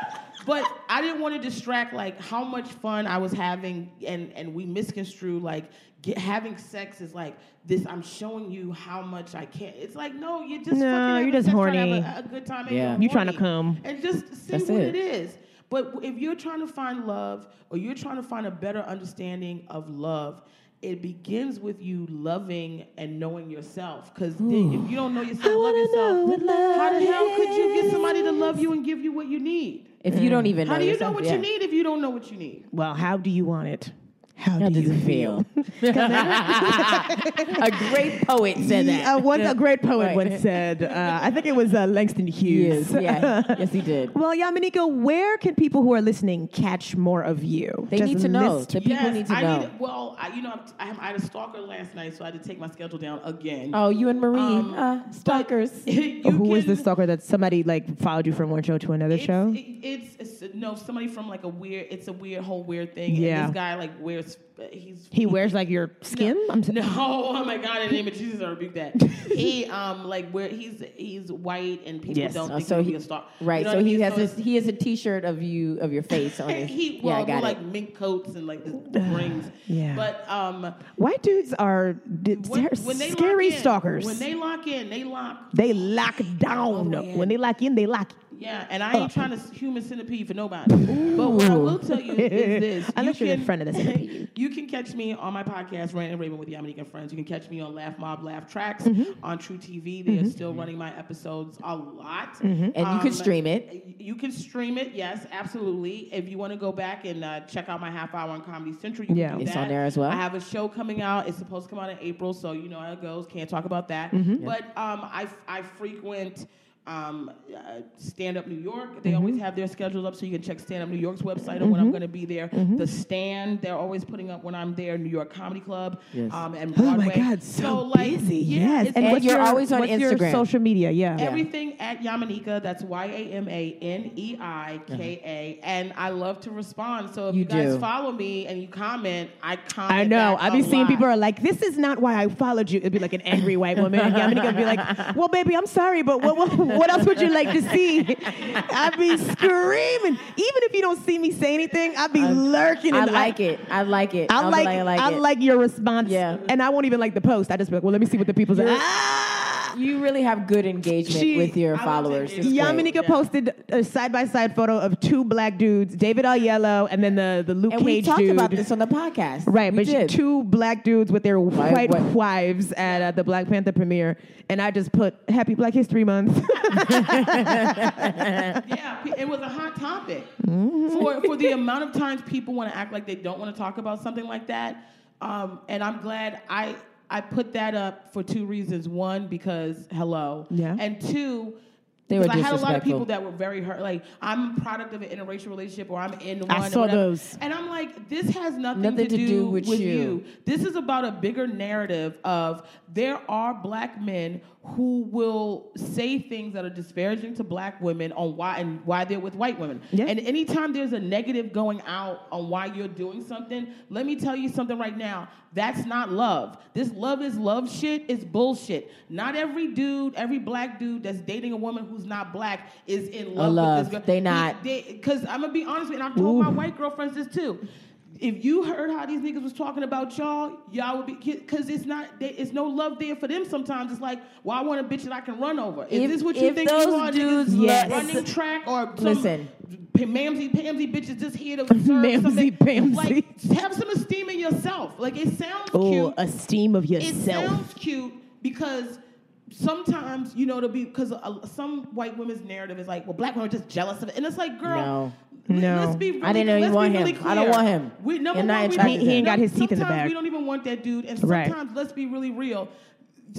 [SPEAKER 3] But I didn't want to distract like how much fun I was having, and and we misconstrue like get, having sex is like this. I'm showing you how much I can. It's like no, you're just
[SPEAKER 2] No,
[SPEAKER 3] fucking having
[SPEAKER 2] you're just
[SPEAKER 3] sex, trying to have
[SPEAKER 2] horny.
[SPEAKER 3] a- a good time.
[SPEAKER 1] Yeah.
[SPEAKER 3] Yeah.
[SPEAKER 2] You tryna come.
[SPEAKER 3] And just see
[SPEAKER 1] That's
[SPEAKER 3] what
[SPEAKER 1] it.
[SPEAKER 3] it is. But w- if you're trying to find love or you're trying to find a better understanding of love, it begins with you loving and knowing yourself. Because if you don't know yourself, love
[SPEAKER 2] wanna
[SPEAKER 3] yourself.
[SPEAKER 2] know what love
[SPEAKER 3] how the hell could you get somebody to love you and give you what you need?
[SPEAKER 1] If you don't even know
[SPEAKER 3] How do you know
[SPEAKER 1] yourself,
[SPEAKER 3] what
[SPEAKER 1] yeah.
[SPEAKER 3] you need if you don't know what you need?
[SPEAKER 2] Well, how do you want it? How,
[SPEAKER 1] How
[SPEAKER 2] do
[SPEAKER 1] does
[SPEAKER 2] you
[SPEAKER 1] it feel? a great poet said that.
[SPEAKER 2] Uh, one, a great poet
[SPEAKER 1] Right.
[SPEAKER 2] once said, uh, I think it was uh, Langston Hughes.
[SPEAKER 1] Yes, yeah. yes, he did.
[SPEAKER 2] Well, Yamanika, where can people who are listening catch more of you?
[SPEAKER 1] They need to know.
[SPEAKER 2] list-
[SPEAKER 1] The people
[SPEAKER 3] Yes,
[SPEAKER 1] need to
[SPEAKER 3] I
[SPEAKER 1] know.
[SPEAKER 3] Need, well, I, you know, I'm- I, I had a stalker last night, so I had to take my schedule down again.
[SPEAKER 1] oh, you and Marie,
[SPEAKER 3] Um,
[SPEAKER 1] uh, stalkers.
[SPEAKER 3] You
[SPEAKER 2] Who was
[SPEAKER 3] can-
[SPEAKER 2] the stalker that somebody like followed you from one show to another
[SPEAKER 3] It's,
[SPEAKER 2] show?
[SPEAKER 3] it- it's, it's no somebody from like a weird. It's a weird whole weird thing.
[SPEAKER 2] Yeah.
[SPEAKER 3] And this guy like wears. uh, He's
[SPEAKER 2] he wears like your skin? I'm s-
[SPEAKER 3] No, oh my God! In the name of Jesus, I rebuke that. He um like where he's he's white and people
[SPEAKER 2] Yes.
[SPEAKER 3] don't
[SPEAKER 1] Oh,
[SPEAKER 3] think
[SPEAKER 1] so
[SPEAKER 3] he'll
[SPEAKER 1] he-
[SPEAKER 3] be a star. You
[SPEAKER 1] Right.
[SPEAKER 3] know
[SPEAKER 1] so
[SPEAKER 3] what I
[SPEAKER 1] he
[SPEAKER 3] mean?
[SPEAKER 1] has
[SPEAKER 3] So
[SPEAKER 1] this.
[SPEAKER 3] it's-
[SPEAKER 1] He has a T-shirt of you of your face on his.
[SPEAKER 3] He
[SPEAKER 1] yeah, I
[SPEAKER 3] well,
[SPEAKER 1] got
[SPEAKER 3] wore,
[SPEAKER 1] it.
[SPEAKER 3] like mink coats and like this rings.
[SPEAKER 2] Yeah.
[SPEAKER 3] But um,
[SPEAKER 2] White dudes are d-
[SPEAKER 3] when,
[SPEAKER 2] ser-
[SPEAKER 3] when they
[SPEAKER 2] scary
[SPEAKER 3] lock in,
[SPEAKER 2] stalkers.
[SPEAKER 3] When they Oh, lock in, they lock
[SPEAKER 2] They lock down. When they lock in, they lock.
[SPEAKER 3] Yeah, and I ain't trying to human centipede for nobody. But what I will tell you is this:
[SPEAKER 2] Unless
[SPEAKER 3] you
[SPEAKER 2] you're in
[SPEAKER 3] can-
[SPEAKER 2] front of the centipede.
[SPEAKER 3] you can catch me on my podcast, Rant and Raven with Yamanika and Friends. You can catch me on Laugh Mob, Laugh Tracks on True TV. They are still running my episodes a lot,
[SPEAKER 1] And
[SPEAKER 3] um,
[SPEAKER 1] you can stream it.
[SPEAKER 3] Uh, You can stream it, yes, absolutely. If you want to go back and uh, check out my half hour on Comedy Central, you
[SPEAKER 2] Yeah.
[SPEAKER 3] can do
[SPEAKER 2] It's
[SPEAKER 3] that.
[SPEAKER 1] on there as well.
[SPEAKER 3] I have a show coming out. It's supposed to come out in April, so you know how it goes. Can't talk about that.
[SPEAKER 2] Mm-hmm.
[SPEAKER 3] But um, I I frequent um, uh, Stand Up New York.
[SPEAKER 2] Mm-hmm.
[SPEAKER 3] They always have their schedules up, so you can check Stand Up New York's website on when I'm going to be there.
[SPEAKER 2] Mm-hmm.
[SPEAKER 3] The Stand, they're always putting up when I'm there. New York Comedy Club,
[SPEAKER 1] Yes.
[SPEAKER 3] um, and
[SPEAKER 2] Oh
[SPEAKER 3] Broadway.
[SPEAKER 2] my God, so,
[SPEAKER 3] like,
[SPEAKER 2] busy.
[SPEAKER 3] yeah,
[SPEAKER 2] yes,
[SPEAKER 3] it's
[SPEAKER 1] And
[SPEAKER 2] what's
[SPEAKER 1] you're always on
[SPEAKER 2] what's your
[SPEAKER 1] Instagram.
[SPEAKER 2] social media. Yeah,
[SPEAKER 3] Everything at Yamanika. That's Y A M A N E I K A. And I love to respond. So if
[SPEAKER 1] You
[SPEAKER 3] you, guys
[SPEAKER 1] do.
[SPEAKER 3] follow me and you comment, I comment.
[SPEAKER 2] I know.
[SPEAKER 3] back
[SPEAKER 2] I
[SPEAKER 3] a
[SPEAKER 2] be seeing
[SPEAKER 3] lot.
[SPEAKER 2] people are like, "This is not why I followed you." It'd be like an angry white woman, and Yamanika would be like, "Well, baby, I'm sorry, but what, what, what else would you like to see?" I'd be screaming. Even if you don't see me say anything, I'd be lurking.
[SPEAKER 1] I
[SPEAKER 2] and
[SPEAKER 1] like it. I like it.
[SPEAKER 2] I
[SPEAKER 1] I'm
[SPEAKER 2] like,
[SPEAKER 1] I
[SPEAKER 2] I
[SPEAKER 1] it.
[SPEAKER 2] like your response.
[SPEAKER 1] Yeah.
[SPEAKER 2] And I won't even like the post. I just be like, well, let me see what the people say.
[SPEAKER 1] You're-
[SPEAKER 2] Ah!
[SPEAKER 1] You really have good engagement
[SPEAKER 2] She-
[SPEAKER 1] with your
[SPEAKER 3] I love
[SPEAKER 1] followers.
[SPEAKER 3] it.
[SPEAKER 1] It's great.
[SPEAKER 2] Yamanika posted a side by side photo of two black dudes, David Aiello and then the, the Luke
[SPEAKER 1] and we
[SPEAKER 2] Cage
[SPEAKER 1] talked
[SPEAKER 2] dude.
[SPEAKER 1] about this on the podcast.
[SPEAKER 2] Right,
[SPEAKER 1] we
[SPEAKER 2] but
[SPEAKER 1] did.
[SPEAKER 2] two black dudes with their white
[SPEAKER 1] wi-
[SPEAKER 2] wives at uh, the Black Panther premiere, and I just put Happy Black History Month.
[SPEAKER 3] yeah, pe- it was a hot topic for for the amount of times people want to act like they don't want to talk about something like that. Um, and I'm glad I I put that up for two reasons. One, because hello,
[SPEAKER 2] Yeah.
[SPEAKER 3] and two.
[SPEAKER 1] They were
[SPEAKER 3] because I had a lot of
[SPEAKER 1] disrespectful.
[SPEAKER 3] people that were very hurt. Like I'm a product of an interracial relationship, or I'm in one.
[SPEAKER 2] I
[SPEAKER 3] or
[SPEAKER 2] saw
[SPEAKER 3] whatever.
[SPEAKER 2] those.
[SPEAKER 3] and I'm like, this has nothing,
[SPEAKER 1] Nothing
[SPEAKER 3] to, do, with,
[SPEAKER 1] you.
[SPEAKER 3] you. This is about a bigger narrative of there are black men who will say things that are disparaging to black women on why and why they're with white women.
[SPEAKER 2] Yeah.
[SPEAKER 3] And anytime there's a negative going out on why you're doing something, let me tell you something right now. That's not love. This love is love shit is bullshit. Not every dude, every black dude that's dating a woman who's not black is in love,
[SPEAKER 1] love.
[SPEAKER 3] with this girl.
[SPEAKER 1] They not.
[SPEAKER 3] Because I'm gonna be honest with you, and I've told my white girlfriends this too. If you heard how these niggas was talking about y'all, y'all would be because it's not they, it's no love there for them. Sometimes it's like, well, I want a bitch that I can run over. Is
[SPEAKER 1] If-
[SPEAKER 3] this what you
[SPEAKER 1] if
[SPEAKER 3] think
[SPEAKER 1] those
[SPEAKER 3] you are? niggas
[SPEAKER 1] dudes
[SPEAKER 2] let-
[SPEAKER 3] running track or some
[SPEAKER 1] Listen.
[SPEAKER 3] p- mamsy pamsy bitches just here to serve
[SPEAKER 2] Mamsy
[SPEAKER 3] something.
[SPEAKER 2] pamsy.
[SPEAKER 3] Like, have some esteem in yourself. Like it sounds
[SPEAKER 2] oh,
[SPEAKER 3] cute.
[SPEAKER 2] esteem of
[SPEAKER 3] It
[SPEAKER 2] yourself.
[SPEAKER 3] sounds cute because sometimes you know to be because uh, some white women's narrative is like, well, black women are just jealous of it, and it's like, girl,
[SPEAKER 1] No.
[SPEAKER 3] let-
[SPEAKER 2] No.
[SPEAKER 3] let's be really,
[SPEAKER 1] I didn't know you
[SPEAKER 3] let's be
[SPEAKER 1] want him.
[SPEAKER 3] really
[SPEAKER 1] I don't
[SPEAKER 3] clear.
[SPEAKER 1] want him.
[SPEAKER 3] We, number
[SPEAKER 1] You're not
[SPEAKER 3] one, we
[SPEAKER 1] attracted
[SPEAKER 3] don't-
[SPEAKER 1] to He- he
[SPEAKER 2] ain't got his teeth in the
[SPEAKER 3] sometimes
[SPEAKER 2] back.
[SPEAKER 3] We don't even want that dude, and
[SPEAKER 2] Right.
[SPEAKER 3] sometimes let's be really real.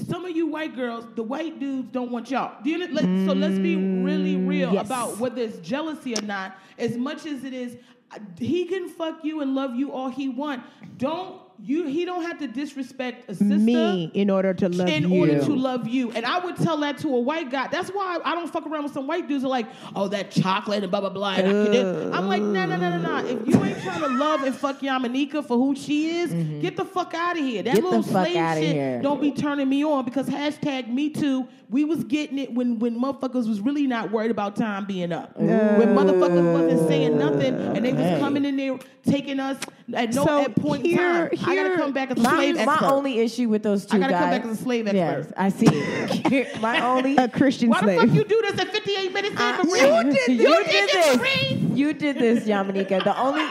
[SPEAKER 3] Some of you white girls, the white dudes don't want y'all. Do you, let, so let's be really
[SPEAKER 1] Mm,
[SPEAKER 3] real
[SPEAKER 2] yes.
[SPEAKER 3] about whether it's jealousy or not. As much as it is, uh, he can fuck you and love you all he want. Don't You he don't have to disrespect a
[SPEAKER 2] Mm.
[SPEAKER 3] sister
[SPEAKER 2] me in order to love
[SPEAKER 3] in
[SPEAKER 2] you.
[SPEAKER 3] order to love you. And I would tell that to a white guy. That's why I don't fuck around with some white dudes that are like, oh, that chocolate and blah, blah, blah. and I can do-" I'm like, no, no, no, no, no. If you ain't trying to love and fuck Yamanika for who she is, get the fuck out of here. That
[SPEAKER 1] Mm-hmm. Get the
[SPEAKER 3] little
[SPEAKER 1] fuck
[SPEAKER 3] slave
[SPEAKER 1] outta
[SPEAKER 3] shit
[SPEAKER 1] here.
[SPEAKER 3] don't be turning me on because hashtag me too, we was getting it when, when motherfuckers was really not worried about time being up.
[SPEAKER 1] Uh,
[SPEAKER 3] When motherfuckers wasn't saying nothing and they was
[SPEAKER 1] Hey.
[SPEAKER 3] coming in there taking us at no
[SPEAKER 2] So
[SPEAKER 3] at point in
[SPEAKER 2] here-
[SPEAKER 3] time. I
[SPEAKER 2] here-
[SPEAKER 3] gotta come back as a
[SPEAKER 1] My,
[SPEAKER 3] slave
[SPEAKER 1] my
[SPEAKER 3] expert.
[SPEAKER 1] only issue with those two
[SPEAKER 3] gotta
[SPEAKER 1] guys.
[SPEAKER 3] come back as a slave
[SPEAKER 1] Yes,
[SPEAKER 3] expert.
[SPEAKER 1] I see. my only.
[SPEAKER 2] a Christian
[SPEAKER 3] Why
[SPEAKER 2] slave.
[SPEAKER 3] the fuck you do this at 58 minutes in,
[SPEAKER 1] I-
[SPEAKER 3] Marie?
[SPEAKER 1] You did
[SPEAKER 3] did
[SPEAKER 1] this.
[SPEAKER 3] it, Marie.
[SPEAKER 1] You did this, Yamanika. The only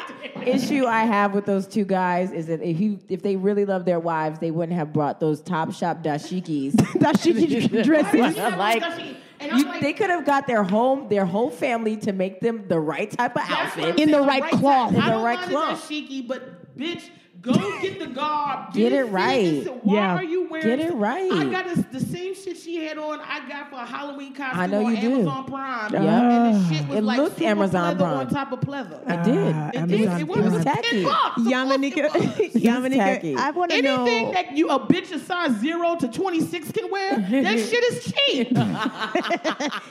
[SPEAKER 1] issue I have with those two guys is that if you if they really love their wives, they wouldn't have brought those top shop dashikis.
[SPEAKER 2] that shit
[SPEAKER 3] Why
[SPEAKER 2] dresses.
[SPEAKER 3] did you- have
[SPEAKER 1] like,
[SPEAKER 3] dashiki? And I'm
[SPEAKER 1] you,
[SPEAKER 3] like-
[SPEAKER 1] they could have got their home, their whole family to make them the right type of
[SPEAKER 3] That's what I'm
[SPEAKER 1] outfit.
[SPEAKER 2] In the
[SPEAKER 3] saying,
[SPEAKER 2] right cloth.
[SPEAKER 3] time.
[SPEAKER 1] In
[SPEAKER 3] I
[SPEAKER 1] the
[SPEAKER 3] don't
[SPEAKER 1] right
[SPEAKER 3] mind
[SPEAKER 1] cloth.
[SPEAKER 3] It's dashiki, but bitch, go get the garb.
[SPEAKER 1] Get
[SPEAKER 3] you
[SPEAKER 1] it
[SPEAKER 3] see
[SPEAKER 1] right.
[SPEAKER 3] this? Why
[SPEAKER 2] Yeah.
[SPEAKER 3] are you wearing?
[SPEAKER 1] Get it right.
[SPEAKER 3] I got this, the same shit she had on. I got for a Halloween costume
[SPEAKER 1] I know
[SPEAKER 3] on
[SPEAKER 1] you do.
[SPEAKER 3] Amazon Prime.
[SPEAKER 1] Yep.
[SPEAKER 3] And the shit was
[SPEAKER 1] It
[SPEAKER 3] like
[SPEAKER 1] looked
[SPEAKER 3] super
[SPEAKER 1] Amazon
[SPEAKER 3] pleather
[SPEAKER 1] Prime.
[SPEAKER 3] on top of pleather.
[SPEAKER 1] I did.
[SPEAKER 2] Ah,
[SPEAKER 3] it did.
[SPEAKER 2] Amazon
[SPEAKER 3] It was, it
[SPEAKER 1] Prime.
[SPEAKER 3] was
[SPEAKER 1] Tacky.
[SPEAKER 3] ten bucks. Of course it
[SPEAKER 2] Yamanika,
[SPEAKER 3] was.
[SPEAKER 1] tacky.
[SPEAKER 2] Yamanika, I want to know.
[SPEAKER 3] Anything that you a bitch a size zero to twenty six can wear, that shit is cheap.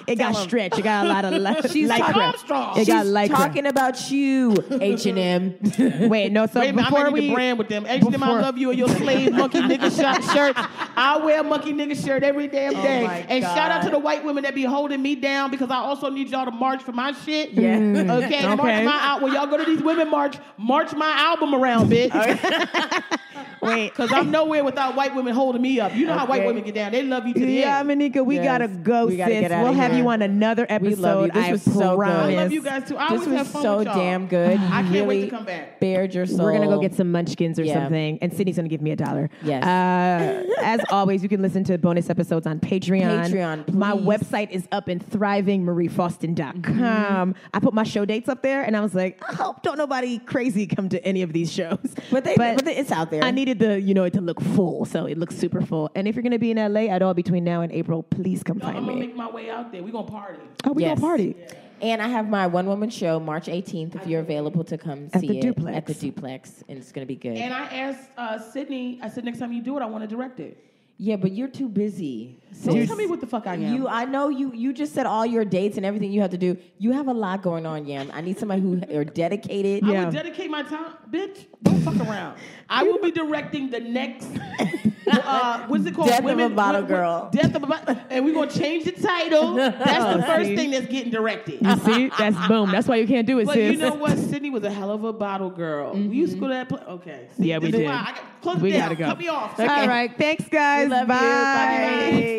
[SPEAKER 2] it got stretch. It got a lot of light.
[SPEAKER 1] She's
[SPEAKER 2] lycra.
[SPEAKER 1] talking-
[SPEAKER 3] Armstrong.
[SPEAKER 2] It got
[SPEAKER 1] She's
[SPEAKER 2] lycra.
[SPEAKER 1] talking about you, H and M.
[SPEAKER 2] Wait, no. So
[SPEAKER 3] Wait a minute,
[SPEAKER 2] before
[SPEAKER 3] I'm
[SPEAKER 2] we
[SPEAKER 3] we, the brand with them. H&M,
[SPEAKER 2] before-
[SPEAKER 3] I love you and your slave monkey nigga sh- shirts. I wear a monkey nigga shirt every damn day.
[SPEAKER 1] Oh my
[SPEAKER 3] and shout out
[SPEAKER 1] God.
[SPEAKER 3] to the white women that be holding me down because I also need y'all to march for my shit.
[SPEAKER 1] Yeah. Mm.
[SPEAKER 3] Okay, march
[SPEAKER 2] Okay.
[SPEAKER 3] my out. When y'all go to these women march, march my album around, bitch.
[SPEAKER 2] wait,
[SPEAKER 3] Because I'm nowhere without white women holding me up. You know how white
[SPEAKER 1] Okay.
[SPEAKER 3] women get down. They love you to the
[SPEAKER 2] yeah,
[SPEAKER 3] end.
[SPEAKER 2] Manika, we
[SPEAKER 1] Yes.
[SPEAKER 2] gotta go,
[SPEAKER 1] We gotta
[SPEAKER 2] sis.
[SPEAKER 1] get outta
[SPEAKER 2] we'll have
[SPEAKER 1] here.
[SPEAKER 2] you on another
[SPEAKER 1] We
[SPEAKER 2] episode.
[SPEAKER 1] love you. This
[SPEAKER 2] I
[SPEAKER 1] was so good.
[SPEAKER 2] promise.
[SPEAKER 3] I love you guys too. I
[SPEAKER 1] this
[SPEAKER 3] always have
[SPEAKER 1] was
[SPEAKER 3] fun
[SPEAKER 1] so
[SPEAKER 3] with y'all.
[SPEAKER 1] damn good.
[SPEAKER 3] I
[SPEAKER 1] You
[SPEAKER 3] can't wait to
[SPEAKER 1] really
[SPEAKER 3] come back.
[SPEAKER 1] Bared your soul.
[SPEAKER 2] We're gonna go get some munchkins or
[SPEAKER 1] Yeah.
[SPEAKER 2] something, and Sydney's gonna give me a dollar.
[SPEAKER 1] Yes.
[SPEAKER 2] Uh, as always, you can listen to bonus episodes on Patreon.
[SPEAKER 1] Patreon,
[SPEAKER 2] My
[SPEAKER 1] please.
[SPEAKER 2] website is up and thriving, mariefaustin.com. I put my show dates up there, and I was like, I hope don't nobody crazy come to any of these shows.
[SPEAKER 1] But they- but it's out there.
[SPEAKER 2] I needed the you know it to look full, so it looks super full. And if you're gonna be in LA at all between now and April, please come
[SPEAKER 3] I'm
[SPEAKER 2] find
[SPEAKER 3] going to
[SPEAKER 2] me.
[SPEAKER 3] make my way out there. we going to party.
[SPEAKER 2] Oh, we
[SPEAKER 1] Yes.
[SPEAKER 2] gonna party.
[SPEAKER 1] And I have my one woman show March 18th. If you're available to come see
[SPEAKER 2] At the
[SPEAKER 1] it
[SPEAKER 2] Duplex.
[SPEAKER 1] at the duplex, and it's gonna be good.
[SPEAKER 3] And I asked uh, Sydney, I said, next time you do it, I want to direct it.
[SPEAKER 1] yeah, but you're too busy.
[SPEAKER 3] Don't
[SPEAKER 1] sis.
[SPEAKER 3] tell me what the fuck I am.
[SPEAKER 1] You, I know you. You just said all your dates and everything you have to do. You have a lot going on, Yam. I need somebody who are dedicated.
[SPEAKER 2] Yeah.
[SPEAKER 3] I would dedicate my time, bitch. Don't fuck around. I will be directing the next. Uh, what's it called?
[SPEAKER 1] Death of a Bottle Girl.
[SPEAKER 3] Death of a bottle, and we're gonna change the title. That's the first thing that's getting directed.
[SPEAKER 2] You see, that's boom. That's why you can't do it,
[SPEAKER 3] But
[SPEAKER 2] sis.
[SPEAKER 3] you know what? Sydney was a hell of a bottle girl. We used to go to that place. Okay.
[SPEAKER 2] Mm-hmm. Yeah, we
[SPEAKER 3] This is
[SPEAKER 2] did.
[SPEAKER 3] why I got, close it
[SPEAKER 2] We
[SPEAKER 3] down.
[SPEAKER 2] gotta go.
[SPEAKER 3] Cut me off.
[SPEAKER 2] All right, thanks, guys.
[SPEAKER 1] We love you.
[SPEAKER 2] Bye.
[SPEAKER 1] Bye.